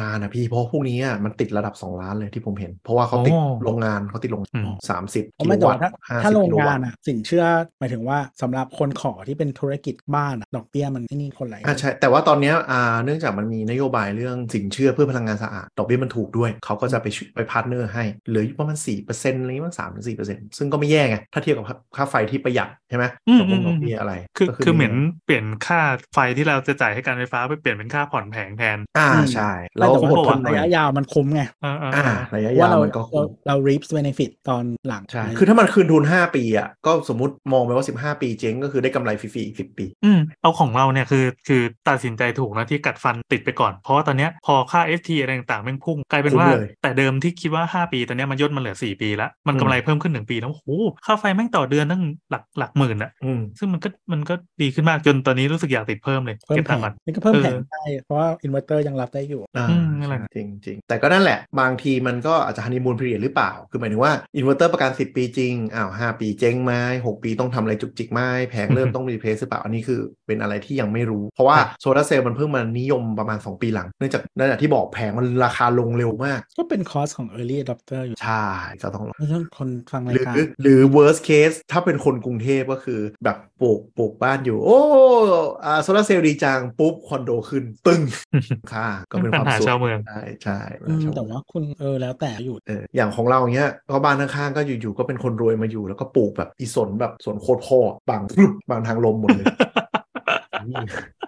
Speaker 2: นานนะพี่เพราะพวกนี้อะมันติดระดับ 2 ล้านเลยที่ผมเห็น เพราะว่าเขาติด
Speaker 3: โอ้
Speaker 2: โรงงานเขาติดโรง
Speaker 4: อืม
Speaker 2: สามสิบ
Speaker 3: เพราะ
Speaker 2: กิโล
Speaker 3: ไม่แต่
Speaker 2: วัต
Speaker 3: ว่า
Speaker 2: ต์
Speaker 3: ถ้า
Speaker 2: ห้า
Speaker 3: ถ้า
Speaker 2: สิบ
Speaker 3: โรง
Speaker 2: กิโลวัต
Speaker 3: งาน
Speaker 2: ต์
Speaker 3: อะสินเชื่อหมายถึงว่าสำหรับคนขอที่เป็นธุรกิจบ้านอะดอกเบี้ยมันไม่นี่คนไหล
Speaker 2: อ่าใช่แต่ว่าตอนเนี้ยอ่าเนื่องจากมันมีนโยบายเรื่องสินเชื่อเพื่อพลังงานสะอาดดอกเบี้ยมันถูกด้วย เขาก็จะไปช่วยไปพาร์ทเนอร์ให้เหลืออยู่ประมาณสี่เปอร์เซ็นต์อะไรประมาณสามถึงสี่เปอร์เซ็นต์ซึ่งก็ไม่แย่ไงถ้าเทียบกับค่าไฟที่ประหยัดใช่ไหม
Speaker 4: อืม
Speaker 2: กับวงด
Speaker 4: อืม
Speaker 2: อกเบี้ยอะไร
Speaker 4: คือ
Speaker 2: ก็
Speaker 4: คือเหมือน
Speaker 2: ดีะ
Speaker 4: เปลี่ยนค่าไฟที่เราจะจ่ายให้การไฟฟ้าไปเปลี่ยนเป็นค่าผ่อนแผงแทน
Speaker 2: อ่าใช่เรา
Speaker 3: แต่
Speaker 2: ก็อด
Speaker 3: ว่า
Speaker 4: ผม
Speaker 2: ท
Speaker 4: ว่
Speaker 2: นหน่อย
Speaker 3: ระยะยาวมันคุ้มไง
Speaker 4: อ่าอ่า
Speaker 2: อ่า
Speaker 4: อ่า
Speaker 2: ระยะา
Speaker 3: ว่าย
Speaker 2: ว
Speaker 3: เรา
Speaker 2: มันก็
Speaker 3: เรา
Speaker 2: คุ้ม
Speaker 3: เรา reaps benefit ตอนหลัง
Speaker 2: ใช่ คือถ้ามันคืนทุน 5 ปีอ่ะ ก็สมมติมองไปว่า 15 ปีเจ๊งก็คือได้กำไรฟรีๆอีก 10 ปี
Speaker 4: อืมเอาของเราเนี่ยคือคือตัดสินใจถูกนะที่กัดฟันติดไปก่อน เพราะว่าตอนเนี้ยพอค่า FT อะไรต่างๆแม่งพุ่งกลายเป็นว่า
Speaker 2: พุ่งเลย
Speaker 4: แต่เดิมที่คิดว่า 5 ปี ตอนเนี้ยมันย่นมาเหลือ 4 ปีละมัน
Speaker 2: อืม
Speaker 4: กำไรเพิ่มขึ้น 1 ปีแล้วโอ้โหค่าไฟแม่งต่อเดือนตั้งหลักหลักหมื่นอะ
Speaker 2: อืม
Speaker 4: ซึ่งมันก็มันก็ดีขึ้นมากจนตอนนี้รู้สึกอยากติดเพิ่มเลย
Speaker 3: เพิ่
Speaker 4: เก็
Speaker 3: ม
Speaker 4: บ
Speaker 3: แผ
Speaker 4: ตัง
Speaker 3: ง
Speaker 4: ค์ก่อน
Speaker 3: นี่ก็เพิ่ม
Speaker 4: เออ
Speaker 3: แผงได้ เพราะว่าอินเวอร์เตอร์ยังรับได้อยู่
Speaker 2: อ่า
Speaker 4: อืมนั่นแหละ
Speaker 2: จริงจริง ๆ แต่ก็นั่นแหละบางทีมันก็อาจจะฮันนีมูนพีเรียดหรือเปล่า คือหมายถึงว่าอินเวอร์เตอร์ประกัน 10 ปีจริง อ้าว 5 ปีเจ๊งไหม6 ปีต้องทำอะไรจุกจิกไหมแพง เริ่มต้องรีเพสหรือเปล่า อันนี้คือเป็นอะไรที่ยังไม่รู้ เพราะว่าโซลาร์เซลล์มันเพิ่งมานิยมประมาณ 2 ปีหลัง เนื่องจากนั่นแหละที่บอกแพงมันราคาลงเร็วมาก
Speaker 3: ก็เป็นคอสของ early adopter อยู่
Speaker 2: ใช่ก็ต้องรอ
Speaker 3: เพราะฉะนั้นคนฟังรา
Speaker 2: หรื
Speaker 3: ย
Speaker 2: อ
Speaker 3: การ
Speaker 2: หรือ worst case ถ้าเป็นคนกรุงเทพก็คือแบบปลูกปลูกบ้านอยู่ โอ้อ่าโซลาร์เซลล์ดีจัง ปุ๊บ คอนโดขึ้น ตึ้ง ค่ะ ก็เป็น
Speaker 4: ปั
Speaker 2: ความ
Speaker 4: ญหา
Speaker 2: สุข
Speaker 4: ชาว เมือง
Speaker 2: ใช่ใช่
Speaker 3: อืม
Speaker 2: ชว
Speaker 3: แต่ว่าคุณเออแล้วแต่อยู่
Speaker 2: เอออย่างของเราเนี้ยก็บ้านข้างๆก็อยู่ๆ ก็เป็นคนรวยมาอยู่ แล้วก็ปลูกแบบอีสนแบบสวนโคตรพ่อบาง บางทางลมหมดเลย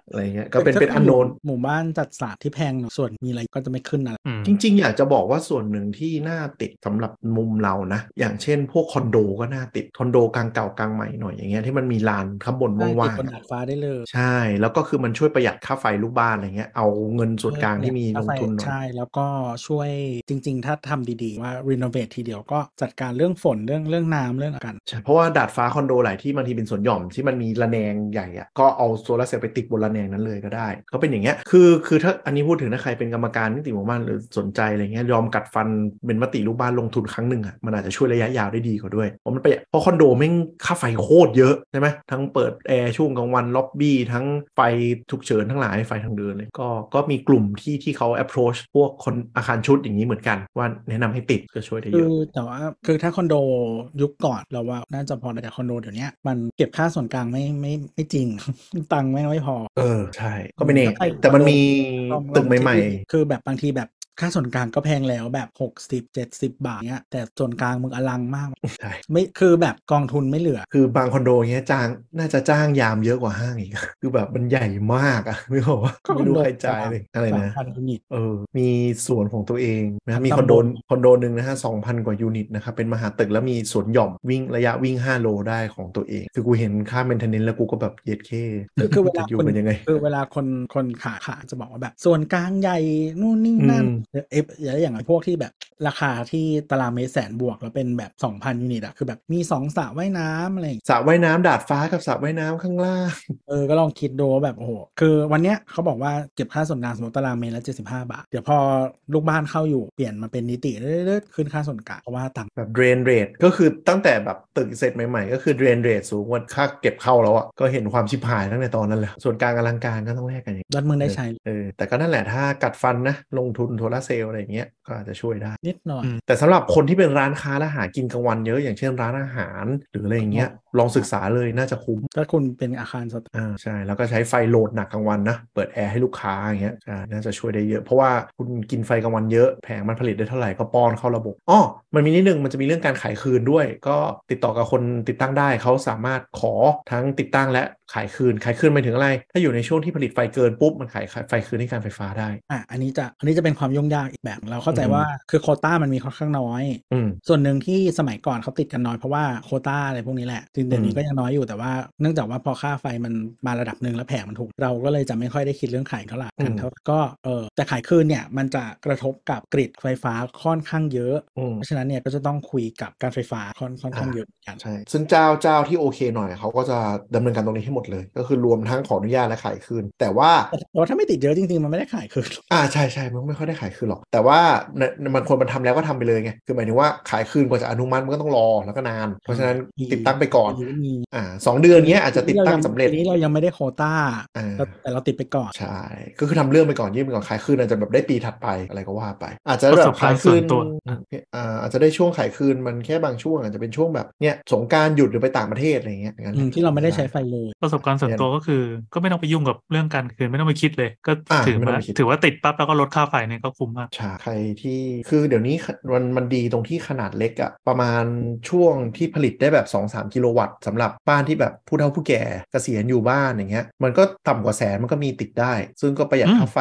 Speaker 2: อะไรเงี้ยก็เป็นเป็นอันโนน
Speaker 3: หมู่บ้านจัดสรรที่แพงหน่อยส่วนมีอะไรก็จะไม่ขึ้นอะไร
Speaker 4: อืม
Speaker 2: จริงๆ อยากจะบอกว่าส่วนหนึ่งที่น่าติดสำหรับมุมเรานะ อย่างเช่นพวกคอนโดก็น่าติดคอนโดกลางเก่ากลางใหม่หน่อยอย่างเงี้ยที่มันมีลานข้างบน
Speaker 3: ได้ติด
Speaker 2: ว่าง
Speaker 3: บน
Speaker 2: ๆ
Speaker 3: ดา
Speaker 2: อะ
Speaker 3: ดฟ้าได้เลย
Speaker 2: ใช่ แล้วก็คือมันช่วยประหยัดค่าไฟลูกบ้านอะไรเงี้ยเอาเงินส่วนกลางที่มีลงทุนหน่อย
Speaker 3: ใช่ แล้วก็ช่วยจริง ๆ ถ้าทำดีๆ ว่ารีโนเวททีเดียวก็จัดการเรื่องฝนเรื่องเรื่องน้ำเรื่องอากาศ
Speaker 2: ใช่เพราะว่าดาดฟ้าคอนโดหลายที่บางทีเป็นสวนหย่อมที่มันมีระแนงใหญ่อะก็เอาโซลาร์เซลล์ไปติดบนระแนงนั้นเลยก็ได้ก็เป็นอย่างเงี้ยคือคือถ้าอันนี้พูดถึงถ้าใครเป็นกรรมการนิติหมู่บ้านหรือสนใจอะไรเงี้ยยอมกัดฟันเป็นมติลูกบ้านลงทุนครั้งหนึ่งอะมันอาจจะช่วยระยะยาวได้ดีกว่าด้วย เพราะมันประหยัดเพราะคอนโดแม่งค่าไฟโคตรเยอะใช่ไหมทั้งเปิดแอร์ช่วงกลางวันล็อบบี้ทั้งไฟฉุกเฉินทั้งหลายไฟทางเดินเลยก็ก็มีกลุ่มที่ที่เขา approach พวกคนอาคารชุดอย่างนี้เหมือนกัน ว่าแนะนำให้ติดก็ช่วยได้
Speaker 3: คื
Speaker 2: เยอะ
Speaker 3: อแต่ว่าคือถ้าคอนโดยุคก่อนเราว่าน่าจะพอแต่คอนโดเดี๋ยวนี้มันเก็บค่าส่วนกลางไม่ไม่ไม่จริง ตังค์แม่งไม่พอ
Speaker 2: เออใช่ก็ไม่แน่
Speaker 3: ใช่
Speaker 2: แต่มันมีตึกใหม่
Speaker 3: ๆคือแบบบางทีแบบค่าส่วนกลางก็แพงแล้วแบบ60 70 บาทเนี้ยแต่ส่วนกลางมึงอลังมาก
Speaker 2: ๆ ใช่
Speaker 3: ไม่คือแบบกองทุนไม่เหลือ
Speaker 2: คือบางคอนโดเงี้ยจ้างน่าจะจ้างยามเยอะกว่าห้างอีก คือแบบมันใหญ่มากอะ ไม่บอกว่า
Speaker 3: ก็ค
Speaker 2: ไม่
Speaker 3: อนโด
Speaker 2: รู้ใครจ่ายเลยอะไรนะ
Speaker 3: สามพันยูนิต
Speaker 2: เออ มีสวนของตัวเองนะมีคอ
Speaker 3: ตำบล
Speaker 2: นโดนคอนโดหนึ่งนะฮะสองพันกว่ายูนิตนะครับ เป็นมหาตึกแล้วมีสวนหย่อมวิ่งระยะวิ่ง 5 โลได้ของตัวเอง คือกูเห็นค่าเมนเทนเนนแล้วกูก็แบบเย็ดเค
Speaker 3: คือคือเวลา
Speaker 2: จะอยู่
Speaker 3: คน
Speaker 2: กันยังไง
Speaker 3: คือเวลาคนคนขาขาจะบอกว่าแบบ ส่วนกลางใหญ่นู่นนี่นั่น
Speaker 2: อืม
Speaker 3: เออเอฟแล้วอย่างไอ้พวกที่แบบราคาที่ตารางเมตรแสนบวกแล้วเป็นแบบ 2,000 ยูนิตอะคือแบบมี 2สระว่ายน้ำอะไรอย่างเงี้ย
Speaker 2: สระว่ายน้ำดาดฟ้ากับสระว่ายน้ำข้างล่าง
Speaker 3: เออก็ลองคิดดูว่าแบบ โอ้โห คือวันเนี้ยเขาบอกว่าเก็บค่าส่วนกลางสมมติตารางเมตรละ75 บาท เดี๋ยวพอลูกบ้านเข้าอยู่เปลี่ยนมาเป็นนิติเรื่อยๆขึ้นค่าส่วนกลางเพราะว่าต่าง
Speaker 2: แบบเดรนเรทก็คือตั้งแต่แบบตึกเสร็จใหม่ๆ ก็คือเดรนเรทสูงกว่าค่าเก็บเข้าแล้วอ่ะก็เห็นความชิบหายตั้งแต่ตอนนั้นแหละส่วนกลางอลังการก็ต้องแลกกันอย่างนี้
Speaker 3: ด้านมึงได้ใช้
Speaker 2: เออแต่ก็นั่นแหละถ้ากัดฟันนะลงทุนโทรเซลอะไรอย่างเงี้ยก็อาจจะช่วยได้
Speaker 3: นิดหน่อย
Speaker 4: อืม
Speaker 2: แต่สำหรับคนที่เป็นร้านค้าและหากินกลางวันเยอะอย่างเช่นร้านอาหาร หรืออะไรอย่างเงี้ยลองศึกษาเลยน่าจะคุ้ม
Speaker 3: ถ้าคุณเป็นอาคารสแต
Speaker 2: อ่าใช่แล้วก็ใช้ไฟโหลดหนักกลางวันนะเปิดแอร์ให้ลูกค้าอย่างเงี้ยใช่น่าจะช่วยได้เยอะ เพราะว่าคุณกินไฟกลางวันเยอะแผงมันผลิตได้เท่าไหร่ก็ป้อนเข้าระบบอ๋อมันมีนิดนึงมันจะมีเรื่องการขายคืนด้วย ก็ติดต่อกับคนติดตั้งได้เขาสามารถขอทั้งติดตั้งและขายคืนขายคืนหมายถึงอะไร ถ้าอยู่ในช่วงที่ผลิตไฟเกินปุ๊บมันขายไฟคืนให้การไฟฟ้าได้
Speaker 3: อ่ะอันนี้จะอันนี้จะเป็นความยุ่งยากอีกแบบ เราเข้าใจ
Speaker 2: อืม
Speaker 3: ว่าคือโควต้ามันมีค่อนข้างน้อย
Speaker 2: อืม
Speaker 3: ส่วนหนึ่งที่สมัยก่อนเขาติดกันน้อยเพราะว่าโควต้าอะไรพวกนี้แหละจริงๆเดี๋ยวนี้
Speaker 2: อืม
Speaker 3: ก็ยังน้อยอยู่แต่ว่าเนื่องจากว่าพอค่าไฟมันมาระดับหนึ่งแล้วแผงมันถูก เราก็เลยจะไม่ค่อยได้คิดเรื่องขายเท่าไหร่กันเท่าก็เออแต่ขายคืนเนี่ยมันจะกระทบกับกริดไฟฟ้าค่อนข้างเยอะ
Speaker 2: อืม
Speaker 3: เพราะฉะนั้นเนี่ยก็จะต้องคุยกับการไฟฟ้าค่อนค่อนข้างเยอะเหมือนกัน
Speaker 2: ใช่ ซึ่งเจ้าเจ้าที่โอเคหน่อยเขาก็จะดำเนินการตรงนี้ให้หมด หมดเลย ก็คือรวมทั้งขออนุญาตและขายคืน แต่ว่า
Speaker 3: แต่ว่าถ้าไม่ติดเยอะจริงๆ มันไม่ได้ขายคืน
Speaker 2: อ่าใช่ใช่มันไม่ค่อยได้ขายคืนหรอก แต่ว่าในบางคนมันทำแล้วก็ทำไปเลยไงคือหมายถึงว่าขายคืนกว่าจะอนุมัติมันก็ต้องรอแล้วก็นาน เพราะฉะนั้น
Speaker 3: อืม
Speaker 2: ติดตั้งไปก่อน
Speaker 3: หรืมี
Speaker 2: อ่าสองเดือนเนี้ยอาจจะติดตั้งสำเร็จ
Speaker 3: ทีนี้เรายังไม่ได้โควต้า
Speaker 2: อ่า
Speaker 3: แล้วแต่เราติดไปก่อน
Speaker 2: ใช่ก็คือทำเรื่องไปก่อนยื่นไปก่อนขายคืนอาจจะแบบได้ปีถัดไปอะไรก็ว่าไป อาจจะแบ
Speaker 4: ประส
Speaker 2: บบ
Speaker 4: การ
Speaker 2: ขา
Speaker 4: ณ์
Speaker 2: ยคื
Speaker 4: ส่วน นตัว
Speaker 2: อ่าอาจจะได้ช่วงขายคืนมันแค่บางช่วง อาจจะเป็นช่วงแบบเนี้ยสงกรารหยุดหรือไปต่างประเทศอะไรอย่างเงี้ยงั้น
Speaker 3: อืมที่เราไม่ได้ใช้ไฟเลย
Speaker 4: ประสบการณ์ส่วนตัวก็คือ ก็ไม่ต้องไปยุ่งกับเรื่องการคืนไม่ต้องไปคิดเลย ก็
Speaker 2: อ่า
Speaker 4: ถือ
Speaker 2: ไม่ต้อง
Speaker 4: ว่า
Speaker 2: ไปคิด
Speaker 4: ถือว่าติดปั๊บแล้วก็ลดค่าไฟเนี่ยก็คุ้มมาก
Speaker 2: ใช่ใครที่คือเดี๋ยวนี้มันมันดีตรงที่ขนาดเล็กอะประมาณช่วงที่ผลิตได้แบบ 2-3 กิโลวัตต์สำหรับบ้านที่แบบผู้เฒ่าผู้แก่เกษียณอยู่บ้านอย่างเงี้ยมันก็ต่ำกว่าแสนมันก็มีติดได้ ซึ่งก็ประหยัด
Speaker 4: อืม
Speaker 2: ค่าไฟ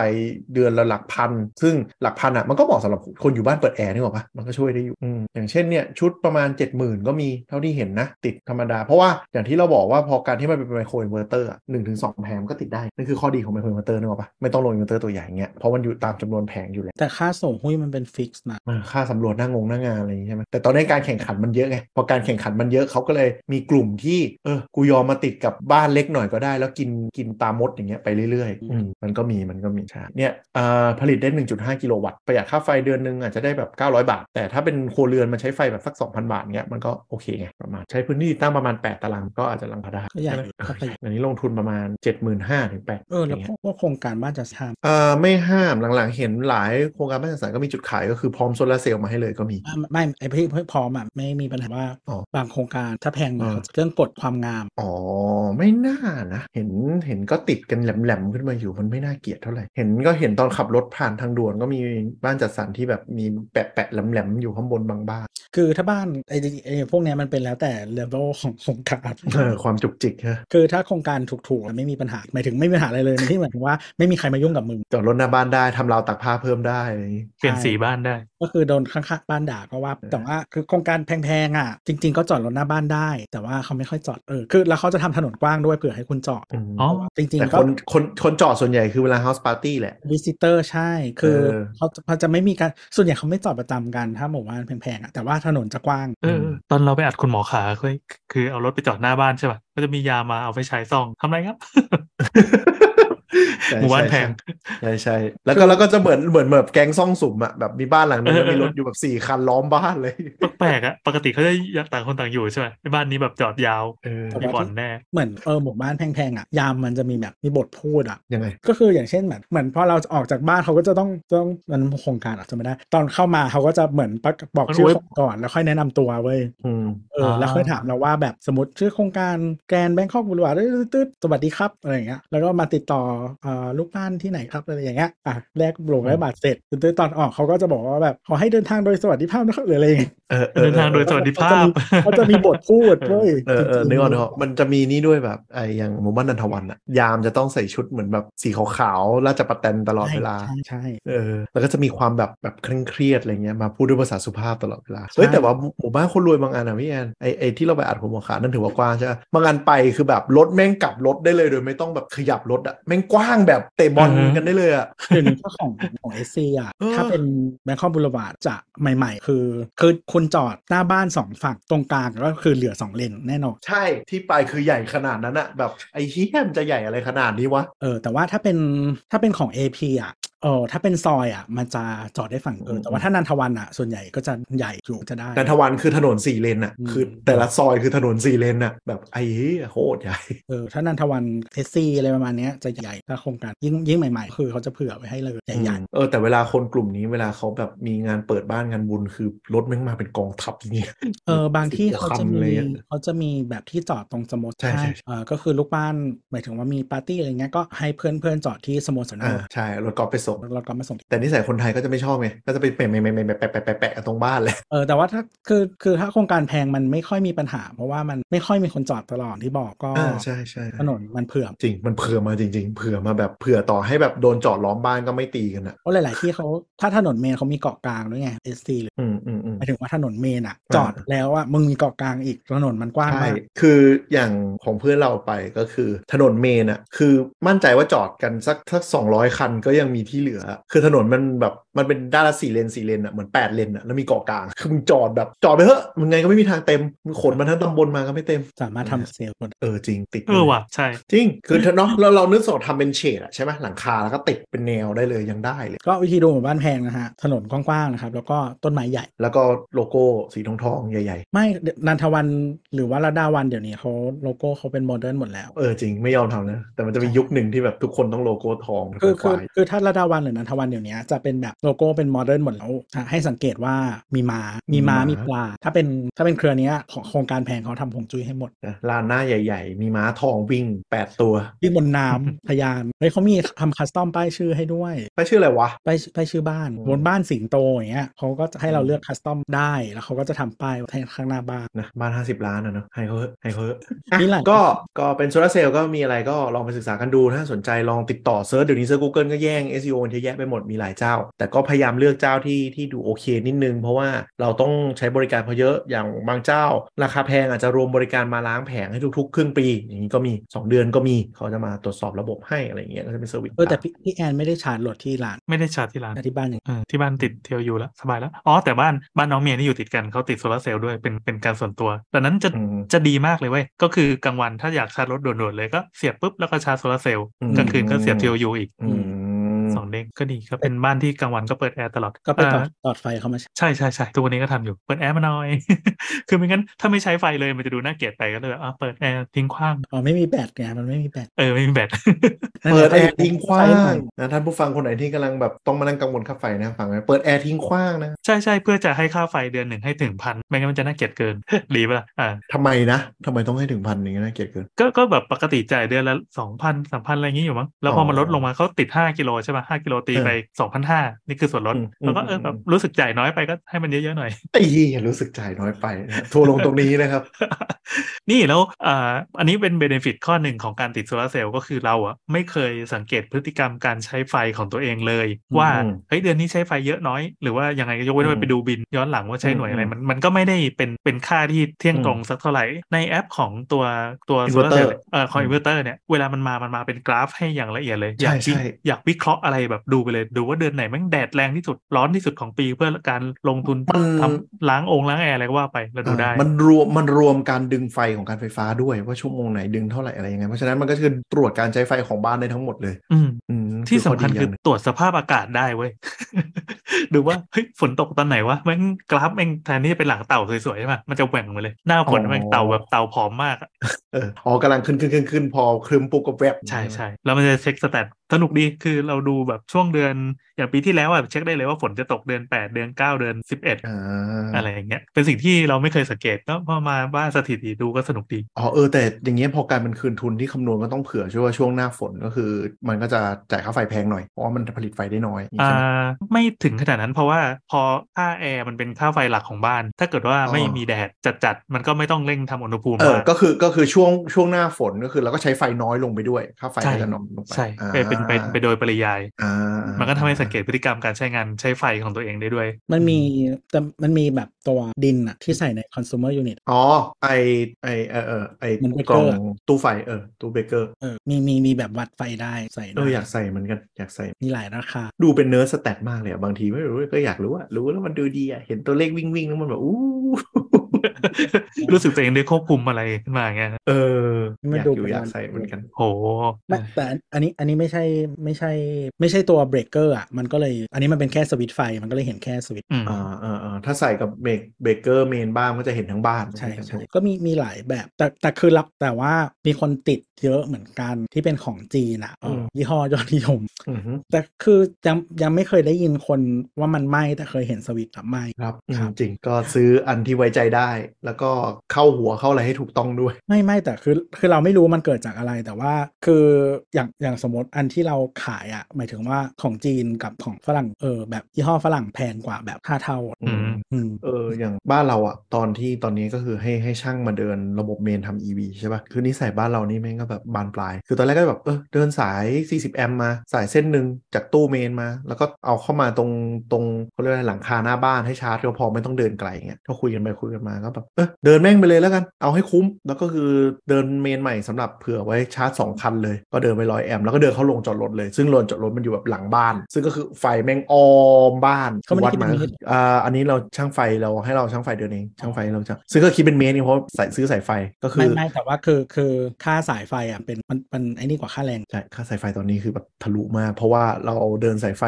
Speaker 2: เดือนละหลักพัน ซึ่งหลักพันอะมันก็เหมาะสำหรับคนอยู่บ้านเปิดแอร์นึกออกปะมันก็ช่วยได้อยู่อืมอย่างเช่นเนี่ยชุดประมาณ 70,000 ก็มีเท่าที่เห็นนะ ติดธรรมดา เพราะว่าอย่างที่เราบอกว่าพอการที่มันเป็นไมโครอินเวอร์เตอร์หนึ่งถึงสองแผงก็ติดได้นั่นคือข้อดีของไมโครอินเวอร์เตอร์นึกออกปะไม่ต้องลงอินเวอร์เตอร์ตัวใหญ่อย่างเงี้ยเพราะมันอยู่ตามจำนวนแผงอยู่แล้ว
Speaker 3: แต่ค่าส่งหุ้ยมันเป็นฟิกซ์นะ
Speaker 2: อ่าค่าสำรวจหน้างงหน้างานอะไรอย่างนี้ใช่ไหมแต่ตอนนี้การแข่งขันมันเยอะไงพอการแข่งขันมันเยอะเขาก็เลยมีกลุ่มที่เออกูยอมมาติดกับบ้านเล็กหน่อยก็ได้ แล้วกินกินตามมดอย่างเงี้ยไปเรื่อยๆอืมมันก็มีมันก็มีใช่เนี่ยเอ่อผลิตได้ 1.5 กิโลวัตต์ประหยัดค่าไฟเดือนหนึงอาจจะได้แบบ 900 บาท แต่ถ้าเป็นครัวเรือนมันใช้ไฟแบบสัก 2,000 บาทเงี้ยมันก็โอเคไงประมาณใช้พื้นที่ตั้งประมาณ 8 ตารางก็อาจจะลังพอได้
Speaker 3: ก็ใหญ่
Speaker 2: ช่ไหม
Speaker 3: ก็ประหยัด
Speaker 2: อันนี้ลงทุนประมาณ 75,000ถึง8
Speaker 3: เออแล้วพวกพวกโครงการบ้านจัดทำ
Speaker 2: เอ่อไม่ห้ามหลังๆ เห็นหลายโครงการบ้านจัดสรรก็มีจุดขายก็คือพร้อมโซลาร์เซลล์มาให้เลยก็มี
Speaker 3: อ่ะไม่ไอพี่พร้อมอ่ะไม่มีปัญหาว่า
Speaker 2: อ๋อบ
Speaker 3: างโครงการถ้าแพงหน่อย
Speaker 2: อ่า
Speaker 3: เขาจะเรื่องกฎความงาม
Speaker 2: อ๋อ ไม่น่านะ เห็นเห็นก็ติดกันแหลมๆขึ้นมาอยู่มันไม่น่าเกลียดเท่าไหร่ เห็นก็เห็นตอนขับรถผ่านทางด่วนก็มีบ้านจัดสรรที่แบบมีแปะๆแหลมๆอยู่ข้างบนบางบ้าน
Speaker 3: คือถ้าบ้านไอไอพวกเนี้ยมันเป็นแล้วแต่เลเวลของโครงการ
Speaker 2: เออความจุกจิกฮะ
Speaker 3: คือถ้าโครงการถูกๆไม่มีปัญหาหมายถึงไม่มีปัญหาอะไรเลยในที่หมายถึงว่าไม่มีใครมายุ่งกับมึง
Speaker 2: จอดรถหน้าบ้านได้ทำราวตากผ้าเพิ่มได้อะไรอย่างงี้
Speaker 4: เปลี่ยน
Speaker 3: ใช่
Speaker 4: สีบ้านได้
Speaker 3: ก็คือโดนข้างๆบ้านด่าก็ว่า
Speaker 2: เออ
Speaker 3: แต่ว่าคือโครงการแพงๆอ่ะ จริง ๆ ก็จอดรถหน้าบ้านได้ แต่ว่าเขาไม่ค่อยจอดเออคือแล้วเขาจะทำถนนกว้างด้วยเผื่อให้คุณจอด
Speaker 2: อืม
Speaker 4: อ๋อ
Speaker 3: จริง
Speaker 2: แต่
Speaker 3: ๆก็
Speaker 2: คนคนคนจอดส่วนใหญ่คือเวลา house party แหละ
Speaker 3: วิสิเตอร์ใช่ คือ
Speaker 2: เออ
Speaker 3: เขาจะเขาจะไม่มีการส่วนใหญ่เขาไม่จอดประจำกันถ้าหมู่บ้านแพงๆอ่ะแต่ว่าถนนจะกว้าง
Speaker 4: เอออ ตอนเราไปอัดคุณหมอขาเคยคือเอารถไปจอดหน้าบ้านใช่ป่ะก็จะมียามาเอาไปใช้ซองทำไรครับ
Speaker 2: ใช่
Speaker 4: หมู่บ้านแพง
Speaker 2: ใช่ใช่แล้วก็แล้วก็จะเหมือนเหมือนแบบแก๊งซ่องสุมอะแบบมีบ้านหลังนึงแล้วมีรถอยู่แบบสี่คันล้อมบ้านเลย
Speaker 4: แปลกๆอะปกติเขาจะต่างคนต่างอยู่ใช่ไหมไอ้บ้านนี้แบบจอดยาว
Speaker 2: เออ
Speaker 4: มีบ่อนแน่
Speaker 3: เหมือนเออหมู่บ้านแพงๆอ่ะยามมันจะมีแบบมีบทพูดอ่ะ
Speaker 2: ยังไง
Speaker 3: ก็คืออย่างเช่นแบบเหมือนพอเราออกจากบ้านเขาก็จะต้องต้องมันโครงการอาจจะไม่ได้ ตอนเข้ามาเขาก็จะเหมือนประกาศบอก
Speaker 4: มัน
Speaker 3: ชื่อ
Speaker 4: เว็บ
Speaker 3: ของก่อนแล้วค่อยแนะนำตัวเว้ย
Speaker 2: อืม
Speaker 3: เออแล้วค่อยถามเราว่าแบบสมมติชื่อโครงการแกรนแบงคอกบุรวาร์ตืดๆสวัสดีครับอะไรอย่างเงี้ยแล้วก็มาติดต่อเอ่อลูกบ้านที่ไหนครับอะไรอย่างเงี้ยอ่ะแลกโลงแลกบัตรเสร็จตืดๆตอนออกเขาก็จะบอกว่าแบบขอให้เดินทางโดยสวัสดิภาพนะครับหรืออะไรอย่างเงี้ย
Speaker 2: เออออ
Speaker 4: เดินทางโดยสวัสดิภาพ
Speaker 3: เขาจะมีบทพูดเว้ย
Speaker 2: เออเออ
Speaker 3: จริงๆ
Speaker 2: นึกออกนึกออกมันจะมีนี่ด้วยแบบไอ้อย่างหมู่บ้านนันทวันอะยามจะต้องใส่ชุดเหมือนแบบสีขาวๆราชประแตนตลอดเวลา
Speaker 3: ใช่ใช่
Speaker 2: เออ แล้วก็จะมีความแบบแบบเคร่งเครียดอะไรเงี้ยมาพูดด้วยภาษาสุภาพตลอดเวลา เฮ้ย แต่ว่าหมู่บ้านคนรวยบางอันอะพี่แอนไอไอที่เราไปอัดหัวหมอขานั่นถือว่ากว้างใช่ไหมบางอันไปคือแบบรถแม่งกลับรถได้เลยโดยไม่ต้องแบบขยับรถอะแม่งกว้างแบบเตะบอล
Speaker 4: อือฮะ
Speaker 2: กันได้เลยอะ
Speaker 3: เดี๋ยวนี้ถ้าของของเอซีอ่ะ
Speaker 2: เออ
Speaker 3: ถ้าเป็นแบงคอกบุรวาจะใหม่ๆ คือ คือคุณจอดหน้าบ้านสองฝั่งตรงกลางก็คือเหลือสองเลนแน่นอน
Speaker 2: ใช่ที่ไปคือใหญ่ขนาดนั้นอะแบบไอ้เฮี้ยมนจะใหญ่อะไรขนาดนี้วะ
Speaker 3: เออแต่ว่าถ้าเป็นถ้าเป็นของ AP อ่ะเออถ้าเป็นซอยอ่ะ มันจะจอดได้ฝั่งเออแต่ว่าถ้านันทวันอ่ะ ส่วนใหญ่ก็จะใหญ่อยู่จะได้
Speaker 2: นันทวันคือถนนสี่เลนน่ะ
Speaker 3: อืม
Speaker 2: คือแต่ละซอยคือถนนสี่เลนน่ะแบบไอ้เหี้ยโคตรใหญ่
Speaker 3: เออถ้านันทวันเอซีอะไรประมาณเนี้ยจะใหญ่ถ้าโครงการยิ่งยิ่งใหม่ๆ คือเขาจะเผื่อไว้ให้เลยใหญ่
Speaker 2: เออแต่เวลาคนกลุ่มนี้เวลาเขาแบบมีงานเปิดบ้านงานบุญคือรถแม่งมาเป็นกองทัพอย่างเงี้ย
Speaker 3: ๆเออบางที่เขาจะ
Speaker 2: สิบกว่าคันเล
Speaker 3: มี
Speaker 2: ยอะ
Speaker 3: เขาจะมีแบบที่จอดตรงสโมสร
Speaker 2: ใช่ใช่ใช่
Speaker 3: เออก็คือลูกบ้านหมายถึงว่ามีปาร์ตี้อะไรเงี้ยก็ให้เพื่อนๆจอดที่สโมสรห
Speaker 2: อ่า
Speaker 3: น้าโรง
Speaker 2: ใช่รถกอล์ฟไปส่ง
Speaker 3: เราก็มาส่งที่
Speaker 2: แต่นิสัยคนไทยก็จะไม่ชอบไงก็จะไปแปะแปะแปะแปะแปะแปะแปะตรงบ้านเลย
Speaker 3: เออแต่ว่าถ้าคือคือถ้าโครงการแพงมันไม่ค่อยมีปัญหา เพราะว่ามันไม่ค่อยมีคนจอดตลอดที่บอกก็
Speaker 2: อ่าใช่ใช่
Speaker 3: ถนนมันเผื่อ
Speaker 2: จริงมันเผื่อมาจริง ๆ เผื่อมาแบบเผื่อต่อให้แบบโดนจอดล้อมบ้านก็ไม่ตีกันอ่ะ
Speaker 3: เพราะหลาย ๆ ที่เขาถ้าถนนเมนเขามีเกาะกลางด้วยไงเอสซีหรือ
Speaker 2: อืมอืมอืม
Speaker 3: หมายถึงว่าถนนเมนอะ
Speaker 2: อ่า
Speaker 3: จอดแล้วอะมึงมีเกาะกลางอีกถนนมันกว้าง
Speaker 2: ใช่
Speaker 3: มาก
Speaker 2: คืออย่างของเพื่อนเราไปก็คือถนนเมนอะคือมั่นใจว่าจอดกันสักสักสองร้อยคันก็ยังมีที่ ที่เหลือ คือถนนมันแบบมันเป็นด้านละสี่เลนสี่เลนอ่ะเหมือนแปดเลนอ่ะแล้วมีเกาะกลางคือมึงจอดแบบจอดไปเถอะมึงไงก็ไม่มีทางเต็มมึงขนมันทั้งตำบลมาก็ไม่เต็ม
Speaker 3: สามารถทำเซลล์หมด
Speaker 2: เออจริงติด
Speaker 4: เออว่ะใช่
Speaker 2: จริงคือเนาะเราเรานึกสอดทำเป็นเฉดอะใช่ไหมหลังคาแล้วก็ติดเป็นแนวได้เลยยังได้เลย
Speaker 3: ก็วิธีดูหมู่บ้านแพงนะฮะ ถนนกว้างๆนะครับ แล้วก็ต้นไม้ใหญ่
Speaker 2: แล้วก็โลโก้สีทองทองๆใหญ่
Speaker 3: ไม่เดี๋ยวนันทวันหรือว่าระดาวันเดี๋ยวนี้เขาโลโก้เขาเป็นโมเดิร์นหมดแล้ว
Speaker 2: ๆ เออจริงไม่ยอมทำนะแต่มันจะมียุคหนึ่งที่แบบทุกคนต้องโลโก้ทอง
Speaker 3: คือ
Speaker 2: เป็นค
Speaker 3: คือ
Speaker 2: วาย
Speaker 3: คือถ้าระดาวันหรือนันทวันเดี๋ยวนี้จะเป็นแบบโลโก้เป็นโมเดิร์นหมดแล้วอ่ะให้สังเกตว่ามีมา้ามีม้ามีปลา ถ้าเป็นถ้าเป็นเครือเนี้ยของโครงการแพงเขาทำผงจุ้ยให้หมด
Speaker 2: นะลานหน้าใหญ่ ๆ มีม้าทองวิ่ง 8 ตัว
Speaker 3: ที่บนน้ ำ พยานเฮ้ยเขามีทำคัสตอมป้ายชื่อให้ด้วย
Speaker 2: ไม่ชื่ออะไรวะ
Speaker 3: ไปไปชื่อบ้าน
Speaker 2: อืม
Speaker 3: บนบ้านสิงโตอย่างเงี้ยเขาก็จะให้เราเลือกคัสตอมได้แล้วเขาก็จะทำป้ายไว้ข้างหน้าบ้าน
Speaker 2: นะบ้าน 50 ล้านอะเนาะให้เขาเถอะให้เขาเถอะ
Speaker 3: นี่แหละ
Speaker 2: อ่ะก็ก็เป็นโซลาร์เซลล์ก็มีอะไรก็ลองไปศึกษากันดูถ้าสนใจลองติดต่อเซิร์ชเดี๋ยวนี้เซิร์ช Google ก็แย่ง SEO มันเยอะแยะไปหมดมีหลายเจ้า แต่ก็พยายามเลือกเจ้าที่ที่ดูโอเคนิดนึง เพราะว่าเราต้องใช้บริการเขาเยอะอย่างบางเจ้า ราคาแพงอาจจะรวมบริการมาล้างแผงให้ทุกๆ ครึ่งปี อย่างนี้ก็มี 2 เดือนก็มีเขาจะมาตรวจสอบระบบให้อะไรอย่างเงี้ยก็จะเป็นเซอร์วิส
Speaker 3: เออแต่พี่พี่แอนไม่ได้ชาร์จรถที่ร้าน
Speaker 4: ไม่ได้ชาร์จที่ร้าน
Speaker 3: แต่ที่บ้านอย่าง
Speaker 4: เออที่บ้านติดเทลอยู่แล้วสบายแล้วอ๋อแต่บ้านบ้านน้องเมียนี่อยู่ติดกันเขาติดโซลาร์เซลล์ด้วยเป็นเป็นการส่วนตัวดังนั้นจะ
Speaker 2: อืม
Speaker 4: จะดีมากเลยเว้ยก็คือกลางวันถ้าอยากชาร์จรถด่วนๆเลยก็เสียบปุ๊บแล้วก็ชาร์จโซลาร์เซลล์
Speaker 2: อืม
Speaker 4: กลางคืนก็เสียบเทลอยู่อีก
Speaker 2: อืม
Speaker 4: สองเด้งก็ดีก็เป็นบ้านที่กลางวันก็เปิดแอร์ตลอด
Speaker 3: ก็ไปต่อ
Speaker 4: เออ
Speaker 3: ตอดไฟเขามาใช้
Speaker 4: ใช่ใช่ใช่ทุกวันนี้ก็ทำอยู่เปิดแอร์มาหน่อย คือไม่งั้นถ้าไม่ใช้ไฟเลยมันจะดูน่าเกลียดไปก็เลยแบบอ่ะเปิดแอร์ทิ้งขว้าง
Speaker 3: อ๋อไม่มีแบตไงมันไม่มีแบต
Speaker 4: เออไม่มีแบต
Speaker 3: นั่นไ
Speaker 2: เปิดแอร์
Speaker 3: ก็เลย
Speaker 2: ทิ้งขว้า
Speaker 3: ใช้หน่อง ย
Speaker 2: นะท่านผู้ฟังคนไหนที่กำลังแบบต้องมานั่งกังวลค่าไฟนะฟังไว้เปิดแอร์ทิ้งขว้างนะ
Speaker 4: ใช่ใช่เพื่อจะให้ค่าไฟเดือนหนึ่งให้ถึงพันไม่งั้นมันจะน่าเกลียดเกิน รีบละอ่า
Speaker 2: ทำไมนะทำไมต้องให้ถึงพันอย่างนี้นะเกลียดเกิน
Speaker 4: ก็ก็แบบปกติจ่ายเดือนละสองพันสามพันอะไรอย่างงี้อยู่มั้งแล้วพอมัน
Speaker 2: อ๋อ
Speaker 4: ลดลงมาเขาติดห้ากิโลใช่ป่ะห้ากิโลตี
Speaker 2: เออ
Speaker 4: ไปสองพันห้านี่คือส่วนลด
Speaker 2: อืม
Speaker 4: แล้วก็เออ
Speaker 2: ม
Speaker 4: อแบบรู้สึกจ่ายน้อยไปก็ให้มันเยอะๆหน่อย
Speaker 2: ไอ้เหี้ยรู้สึกจ่ายน้อยไปนะทัวร์ลงตรงนี้นะครับ
Speaker 4: นี่แล้วอ่าอันนี้เป็นเบนฟิตข้อหนึ่งของการติดโซลาร์เซลล์ก็คือเราอะไม่เคยสังเกตพฤติกรรมการใช้ไฟของตัวเองเลย ว่า
Speaker 2: อืม
Speaker 4: เฮ้ยเดือนนี้ใช้ไฟเยอะน้อย หรือว่ายังไงก็ยกเว้น
Speaker 2: อื
Speaker 4: ว่าม ไปดูบินย้อนหลังว่าใช้หน่วยอะไร
Speaker 2: อืม
Speaker 4: มันมันก็ไม่ได้เป็นเป็นค่าที่เที่ยงตรงสักเท่าไหร่ ในแอปของตัวตัวโซลาร์เซล
Speaker 2: Inverter
Speaker 4: ล์เอ่อของ
Speaker 2: อืม
Speaker 4: อินเวอร์เตอร์เนี่ยเวลามันมามันมาเป็นกราฟให้อย่างละเอียดเลย อยาก
Speaker 2: ใช่
Speaker 4: วิ
Speaker 2: ใช่
Speaker 4: อยากวิเคราะห์อะไรแบบดูไปเลยดูว่าเดือนไหนแมันแดดแรงที่สุดร้อนที่สุดของปีเพื่อการลงทุน
Speaker 2: มัน
Speaker 4: ทำล้างองค์ล้างแอร์อะไรก็ว่าไปแล้วดูได้
Speaker 2: อ่ามันรวมมันรวมการดึงไฟของการไฟฟ้าด้วยว่าชั่วโมงไหนดึงเท่าไหร่อะไรยังไงเพราะฉะนั้นมันก็คือตรวจการใช้ไฟของบ้านได้ทั้งหมดเลย
Speaker 4: อืม
Speaker 2: อืม
Speaker 4: ที่สำคัญ
Speaker 2: อข้ดี
Speaker 4: คื
Speaker 2: ย่า
Speaker 4: อง
Speaker 2: หนึ่ง
Speaker 4: ตรวจสภาพอากาศได้เว้ย ดูว่าเฮ้ยฝนตกตอนไหนวะแม่งกราฟแม่งแทนที่จะเป็นหลังเต่าสวยๆใช่ปะมันจะแหว่งมาเลย หน้าฝนแม่งเต่าแบบเต่าผอมมากอะ
Speaker 2: เอออ๋อกำลังขึ้นขึ้นขึ้นขึ้นพอครึมปุ๊บก็แวบ
Speaker 4: ใช่ใช่แล้วมันจะเช็คสแตทสนุกดีคือเราดูแบบช่วงเดือน อย่างปีที่แล้วอะเช็คได้เลยว่าฝนจะตกเดือน 8 เดือน 9 เดือน 11
Speaker 2: อ่า
Speaker 4: อะไรอย่างเงี้ยเป็นสิ่งที่เราไม่เคยสังเกตก็พอมาบ้านสถิติดูก็สนุกดี
Speaker 2: อ๋อเออแต่อย่างเงี้ยพอการเป็นคืนทุนที่คำนวณก็ต้องเผื่อช่วยว่าช่วงหน้าฝนก็คือ มันก็จะจ่ายค่าไฟแพงหน่อยเพราะว่ามันผลิตไฟได้น้อยอย่างงี้
Speaker 4: อ่า
Speaker 2: ใช่ไหม
Speaker 4: ไม่ถึงขนาดนั้นเพราะว่าพอค่าแอร์มันเป็นค่าไฟหลักของบ้าน ถ้าเกิดว่าไม่
Speaker 2: อ๋อ
Speaker 4: มีแดดจัดๆมันก็ไม่ต้องเร่งทำอุณหภูมิ
Speaker 2: เออ
Speaker 4: มาก
Speaker 2: ก็คือ ก็คือช่วง ช่วงหน้าฝนก็คือเราก็ใช้ไฟน้อยลงไปด้วย ค่าไฟ
Speaker 4: ใช่
Speaker 2: ก็จะน้อยลงไป
Speaker 4: ใช่
Speaker 2: อ่า
Speaker 4: ไปเป็นไปไปโดยปริยาย
Speaker 2: อ่า
Speaker 4: มันก็ทำให้สังเกตพฤติกรรมการใช้งานใช้ไฟของตัวเองได้ด้วย
Speaker 3: มันมีแต่มันมีแบบตัวดินอะที่ใส่ใน consumer unit
Speaker 2: อ๋อ ไอ ไอ เออเออไอ
Speaker 3: มันเบเกอร์
Speaker 2: กล่องตู้ไฟ เออ ตู้เบเกอร์
Speaker 3: เออมีมีมีแบบวัดไฟได้ใส่
Speaker 2: เอ
Speaker 3: ได้
Speaker 2: อ อยากใส่เหมือนกัน อยากใส่
Speaker 3: มีหลายราคา
Speaker 2: ดูเป็นเนื้อสแตทมากเลยอะบางทีไม่รู้ก็อยากรู้อะรู้แล้วมันดูดีอะเห็นตัวเลขวิ่งวิ่งๆแล้วมันแบบ อู้
Speaker 4: รู้สึกตัวเองได้ควบคุมอะไรขึ้นมาอย่างเงี้ย
Speaker 2: เออ
Speaker 3: มั
Speaker 2: อ
Speaker 3: น
Speaker 2: ยาก
Speaker 3: ดู
Speaker 2: อ
Speaker 3: เป็
Speaker 2: ยู่
Speaker 3: น
Speaker 2: อยากใส่เหมือนกัน
Speaker 4: โห
Speaker 3: ไม่แต่อันอันนี้อันนี้ไม่ใช่ไม่ใช่ ไม่ใช่ตัวเบรกเกอร์อ่ะมันก็เลยอันนี้มันเป็นแค่สวิตช์ไฟมันก็เลยเห็นแค่สวิตช์
Speaker 4: อืม
Speaker 2: อ่าอ่าอ่าถ้าใส่กับเบกเบเกอร์เมนบ้านก็จะเห็นทั้งบ้าน
Speaker 3: ใช่ใช่ก็มีมีหลายแบบ แต่แต่คือรับแต่ว่ามีคนติดเยอะเหมือนกันที่เป็นของจีนอ่ะเออยี่ห้อยอดนิยม
Speaker 2: อือฮึ
Speaker 3: แต่คือยังยังไม่เคยได้ยินคนว่ามันไหมแต่เคยเห็นสวิตช์อะไหม
Speaker 2: ครับ
Speaker 3: ครับ
Speaker 2: จริงๆก็ซื้ออันที่ไว้ใจได้ แล้วก็เข้าหัวเข้าอะไรให้ถูกต้องด้วย
Speaker 3: ไม่ไม่แต่คือคือเราไม่รู้มันเกิดจากอะไรแต่ว่าคืออย่างอย่างสมมติอันที่เราขายอะ่ะหมายถึงว่าของจีนกับของฝรั่งเออแบบยี่ห้อฝรั่งแพงกว่าแบบห้าเท่าอะ
Speaker 4: อืม
Speaker 3: อืม
Speaker 2: เอออย่างบ้านเราอะตอนที่ตอนนี้ก็คือให้ให้ช่างมาเดินระบบเมนทำ EV ใช่ปะ่ะคือนิสัยบ้านเรานี่แม่งก็แบบบานปลาย คือตอนแรกก็แบบเออเดินสาย 40 แอมป์มาสายเส้นหนึ่งจากตู้เมนมา แล้วก็เอาเข้ามาตรงตรงเขาเรียกว่าอะไรหลังคาหน้าบ้านให้ชาร์จก็พอไม่ต้องเดินไกลเงี้ยก็คุยกันไปคุยกันมาก็แบบ เออเดินแม่งไปเลยแล้วกัน เอาให้คุ้ม แล้วก็คือเดินเมนใหม่สำหรับเผื่อไว้ชาร์จสองคันเลย ก็เดินไปร้อยแอมป์แล้วก็เดินเข้าโรงจอดรถเลย ซึ่งโรงจอดรถมันอยู่แบบหลังบ้าน ซึ่งก็คือไฟแม่งออมบ้าน
Speaker 3: เขาไม่
Speaker 2: วั
Speaker 3: ได้
Speaker 2: ด
Speaker 3: คิด
Speaker 2: มา
Speaker 3: เป็นเมตร
Speaker 2: อ่าอันนี้เราช่างไฟเราให้เราช่างไฟเดือนเองช่างไฟเราช่างซึ่งก็คิดเป็นเมตรนี่เพราะใส่ซื้อสายไฟก็คื
Speaker 3: ไม่
Speaker 2: อ
Speaker 3: ไม่แต่ว่าคือคือค่าสายไฟอ่ะเป็นมันมันไอ้นี่กว่าค่าแรง
Speaker 2: ใช่ค่าสายไฟตอนนี้คือแบบทะลุมาก เพราะว่าเราเดินสายไฟ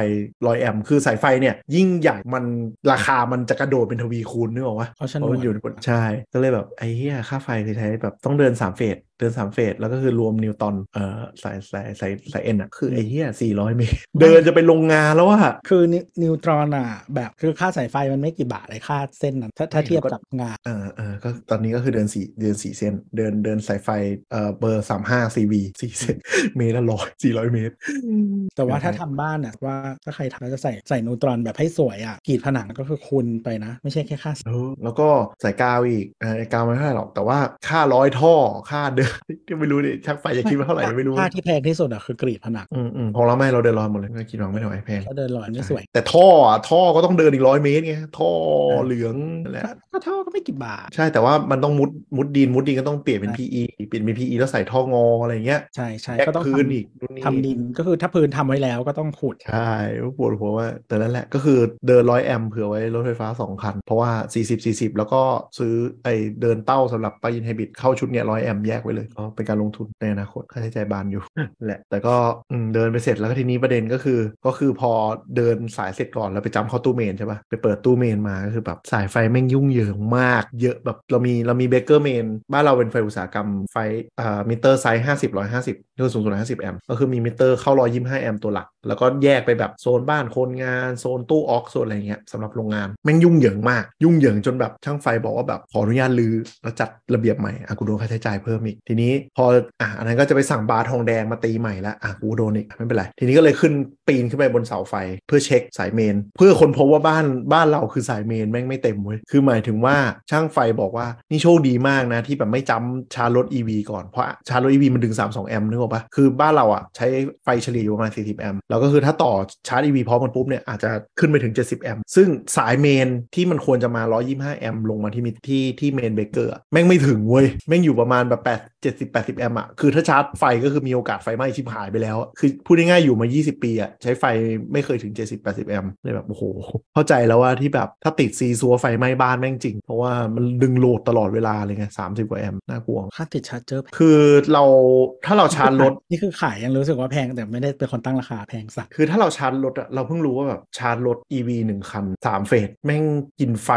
Speaker 2: ร้อยแอมป์คือสายไฟเนี่ย ยิ่งใหญ่มันราคามันจะกระโดดเป็นทวีคูณนึกออกวะ
Speaker 3: เพราะฉะนั้น
Speaker 2: มันอยู่ในกฎใช่ ก็เลยแบบไอ้เหี้ยค่าไฟคือใช้แบบต้องเดิน 3 เฟสเดิน 3 เฟสแล้วก็คือรวมนิวตันเอ่อสายสายสายสายเอ็นอะคือไอ้เหี้ย400 เมตร เดินจะไปโรงงานแล้วอะ
Speaker 3: คือนินิวตรอนอ่ะแบบคือค่าสายไฟมันไม่กี่บาทเลยค่าเส้นนั้นถ้าถ้าเทียบกับงาน
Speaker 2: เออเออก็ตอนนี้ก็คือเดินสี่เดินสี่เส้น เดินเดินสายไฟเอ่อเบอร์สามห้าซีวีสี่เส้น เมตรละร้อยสี่ร้อยเมตร
Speaker 3: แต่ว่า
Speaker 2: ใช่
Speaker 3: ถ้าทำบ้านอ่ะว่าถ้าใครทำแล้วจะใส่ใส่นิวตรอนแบบให้สวยอ่ะกรีดผนังก็คือคูณไปนะ ไม่ใช่แค่ค่า
Speaker 2: เออแล้วก็สายกาวอีกเออไอ้กาวไม่เท่าไหร่หรอกแต่ว่าค่าร้อยท่อค่าเดิน ยังไม่รู้ดิช่างไฟจะคิดว่าเท่าไหร่ไม่รู้
Speaker 3: ค่าที่แพงที่สุดอ่ะคือกรีดผนัง
Speaker 2: อืมอืมของเราไม่เราเดินร้อยหมดเลยไม่คิดว่าไม่ไหวแพง
Speaker 3: ก็เดินลอยไม่สวย
Speaker 2: แต่ท่ออ่ะท่อก็ต้องเดินอีกร้อยเมตรไงท่อ
Speaker 3: ใช่
Speaker 2: เหลืองนั่นแหละ
Speaker 3: ก็ก็เท่าก็ไม่กี่บาท
Speaker 2: ใช่แต่ว่ามันต้องมุดมุดดินมุดดินก็ต้องเปลี่ยนเป็น
Speaker 3: ใช่
Speaker 2: PE เปลี่ยนเป็น PE แล้วใส่ท่องออะไรเงี้ย
Speaker 3: ใช่ใช่
Speaker 2: แยก
Speaker 3: ก็ต้อง
Speaker 2: พื้น
Speaker 3: ทำ
Speaker 2: อีกนู่นนี่
Speaker 3: ทำดินก็คือถ้าพื้นทำไว้แล้วก็ต้องขุด
Speaker 2: ใช่ปวดหัวว่ากแต่นั่นแหละก็คือเดินร้อยแอมป์เผื่อไว้รถไฟฟ้า 2 คัน เพราะว่า 40 40 แล้วก็ซื้อไอเดินเต้าสำหรับปายินไฮบริดเข้าชุดเนี่ยร้อยแอมป์แยกไว้เลยก็เป็นการลงทุนในอนาคตค่าใช้จ่ายบานอยู่ แหละ แต่ก็อืมเดินไปเสร็จแล้วก็ทีนี้ประเด็นก็คือ ก็คือพอเดินสายเสร็จก่อนแล้วไปจำเข้าตู้เมนใช่ปะไปเปิดตู้เมนมาก็คือแบบสายไฟแม่งยุ่งเหยิงมาก เยอะแบบเรามีเรามีเบเกอร์เมนบ้านเราเป็นไฟอุตสาหกรรมไฟอ่ามิเตอร์ไซส์ห้าสิบร้อยห้าสิบเรื่องสูงสุดร้อยห้าสิบแอมป์ก็คือมีมิเตอร์เข้าร้อยยี่ห้าแอมป์ตัวหลัก แล้วก็แยกไปแบบโซนบ้านคนงานโซนตู้ออกโซนอะไรเงี้ยสำหรับโรงงานแม่งยุ่งเหยิงมาก ยุ่งเหยิงจนแบบช่างไฟบอกว่าแบบขออนุญาตลือแล้วจัดระเบียบใหม่อ่ะกูโดนค่าใช้จ่ายเพิ่มอีกทีนี้พออ่ะอันนั้นก็จะไปสั่งบาร์ทองแดงมาตีใหม่ละอ่ะกูโดนอีกไม่เป็นไรทีนี้ก็เลยขึ้นปีนขึ้นไปบนเสาไฟ เพื่อเช็คสายเมน เพื่อคนพบว่าบ้านบ้านเราคือสายเมนแม่งไม่เต็มเว้ยคือหมายถึงว่าช่างไฟบอกว่านี่โชคดีมากนะที่แบบไม่จำชาร์จรถ EV ก่อนเพราะชาร์จรถ EV มันดึง 32 แอมป์นึกออกปะคือบ้านเราอ่ะใช้ไฟเฉลี่ยอยู่ประมาณ 40 แอมป์แล้วก็คือถ้าต่อชาร์จ EV พร้อมกันปุ๊บเนี่ยอาจจะขึ้นไปถึง 70 แอมป์ซึ่งสายเมนที่มันควรจะมา 125 แอมป์ลงมาที่มิที่ที่เมนเบเกอร์อะแม่งไม่ถึงเว้ยแม่งอยู่ประมาณแบบ8 70 80 แอมป์อ่ะคือถ้าชาร์จไฟก็คือมีโอกาสไฟไหม้ชิบหายไปแล้วอะคือพูดง่ายๆอยู่มา 20 ปีอ่ะใช้ไฟไม่เคยถึง 70 80 แอมป์เลยแบบโอ้โหเข้าใจแล้วว่าที่แบบถ้าติดซีซัวไฟไหม้บ้านแม่งจริงเพราะว่ามันดึงโหลดตลอดเวลาเลยไง30กว่าแอมป์น่ากลัว
Speaker 3: ค่าติดชาร์จเจอร์
Speaker 2: คือเราถ้าเราชาร์จรถ
Speaker 3: นี่คือขายยังรู้สึกว่าแพงแต่ไม่ได้เป็นคนตั้งราคาแพงสัก
Speaker 2: คือถ้าเราชาร์จรถอะเราเพิ่งรู้ว่าแบบชาร์จรถ EV 1 คัน 3 เฟส แม่งกินไฟ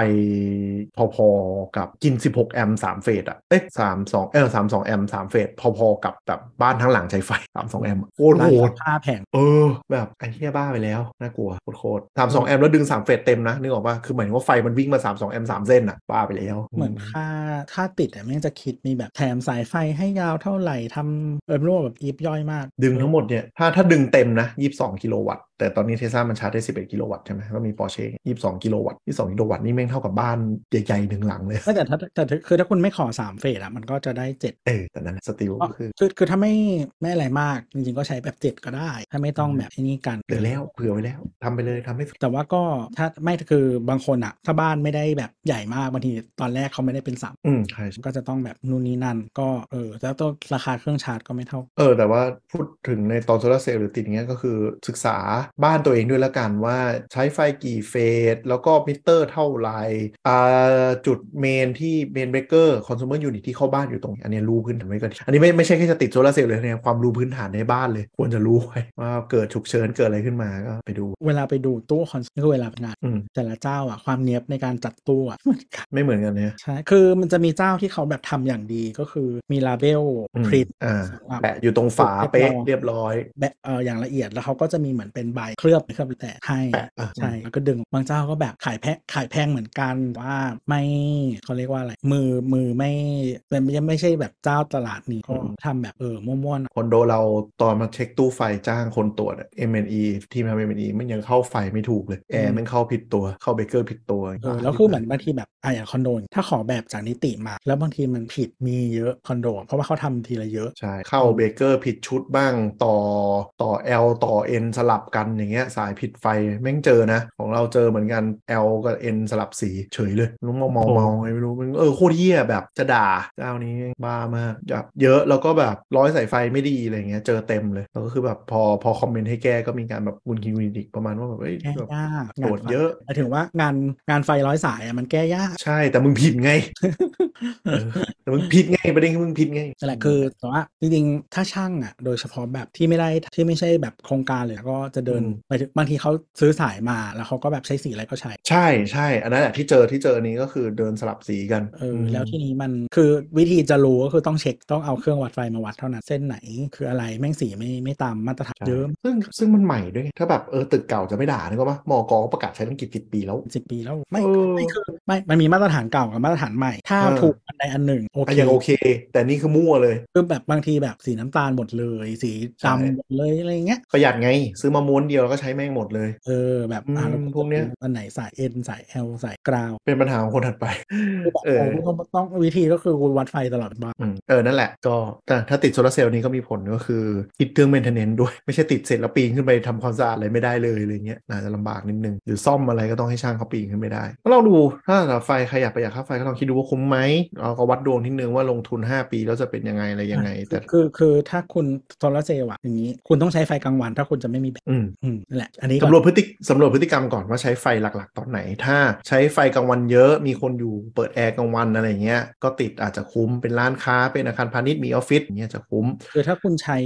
Speaker 2: พอๆกับกิน 16 แอมป์3เฟสอะเอ๊ะ3 2เออ3 2 แอมป์3เฟส พอๆกับแบบบ้านทั้งหลังใช้ไฟ 3 2 แอมป์อะโคตร
Speaker 3: ร้าน
Speaker 2: โห
Speaker 3: ซั
Speaker 2: ด
Speaker 3: กผ้าแพง
Speaker 2: เออ แบบไอ้เหี้ยบ้าไปแล้ว น่ากลัวโคตรสามสองแอมป์แล้วดึง 3 เฟสเต็มนะนึกออกปะคือหมายถึงว่าไฟมันวิ่งมา 3 2 แอมป์3เส้นอะบ้าไปแล้ว
Speaker 3: เหมือนค่าค่าติดอ่ะแม่งจะคิดมีแบบแถมสายไฟให้ยาวเท่าไหร่ทำเออไม่รู้ว่าแบบอีฟย่อยมาก
Speaker 2: ดึงทั้งหมดเนี่ยถ้าถ้าดึงเต็มนะ22 กิโลวัตต์แต่ตอนนี้เทสลามันชาร์จได้ 11 กิโลวัตต์ใช่ไหมก็มี Porsche 22 กิโลวัตต์22กิโลวัตต์นี่แม่งเท่ากับบ้านใหญ่ๆหนึ่งหลังเลย
Speaker 3: ไม่แต่ถ้าแต่ถ้าคือถ้าคุณไม่ขอสามเฟสอะมันก็จะได้เจ็ด
Speaker 2: เออแต่นั่นแหละสติลก็คือ
Speaker 3: คือคือถ้าไม่ไม่อะไรมากจริงๆก็ใช้แบบเจ็ดก็ได้ ถ้าไม่ต้องแบบไอ้นี่กัน
Speaker 2: เหลือแล้วเผื่อไว้แล้วทำไปเลยทำให้สุด
Speaker 3: แต่ว่าก็ถ้าไม่คือบางคนอะถ้าบ้านไม่ได้แบบใหญ่มากบางทีตอนแรกเขาไม่ได้เป็นสาม
Speaker 2: อืมใช่ใช่
Speaker 3: ก็จะต้องแบบนู่นนี่นั่นก็เออแล้วตัวราคาเครื่องชาร์จก็ไม่เท่า
Speaker 2: เออแต่ว่าพูดถึงในตอนโซลาร์เซลล์หรือติดอย่างเงี้ยก็คือศึกษาบ้านตัวเองด้วยละกันว่าใช้ไฟกี่เฟส แล้วก็มิเตอร์เท่าไหร่อ่าจุดเมนที่เมนเบรกเกอร์คอน sumer unit ที่เข้าบ้านอยู่ตรงไหนอันเนี้ยรู้พื้นฐานไว้ก่อนอันนี้ไม่ไม่ใช่แค่จะติดโซลาร์เซลล์เลยเนี่ยความรู้พื้นฐานในบ้านเลย ควรจะรู้ไว้ว่าเกิดฉุกเฉินเกิดอะไรขึ้นมาก็ไปดู
Speaker 3: เวลาไปดูตู้คอนซูมคือเวลาไปงาน
Speaker 2: อืม
Speaker 3: แต่ละเจ้าอะความเนี้ยบในการจัดตู้อะ เหมือนกัน
Speaker 2: ไม่เหมือนกันเนี่ย
Speaker 3: ใช่คือมันจะมีเจ้าที่เขาแบบทำอย่างดีก็คือมีลาเบล
Speaker 2: อืม
Speaker 3: พริน
Speaker 2: อ่าแปะอยู่ตรงฝาเป๊ะเรียบร้อย
Speaker 3: แบบเอออย่างละเอียดแล้วเขาก็จะมีเหมือนเป็นใบเคลือบเคลือบแต่ให้
Speaker 2: แปะอ่ะ
Speaker 3: ใช่แล้วก็ดึงบางเจ้าก็แบบขายแพงขายแพงเหมือนกันว่าไม่เขาเรียกว่าอะไรมือมือไม่เป็นไม่ไม่ใช่แบบเจ้า าวตลาดนี้ก็ทำแบบเออมั่วๆหน่อย
Speaker 2: คอนโดเราตอนมาเช็คตู้ไฟจ้างคนตรวจอะ M&E ทีมทำ M&E มันยังเข้าไฟไม่ถูกเลย แอร์มันเข้าผิดตัวเข้าเบรกเกอร์ผิดตัว
Speaker 3: เออแล้วคือเหมือนบางทีแบบอ่ะอย่างคอนโดถ้าขอแบบจากนิติมา แล้วบางทีมันผิดมีเยอะคอนโด เพราะว่าเขาทำทีละเยอะ
Speaker 2: ใช่ เข้าเบรกเกอร์ผิดชุดบ้างต่อต่อ L ต่อ N สลับกันอย่างเงี้ยสายผิดไฟแม่งเจอนะ ของเราเจอเหมือนกัน L กับ N สลับสีเฉยเลยรู้มองมอง
Speaker 4: โอ้
Speaker 2: มองไงไม่รู้มันเออโคตรเหี้ยแบบจะด่าเจ้านี้บ้ามากแบบเยอะแล้วก็แบบร้อยสายไฟไม่ดีอะไรเงี้ยเจอเต็มเลยแล้วก็คือแบบพอพอคอมเมนต์ให้แก้ก็มีการแบบกุนคิงกุนอีกประมาณว่าแบบเอ้ย
Speaker 3: แก้
Speaker 2: แบบ
Speaker 3: ยาก
Speaker 2: โจทย์เยอะ
Speaker 3: หมายถึงว่างานงานไฟร้อยสายอะมันแก้ยาก
Speaker 2: ใช่แต่มึงผิด ไง เออแต่มึงผิดไงประเด็นคือมึงผิดไง
Speaker 3: นั่นแหละคือแต่ว่าจริงๆ ถ้าช่างอ่ะ โดยเฉพาะแบบที่ไม่ได้ที่ไม่ใช่แบบโครงการเลยก็จะเดิน
Speaker 2: อืม
Speaker 3: ไปถึงบางทีเขาซื้อสายมาแล้วเขาก็แบบใช้สีอะไรก็ใช้
Speaker 2: ใช่ใช่อันนั้นแหละที่เจอที่เจอนี้ก็คือเดินสลับสีกัน
Speaker 3: เอออ
Speaker 2: ม
Speaker 3: แล้วทีนี้มันคือวิธีจะรู้ก็คือต้องเช็คต้องเอาเครื่องวัดไฟมาวัดเท่านั้นเส้นไหนคืออะไรแม่งสีไม่ไม่ตามมาตรฐาน
Speaker 2: ใช่
Speaker 3: เยอะ
Speaker 2: ซึ่งซึ่งมันใหม่ด้วยไงถ้าแบบเออตึกเก่าจะไม่ด่านึกออกปะมอกก็ประกาศใช้ตั้งกี่สิบปีแล้ว
Speaker 3: สิบปีแล้วไม่
Speaker 2: เออ
Speaker 3: ไม่คือไม่มันมีมาตรฐานเก่ากับมาตรฐานใหม่ ถ้า
Speaker 2: เออ
Speaker 3: ถูกอันใดอันหนึ่งโอ
Speaker 2: อ่ะ
Speaker 3: เค
Speaker 2: ยังโอเค แต่นี่คือมั่วเลย
Speaker 3: คือแบบบางทีแบบสีน้ำตาลหมดเลยสี
Speaker 2: ใช่
Speaker 3: ดำหมดเลยอะไรอย่างเงี้ย
Speaker 2: ประหยัดไง ซื้อมาม้วนเดียวแล้วก็ใช้แม่งหมดเลย
Speaker 3: เออแบบอ่ะ
Speaker 2: อืมพวกเนี้ย
Speaker 3: อันไหนสายเอ็นสายเอลสายกราว
Speaker 2: เป็นปัญหาของคนถัดไป
Speaker 3: คือแบบ
Speaker 2: เออ
Speaker 3: โอ้โหต้องต้องวิธีก็คือวัดไฟตลอดบ้าน
Speaker 2: อืมเออ นั่นแหละ ก็แต่ถ้าติดโซลาร์เซลล์นี้ก็มีผลก็คือติดเครื่อง maintenance ด้วย ไม่ใช่ติดเสร็จแล้วปีนขึ้นไปทำความสะอาดอะไรไม่ได้เลยอะไรเงี้ยน่าจะลำบากนิดนึง หรือซ่อมอะไรก็ต้องให้ช่างเขาปีนขึ้นไม่ได้ก็ลองดูถ้าสำหรับไฟใครอยากประหยัดค่าไฟก็ลองคิดดูว่าคุ้มไหมเราก็วัดดวงนิดนึงว่าลงทุน 5 ปีแล้วจะเป็นยังไงอะไรยังไง แต่
Speaker 3: คือคือถ้าคุณโซลาร์เซลล์อะอย่างนี้ คุณต้องใช้ไฟกลางวัน ถ้าคุณจะไม่มีแบต
Speaker 2: อืม
Speaker 3: อืมนั่นแหละ อันนี้
Speaker 2: สำรวจ
Speaker 3: ก่อน
Speaker 2: พฤติสำรวจพฤติกรรมก่อนว่าใช้ไฟหลักๆ ตอนไหน ถ้าใช้ไฟกลางวันเยอะมีคนอยู่เปิดแอร์กลางวันอะไรเงี้ยก็ติดอาจจะคุ้มเป็นร้านค้าเป็นอาคารพาณิชย์มีออฟฟิศอย่างเงี้ยจะคุ้ม
Speaker 3: คือถ้าคุณใช้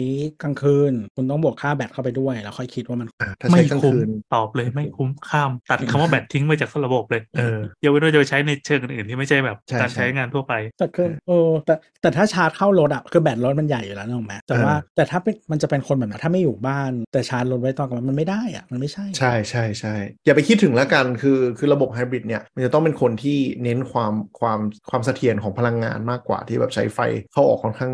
Speaker 3: กลางคืน คุณต้องบวกค่าแบตเข้าไปด้วย แล้วค่อยคิดว่ามัน
Speaker 2: อ่ะถ้า
Speaker 4: ไม่
Speaker 2: ใช้กลาง
Speaker 4: คุ้ม
Speaker 2: คืน
Speaker 4: ตอบเลยไม่คุ้มข้าม ตัดคำว่าแบตทิ้งไปจากระบบเลย
Speaker 2: เออ
Speaker 4: เยาเว้นว่าจะไปใช้ในเชิงอื่นๆที่ไม่ใช่แบบ
Speaker 2: ใช่
Speaker 4: การใช้
Speaker 2: ใช่
Speaker 4: งานทั่วไป
Speaker 3: แต่คือเออแต่แต่ถ้าชาร์จเข้ารถอะคือแบตรถมันใหญ่อยู่แล้วนึกออกไหมแต่ว่า
Speaker 2: เออ
Speaker 3: แต่ถ้าเป็นมันจะเป็นคนแบบนั้นถ้าไม่อยู่บ้าน แต่ชาร์จรถไว้ตอนกลางวันมันไม่ได้อะมันไม่ใช่
Speaker 2: ใช่ใช่ใช่อย่าไปคิดถึงละกันคือคือระบบไฮบริดเนี่ยมันจะต้องเป็นคนที่เน้นความความความเสถียรของพลังงานมากกว่าที่แบบใช้ไฟเข้าออกค่อนข้าง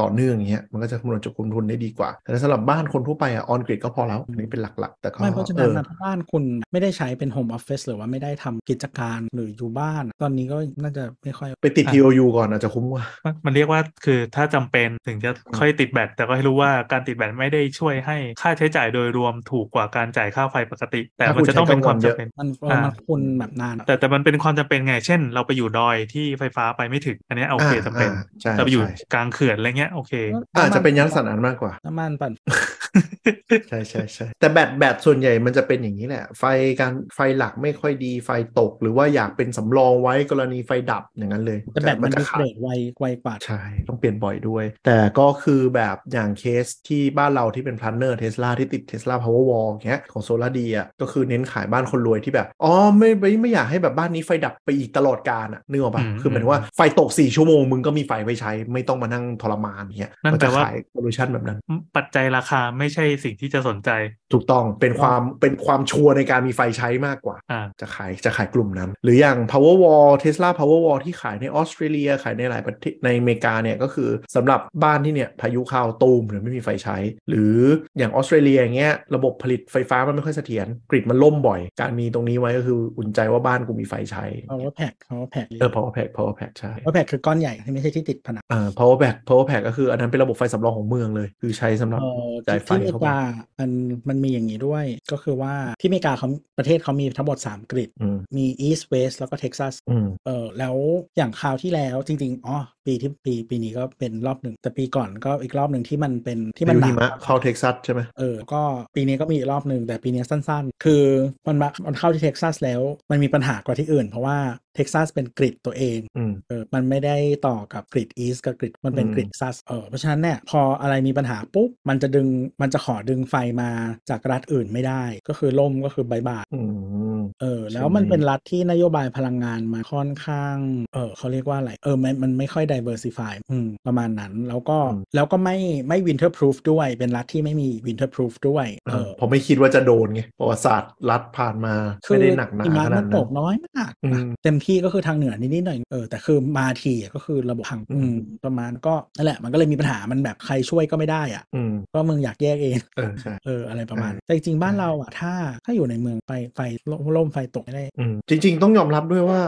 Speaker 2: ต่อเนื่องอย่างเงี้ยมันก็จะคำนวณจุดคุ้มทุนได้ดีกว่า แต่สำหรับบ้านคนทั่วไปอ่ะออนกริดก็พอแล้วอันนี้เป็นหลักๆ แต่ก็
Speaker 3: ไม่เพราะฉะ
Speaker 2: เอ
Speaker 3: นั้น
Speaker 2: อ
Speaker 3: นะถ้าบ้านคุณไม่ได้ใช้เป็นโฮมออฟฟิศหรือว่าไม่ได้ทำกิจการหรืออยู่บ้าน ตอนนี้ก็น่าจะไม่ค่อย
Speaker 2: ไปติด TOU ก่อนอาจจะคุ้มกว่า
Speaker 4: มันมันเรียกว่าคือถ้าจำเป็นถึงจะค่อยติดแบตแต่ก็ให้รู้ว่าการติดแบตไม่ได้ช่วยให้ค่าใช้จ่ายโดยรวมถูกกว่าการจ่ายค่าไฟปกติ แต่
Speaker 2: ถ้าคุ
Speaker 4: มั
Speaker 2: ณ
Speaker 4: นจะต้องเป็นความ
Speaker 2: ใช้กลางวันเยอะ
Speaker 4: จำเป็น
Speaker 3: มันเออ
Speaker 4: อ่ามั
Speaker 3: มันคุณแบบนานอะ
Speaker 4: แต่แต่มันเป็นความจำเป็นไง เช่น เราไปอยู่ดอยที่ไฟฟ้าไปไม่ถึง อันเนี้ยโอเคจำเป็น
Speaker 2: อ่าใช่
Speaker 4: เราไปอยู่
Speaker 2: ใช่
Speaker 4: กลางเขื่อนอะไรเงี้ยโอเค
Speaker 2: อาจจะเป็นยันสันอันมากกว่า
Speaker 3: น้ำมันปั่น
Speaker 2: ใช่ใช่ใช่แต่แบตแบตส่วนใหญ่มันจะเป็นอย่างนี้แหละ ไฟการไฟหลักไม่ค่อยดีไฟตก หรือว่าอยากเป็นสำรองไว้กรณีไฟดับอย่างนั้นเลย
Speaker 3: แต่แบตมัน
Speaker 2: จะ
Speaker 3: ดิ
Speaker 2: ขา
Speaker 3: เบร
Speaker 2: ด
Speaker 3: กไวไวกว่า
Speaker 2: ใช่ต้องเปลี่ยนบ่อยด้วย แต่ก็คือแบบอย่างเคสที่บ้านเราที่เป็นพลันเนอร์เทสลาที่ติดเทสลาพาวเวอร์วอลเงี้ยของโซลาดีอ่ะก็คือเน้นขายบ้านคนรวยที่แบบ อ๋อไม่ไม่ไม่อยากให้แบบบ้านนี้ไฟดับไปอีกตลอดกาลอ่ะนึกออกปะ
Speaker 4: อืม
Speaker 2: คือหมายถึงว่าไฟตก 4 ชั่วโมง มึงก็มีไฟไว้ใช้ไม่ต้องมานั่งทรมานเงี้ย
Speaker 4: นั่น
Speaker 2: ก็
Speaker 4: แปล
Speaker 2: จะ
Speaker 4: ว่า
Speaker 2: ขายโซลูชันแบบนั้น
Speaker 4: ปัจจัยราคาไม่ใช่สิ่งที่จะสนใจ
Speaker 2: ถูกต้องเป็นความเป็นความชัวร์ในการมีไฟใช้มากกว่า
Speaker 4: อ่า
Speaker 2: จะขายจะขายกลุ่มนั้น หรืออย่าง Powerwall Tesla Powerwall ที่ขายในออสเตรเลีย ขายในหลายประเทศในอเมริกาเนี่ยก็คือสำหรับบ้านที่เนี่ยพายุเข้าตูมหรือไม่มีไฟใช้ หรืออย่างออสเตรเลียอย่างเงี้ยระบบผลิตไฟฟ้ามันไม่ค่อยเสถียรกริดมันล่มบ่อย การมีตรงนี้ไว้ก็คืออุ่นใจว่าบ้านกูมีไฟใช้
Speaker 3: power pack power pack
Speaker 2: เออ power pack power pack ใช่
Speaker 3: power pack คือก้อนใหญ่ที่ไม่ใช่ที่ติดผนัง
Speaker 2: อ่า power pack power pack ก็คืออันนั้นเป็นระบบไฟสำรองของเมืองเลย คือใช้สำหรับ
Speaker 3: เออ
Speaker 2: จ่าย
Speaker 3: ที่
Speaker 2: ไฟ
Speaker 3: ที่อเม
Speaker 2: เข้า
Speaker 3: ริ
Speaker 2: ไป
Speaker 3: กามันมันมีอย่างนี้ด้วย ก็คือว่าที่อเมริกาเขาประเทศเขามีทั้งหมด 3 กริด
Speaker 2: อืม
Speaker 3: มี east west แล้วก็ texas
Speaker 2: อืม
Speaker 3: เออแล้วอย่างคราวที่แล้วจริงๆอ๋อปีที่ปีปีนี้ก็เป็นรอบหนึ่ง แต่ปีก่อนก็อีกรอบหนึ่งที่มันเป็นที่มัน
Speaker 2: พายุ
Speaker 3: ห
Speaker 2: หิ
Speaker 3: นัก
Speaker 2: มะเข้าเท็กซัสใช่ไหม
Speaker 3: เออ ก็ปีนี้ก็มีอีกรอบหนึ่งแต่ปีนี้สั้นๆ คือมันมามันเข้าที่เท็กซัสแล้ว มันมีปัญหากว่าที่อื่น เพราะว่าเท็กซัสเป็นกริดตัวเอง
Speaker 2: อืม
Speaker 3: เออ มันไม่ได้ต่อกับกริดอีสกับกริด มันเป็น
Speaker 2: อืม
Speaker 3: กริดซัส เออ เพราะฉะนั้นเนี่ยพออะไรมีปัญหาปุ๊บ มันจะดึง มันจะขอดึงไฟมาจากรัฐอื่นไม่ได้ ก็คือล่มก็คือบายบาย
Speaker 2: อืม
Speaker 3: เออ
Speaker 2: ใช่
Speaker 3: แล้วมัน
Speaker 2: ไหม
Speaker 3: เป็นรัฐที่นโยบายพลังงานมาค่อนข้าง เออเขาเรียกว่าอะไร เออมันมันไม่ค่อย diversify อืมประมาณนั้นแล้วก็แล้วก็ไม่ไม่ winter proof ด้วยเป็นรัฐที่ไม่มี winter proof ด้วยเออ
Speaker 2: ผมไม่คิดว่าจะโดนไงประวัติศาสตร์รัฐผ่านมาไม่ได้หนักหนา
Speaker 3: หิมะ
Speaker 2: ขนา
Speaker 3: มั
Speaker 2: ด
Speaker 3: นต
Speaker 2: นั้
Speaker 3: ก
Speaker 2: น
Speaker 3: น้อยมาก
Speaker 2: อืม
Speaker 3: นะเต็มที่ก็คือทางเหนือนิดๆหน่อยๆเออแต่คือมาทีก็คือระบบพัง
Speaker 2: อืม
Speaker 3: อืมประมาณก็นั่นแหละมันก็เลยมีปัญหามันแบบใครช่วยก็ไม่ได้อ่ะ
Speaker 2: อืม
Speaker 3: ก็มึงอยากแยกเอง
Speaker 2: เออใช่
Speaker 3: เอออะไรประมาณ
Speaker 2: เออ
Speaker 3: แต่จริงๆบ้านเราอ่ะถ้าถ้าอยู่ในเมืองไฟไฟล่มล่มไฟตกไม่ได้
Speaker 2: อืมจริง ๆ ต้องยอมรับด้วยว่า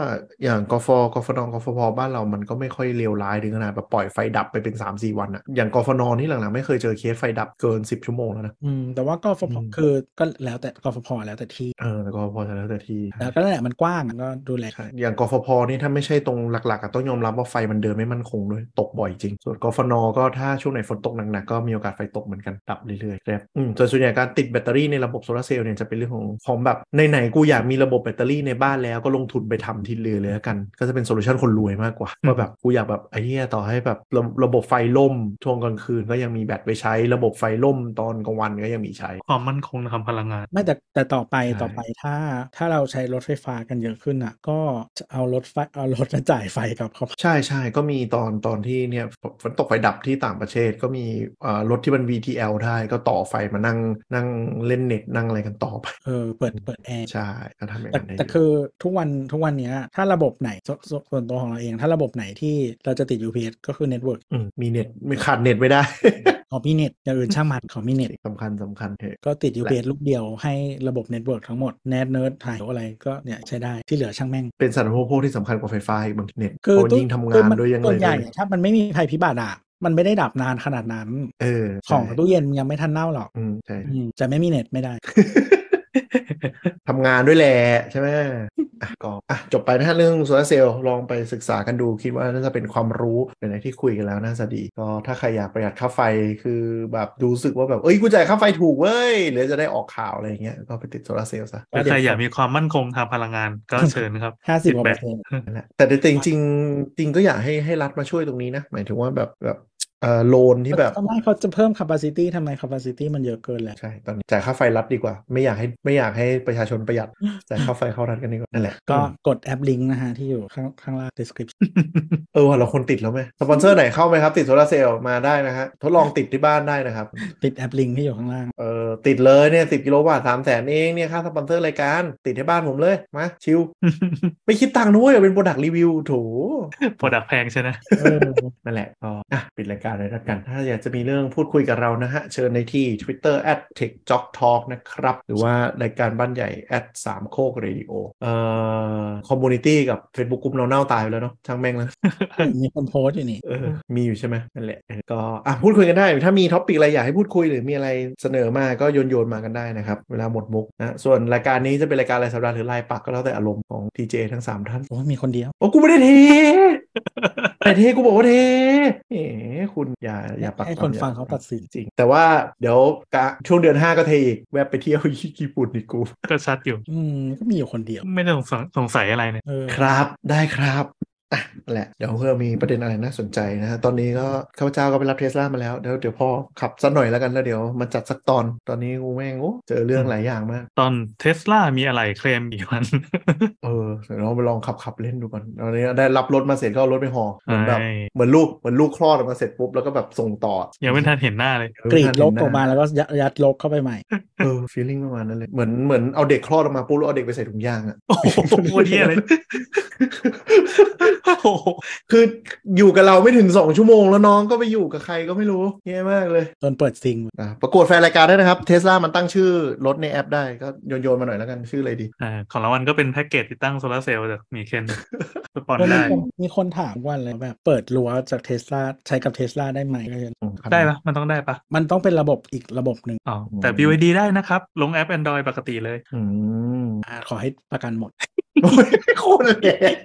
Speaker 2: อย่างกฟกฟนกฟพบ้านเรามันก็ไม่ค่อยเลวร้ายถึงขนาดแบบปล่อยไฟดับไปเป็น 3 4 วันอะอย่างกฟนนี่หลังๆไม่เคยเจอเคสไฟดับเกิน 10 ชั่วโมงแล้วนะ
Speaker 3: อืมแต่ว่ากฟผ
Speaker 2: อืม
Speaker 3: คือก็แล้วแต่กฟผแล้วแต่ที่
Speaker 2: เออแต่กฟพแต่แล้วแต่ที
Speaker 3: แล้วก็นั่นแหละมันกว้างก็ดูแล
Speaker 2: ใช่อย่างกฟพนี่ถ้าไม่ใช่ตรงหลักๆอะต้องยอมรับว่าไฟมันเดินไม่มั่นคงด้วยตกบ่อยจริง ส่วนกฟนก็ถ้าช่วงไหนฝนตกหนักๆก็มีโอกาสไฟตกเหมือนกันดับเรื่อยๆครับอืมส่วนส่วนใหญ่การติดแบตเตอรี่ในระบบโซลาร์เซลล์เนี่ยจะเป็นเรื่องของของแบบไหนๆกูอยากมีระบบแบตเตอรี่ในบ้านแล้วก็ลงทุนไปทำทีเรือเลยละกัน ก็จะเป็นโซลูชันคนรวยมากกว่าว่าแบบกูอยากแบบไอ้เหี้ยต่อให้แบบระระบบไฟล่มช่วงกลางคืนก็ยังมีแบตไว้ใช้ ระบบไฟล่มตอนกลางวันก็ยังมีใช้
Speaker 4: ความมั่นคงทางพลังงาน
Speaker 3: ไม่แต่แต่ต่อไป
Speaker 2: ใช่
Speaker 3: ต่อไปถ้าถ้าเราใช้รถไฟฟ้ากันเยอะขึ้นอ่ะ ก็จะเอารถไฟเอารถมาจ่ายไฟกับเขา
Speaker 2: ใช่ใช่ก็มีตอนตอนที่เนี่ยฝฝนตกไฟดับที่ต่างประเทศก็มีเอ่อรถที่มัน VTL ได้ก็ต่อไฟมานั่งนั่งเล่นเน็ตนั่งอะไรกันต่อไป
Speaker 3: เออเปิดเปิดแอร์
Speaker 2: ใช่ก็ทำอย่าง
Speaker 3: แต่
Speaker 2: นั้นได้
Speaker 3: แต่
Speaker 2: ยู่
Speaker 3: คือทุกวันทุกวันเนี้ยถ้าระบบไหนสสส่วนตัวของเราเอง ถ้าระบบไหนที่เราจะติด UPS ก็คือเน็ตเวิร์ก
Speaker 2: มมีเน็ตไม่ขาดเน็ตไม่ได้
Speaker 3: ของมีเน็ตอย่างอื่นช่างมันของมีเน็ต
Speaker 2: สำคัญสำคัญเถอะ
Speaker 3: ก็ติด UPS ลูกเดียวให้ระบบเน็ตเวิร์กทั้งหมดแนทเนิร์ดถ่ายอะไรก็เนี่ยใช้ได้ที่เหลือช่างแม่ง
Speaker 2: เป็นสารพัดพวกที่สำคัญกว่าไฟฟ้าอีกบางทีเน็ต
Speaker 3: คือ
Speaker 2: เพราะยิ่งทำงาน
Speaker 3: มั
Speaker 2: ด้วยยัง
Speaker 3: ส่
Speaker 2: เล
Speaker 3: วน
Speaker 2: ย
Speaker 3: ใหญ่ถ้ามันไม่มีภัยพิบัติอ่ะมันไม่ได้ดับนานขนาดนั้น
Speaker 2: เออ
Speaker 3: ของ
Speaker 2: ใช่
Speaker 3: ตู้เย็นมันยังไม่ทันเน่าหรอก
Speaker 2: อืมใช่
Speaker 3: อืมแต่ไม่มีเน็ตไม่ได้
Speaker 2: ทำงานด้วยแหละใช่ไหมอ่ะก็อ่ะจบไปนะฮะเรื่องโซลาร์เซลล์ลองไปศึกษากันดูคิดว่าน่าจะเป็นความรู้ในที่คุยกันแล้วน่าจะดี ก็ถ้าใครอยากประหยัดค่าไฟคือแบบดูสึกว่าแบบเอ้ยกูจ่ายค่าไฟถูกเว้ยหรือจะได้ออกข่าวอะไรอย่างเงี้ยก็ไปติดโซลาร์เซลล์ซะ
Speaker 4: ถ้าใครอยากมีความมั่นคงทางพลังงานก็เชิญครับ
Speaker 3: ห้าสิบกว่า
Speaker 4: แป
Speaker 3: เป
Speaker 4: ด
Speaker 3: อร์เซ็นต์
Speaker 2: นั่นแหละแต่แต่จริงๆจริงก็อยากให้ให้รัฐมาช่วยตรงนี้นะ หมายถึงว่าแบบแบบเอ่อโลนที่แบบ
Speaker 3: ทำไมเขาจะเพิ่ม capacity ทำไม capacity มันเยอะเกินแล้ว
Speaker 2: ใช่ตอนนี้จ่ายค่าไฟรัฐดีกว่า ไม่อยากให้ไม่อยากให้ประชาชนประหยัดจ่ายค่าไฟเข้ารัฐกันดีกว่านั่นแหละ
Speaker 3: ก็
Speaker 2: อืม
Speaker 3: กดแอปลิงก์นะฮะ ที่อยู่ข้างข้างล่าง description
Speaker 2: เออว่าเราคนติดแล้วไหมสปอนเซอร์ไหนเข้าไหมครับ ติดโซลาร์เซลล์มาได้นะฮะทดลองติดที่บ้านได้นะครับ
Speaker 3: ติดแอปลิงก์ที่อยู่ข้างล่าง
Speaker 2: เออติดเลยเนี่ยสิบกิโลวัตต์สามแสนเองเนี่ยค่าสปอนเซอร์รายการติดที่บ้านผมเลย มาชิวไม่คิดตังค์ด้วยเป็นโปรดักต์รีวิวโถ
Speaker 4: โปรดักแพงใช่ไหม
Speaker 3: เออ
Speaker 2: นั่นแหละก็อ่ะปิดรายการเลยละกัน ถ้าอยากจะมีเรื่องพูดคุยกับเรานะฮะ เชิญในที่ Twitter at techjocktalk นะครับ หรือว่ารายการบ้านใหญ่ at สามโคกเรดิโอเอ่อคอมมูนิตี้กับ Facebook กลุ่มเราเน่าตายไปแล้วเนาะช่างแม่งแล้ว
Speaker 3: มีคนโพสต์อยู่นี่
Speaker 2: เออ มีอยู่ใช่ไหมนั่นแหละเออก็อ่ะพูดคุยกันได้ ถ้ามีท็อปิกอะไรอยากให้พูดคุยหรือมีอะไรเสนอมาก็โยนโยนๆมากันได้นะครับ เวลาหมดมุกนะส่วนรายการนี้จะเป็นรายการรายสัปดาห์หรือรายปักก็แล้วแต่อารมณ์ของทีเจทั้งสามท่าน
Speaker 3: โอ้มีคนเดียว
Speaker 2: โอ้กูไม่ได้เท แต่เทกูบอกว่าเทเอ๋คุณอย่าอย่าปัก
Speaker 3: ให้
Speaker 2: ปั๊ม
Speaker 3: คน
Speaker 2: อย่า
Speaker 3: ฟังเขาตัดสิน
Speaker 2: จริง แต่ว่าเดี๋ยวกะช่วงเดือน 5 ก็เทอีก แวะไปเที่ยว ญี่ปุ่นอีกกู
Speaker 4: ก็ชัดอยู่
Speaker 3: อืม ก็มีอยู่คนเดียว
Speaker 4: ไม่ได้สงสัยสงสัยอะไรเนี่ย
Speaker 3: เออ
Speaker 2: ครับได้ครับอ่ะนั่นแหละ เดี๋ยวเพื่อมีประเด็นอะไรน่าสนใจนะฮะตอนนี้ก็ข้าพเจ้าก็ไปรับเทสลามาแล้วเดี๋ยวเดี๋ยวพอขับสักหน่อยแล้วกันแล้วเดี๋ยวมาจัดสักตอนตอนนี้กูแม่งโอ้เจอเรื่องหลายอย่างมาก
Speaker 4: ตอนเทสลามีอะไรเคลมอีกมัน
Speaker 2: เออเดี๋ยวเราไปลองขับขับเล่นดูก่อนตอนนี้ได้รับรถมาเสร็จก็เอารถไปห่อเหมือนแบบ
Speaker 4: ใช่
Speaker 2: เหมือนลูกเหมือนลูกคลอดออกมาเสร็จปุ๊บแล้วก็แบบส่งต่อ
Speaker 4: ยังไม่ทันเห็นหน้าเลย
Speaker 3: กรีดลบออกมาแล้วก็ยัดยัดลบเข้าไปใหม่
Speaker 2: เออฟีลลิ่งประมาณนั้นเลยเหมือนเหมือนเอาเด็กคลอดออกมาปุ๊บแล้วเอาเด็กไปใส่ถุงยางอะ
Speaker 4: โอ้ โหโคตรเหี้ยเลยโอ้โห
Speaker 2: คืออยู่กับเราไม่ถึง 2 ชั่วโมงแล้วน้องก็ไปอยู่กับใครก็ไม่รู้แย่มากเลย
Speaker 3: จนเปิดซิงค์
Speaker 2: อ่ะประกวดแฟนรายการด้วยนะครับเทสลามันตั้งชื่อรถในแอปได้ก็โยนโยนมาหน่อยแล้วกันชื่ออะไรดี
Speaker 4: อ่าของรางวัลก็เป็นแพ็กเกจติดตั้งโซลาร์เซลล์จากมีเคนสปอน
Speaker 3: ก็มี
Speaker 4: ได้
Speaker 3: คนมีคนถามว่าเลยแบบ เปิดรั้วจากเทสลาใช้กับเทสลาได้ไหมก็ยัง
Speaker 4: ได้ปะมันต้องได้ปะ
Speaker 3: มันต้องเป็นระบบอีกระบบหนึ่ง
Speaker 4: อ๋อแต่ BYD ได้นะครับ ลงแอป Android ปกติเลย
Speaker 2: อืม
Speaker 3: อ่าขอให้ประกันหมด
Speaker 2: โอ้ยโคตรแรง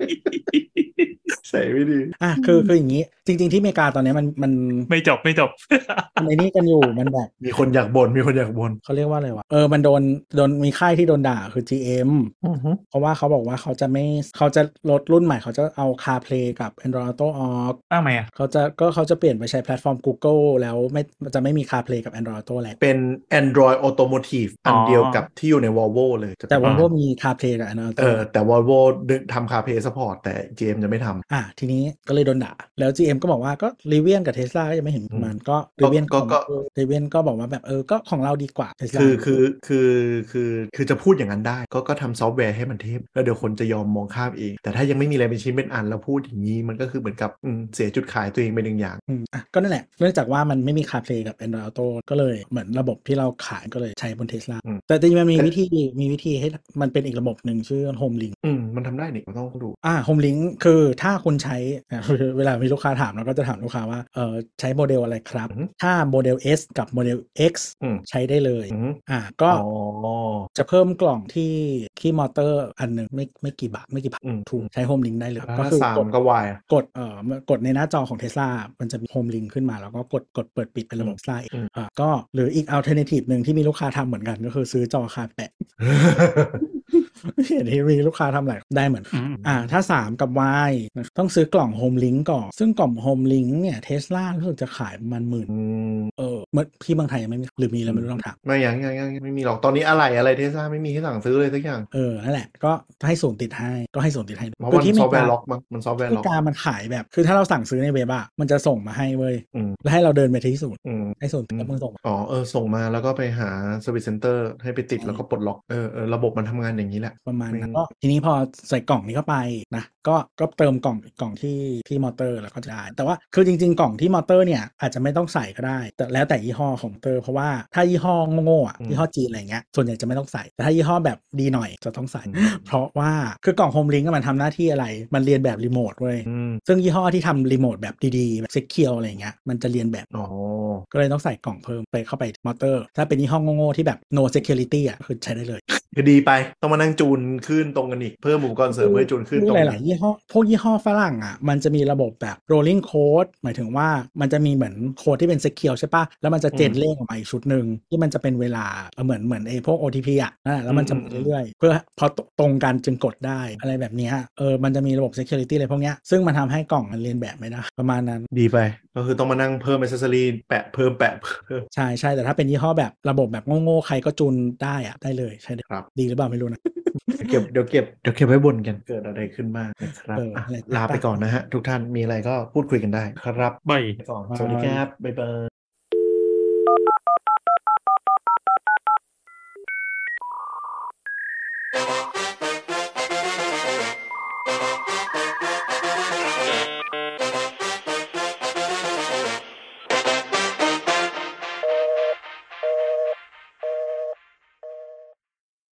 Speaker 2: ใส่ไม่ดี
Speaker 3: อ่ะคือคืออย่างนี้ จริง ๆ ที่อเมริกาตอนเนี้ยมันมัน
Speaker 4: ไม่จบไม่จบ
Speaker 3: มันไอ้นี่กันอยู่มันแบบ
Speaker 2: มีคนอยากบ่นมีคนอยากบ่น
Speaker 3: เขาเรียกว่าอะไรวะ เออ มันโดน โดน มีค่ายที่โดนด่าคือ GM
Speaker 2: อือฮึ
Speaker 3: เพราะว่าเขาบอกว่าเขาจะไม่ เขาจะลดรุ่นใหม่ เขาจะเอา CarPlay กับ Android Auto ออก
Speaker 4: อ้าวทำไมอ่ะ
Speaker 3: เขาจะก็เขาจะเปลี่ยนไปใช้แพลตฟอร์ม Google แล้วไม่จะไม่มี CarPlay กับ Android Auto แล้ว
Speaker 2: เป็น Android Automotive อันเดียวกับที่อยู่ใน Volvo เลยจะเป็น
Speaker 3: แต่
Speaker 4: อ่า
Speaker 3: Volvo มี CarPlay กับ Android
Speaker 2: เอ
Speaker 3: Auto
Speaker 2: อแต่ Volvo ดึงทำคาเพย์ s u p p อร์ตแต่ GM จะไม่ท
Speaker 3: อ่ะทีนี้ก็เลยโดนด่า แล้ว GM ก็บอกว่าก็รีเวียนกับเทสลาก็ยังไม่เห็นมันก็รีเวียน
Speaker 2: ก็ก็
Speaker 3: รีเวียนก็บอกว่าแบบเออก็ของเราดีกว่า Tesla
Speaker 2: คือคือคือคือคือจะพูดอย่างนั้นได้ ก็ก็ทำซอฟต์แวร์ให้มันเทพแล้วเดี๋ยวคนจะยอมมองข้ามเอง แต่ถ้ายังไม่มีอะไรเป็นชิ้นเป็นอันแล้วพูดอย่างนี้มันก็คือเหมือนกับอืมเสียจุดขายตัวเองไปหนึ่งอย่าง
Speaker 3: อืมอ่ะก็นั่นแหละ เนื่องจากว่ามันไม่มี CarPlay กับ Android Auto ก็เลยเหมือนระบบที่เราขายก็เลยใช้บน Tesla
Speaker 2: อืม
Speaker 3: แต่จริงๆมันมีวิธีมีวิธีให้มันเป็นอีกระบบหนึ่งชื่อ Home Link
Speaker 2: อืมมันทำได้นี่ผมต้องดู
Speaker 3: อ่า Home Link คือถ้าคุณใช้ เวลามีลูกค้าถามเราก็จะถามลูกค้าว่าเออใช้โมเดลอะไรครับ
Speaker 2: อือหือ
Speaker 3: ถ้าโมเดล S กับโมเดล X
Speaker 2: อืม
Speaker 3: ใช้ได้เลย
Speaker 2: อืม
Speaker 3: อ่าก็
Speaker 2: อ๋อ
Speaker 3: จะเพิ่มกล่องที่ที่มอเตอร์อันหนึ่งไม่ไม่กี่บาทไม่กี่พัน
Speaker 2: อืม
Speaker 3: ถูกใช้ Home Link ได้เลย
Speaker 2: ก็
Speaker 3: ก็คื
Speaker 2: สาม
Speaker 3: กด
Speaker 2: ก็วายอะ
Speaker 3: กดเอ่อเมื่อกดในหน้าจอของ Tesla มันจะมีโฮมลิงขึ้นมา แล้วก็กดกดเปิดปิดเป็นระบบ Tesla เอง
Speaker 2: อืม
Speaker 3: อ่าก็หรืออีกอัลเทอร์เนทีฟหนึ่งที่มีลูกค้าทำเหมือนกันก็คือซื้อจอคาแปะ เห็นที่มีลูกค้าทำหลายได้เหมือน
Speaker 4: อืม
Speaker 3: อ่าถ้า 3 กับ Y ต้องซื้อกล่องโฮมลิงก่อน ซึ่งกล่องโฮมลิงเนี่ยเทสลารู้สึกจะขายประมันหมื่น
Speaker 2: อืม
Speaker 3: เออเมื่อที่บางไทยยังไม่มีหรือมีแล้วไม่รู้ต้องถาม
Speaker 2: ไม่ยังยังยังไม่มีหรอกตอนนี้อะไรอะไรเทสลาไม่มีให้สั่งซื้อเลยสักอย่าง
Speaker 3: เออนั่นแหละก็ให้ส่งติดให้ก็ให้ส่งติดให้
Speaker 2: เพราะมัน
Speaker 3: ที่
Speaker 2: ซ
Speaker 3: เม
Speaker 2: อฟต์
Speaker 3: การ
Speaker 2: แว์ล็อกมั้งมันซอฟต์แวร์
Speaker 3: ที่
Speaker 2: ล็อก
Speaker 3: การมันขายแบบคือถ้าเราสั่งซื้อในเว็บอะมันจะส่งมาให้เว้ย
Speaker 2: อืม
Speaker 3: แล้วให้เราเดินไปที่ศูนย์
Speaker 2: อืม
Speaker 3: ให้ศูนย์
Speaker 2: อืม
Speaker 3: แล้วมึงส่งมา
Speaker 2: อ๋อเออส่งมาแล้วก็ไปหา Service Center ให้ไปติด
Speaker 3: ใช่
Speaker 2: แล้วก็ปลดล็อกเออเออระบบมันทำงานอย่างนี้แหละ
Speaker 3: ประมาณ
Speaker 2: อื
Speaker 3: นั้น
Speaker 2: ม
Speaker 3: ก็ทีนี้พอใส่กล่องนี้เข้าไปนะก็ก็เติมกล่องกล่องที่ที่มอเตอร์แล้วก็จะได้ แต่ว่าคือจริง ๆ กล่องที่มอเตอร์เนี่ยอาจจะไม่ต้องใส่ก็ได้ แต่แล้วแต่ยี่ห้อของเตอร์เพราะว่าถ้ายี่ห้อโง่ๆอ่ะยี่ห้อจีนอะไรเงี้ยส่วนใหญ่จะไม่ต้องใส่ แต่ถ้ายี่ห้อแบบดีหน่อยจะต้องใส่ เพราะว่าคือกล่องโฮมลิงก์มันทำหน้าที่อะไร มันเรียนแบบรีโมทเว้ย
Speaker 2: อืม
Speaker 3: ซึ่งยี่ห้อที่ทำรีโมทแบบดีๆแบบเซ็กเคียวอะไรเงี้ยมันจะเรียนแบบ
Speaker 2: อ๋อ
Speaker 3: ก็เลยต้องใส่กล่องเพิ่มไปเข้าไปมอเตอร์ ถ้าเป็นยี่ห้อโง่ๆที่แบบ no security อ่ะคือใช้ได้เลย
Speaker 2: คือดีไปต้องมานั่งจูนขึ้นตรงกันอีก เพิ่มอุปกรณ์เสริมเพื่อจูนขึ้นตรง
Speaker 3: ห
Speaker 2: กัน
Speaker 3: ลายๆ
Speaker 2: อีก
Speaker 3: ยี่ห้อพวกยี่ห้อฝรั่งอ่ะมันจะมีระบบแบบ rolling code หมายถึงว่ามันจะมีเหมือนโค้ดที่เป็น secure ใช่ปะแล้วมันจะเจนเลขออกมาอีกชุดหนึ่งที่มันจะเป็นเวลาเหมือนเหมือนไอ้พวก OTP อ่ะนั่นแหละแล้วมันจะมีเรื่อยๆ เพื่อพอตรงกันจึงกดได้อะไรแบบเนี้ยเออมันจะมีระบบ security อะไรพวกเนี้ยซึ่งมันทำให้กล่องมันเรียนแบบไม่ได้ประมาณนั้น
Speaker 2: ดีไป ก็คือต้องมานั่งเพิ่ม a อ c e s s o r y แปะเพิ่มแปะเพิ่ม
Speaker 3: ใช่ใช่แต่ถ้าเป็นยี่ห้อแบบระบบแบบโง่ๆใครก็จูนได้อ่ะได้เลยใช่ได้
Speaker 2: ครับ
Speaker 3: ดีหรือเปล่าไม่รู้นะ
Speaker 2: เดี๋ยวเก็บเดี๋ยวเก็บเดี๋ยวเก็บไว้บนกันเกิดอะไรขึ้นบ้างนะครับ
Speaker 3: เอออ่
Speaker 2: ะ
Speaker 3: อะไร
Speaker 2: ลาไปก่อนนะฮะ ทุกท่านมีอะไรก็พูดคุยกันได้ครับ
Speaker 4: บ่อย
Speaker 2: ไปก่อนสวัสดีครับบ๊ายบาย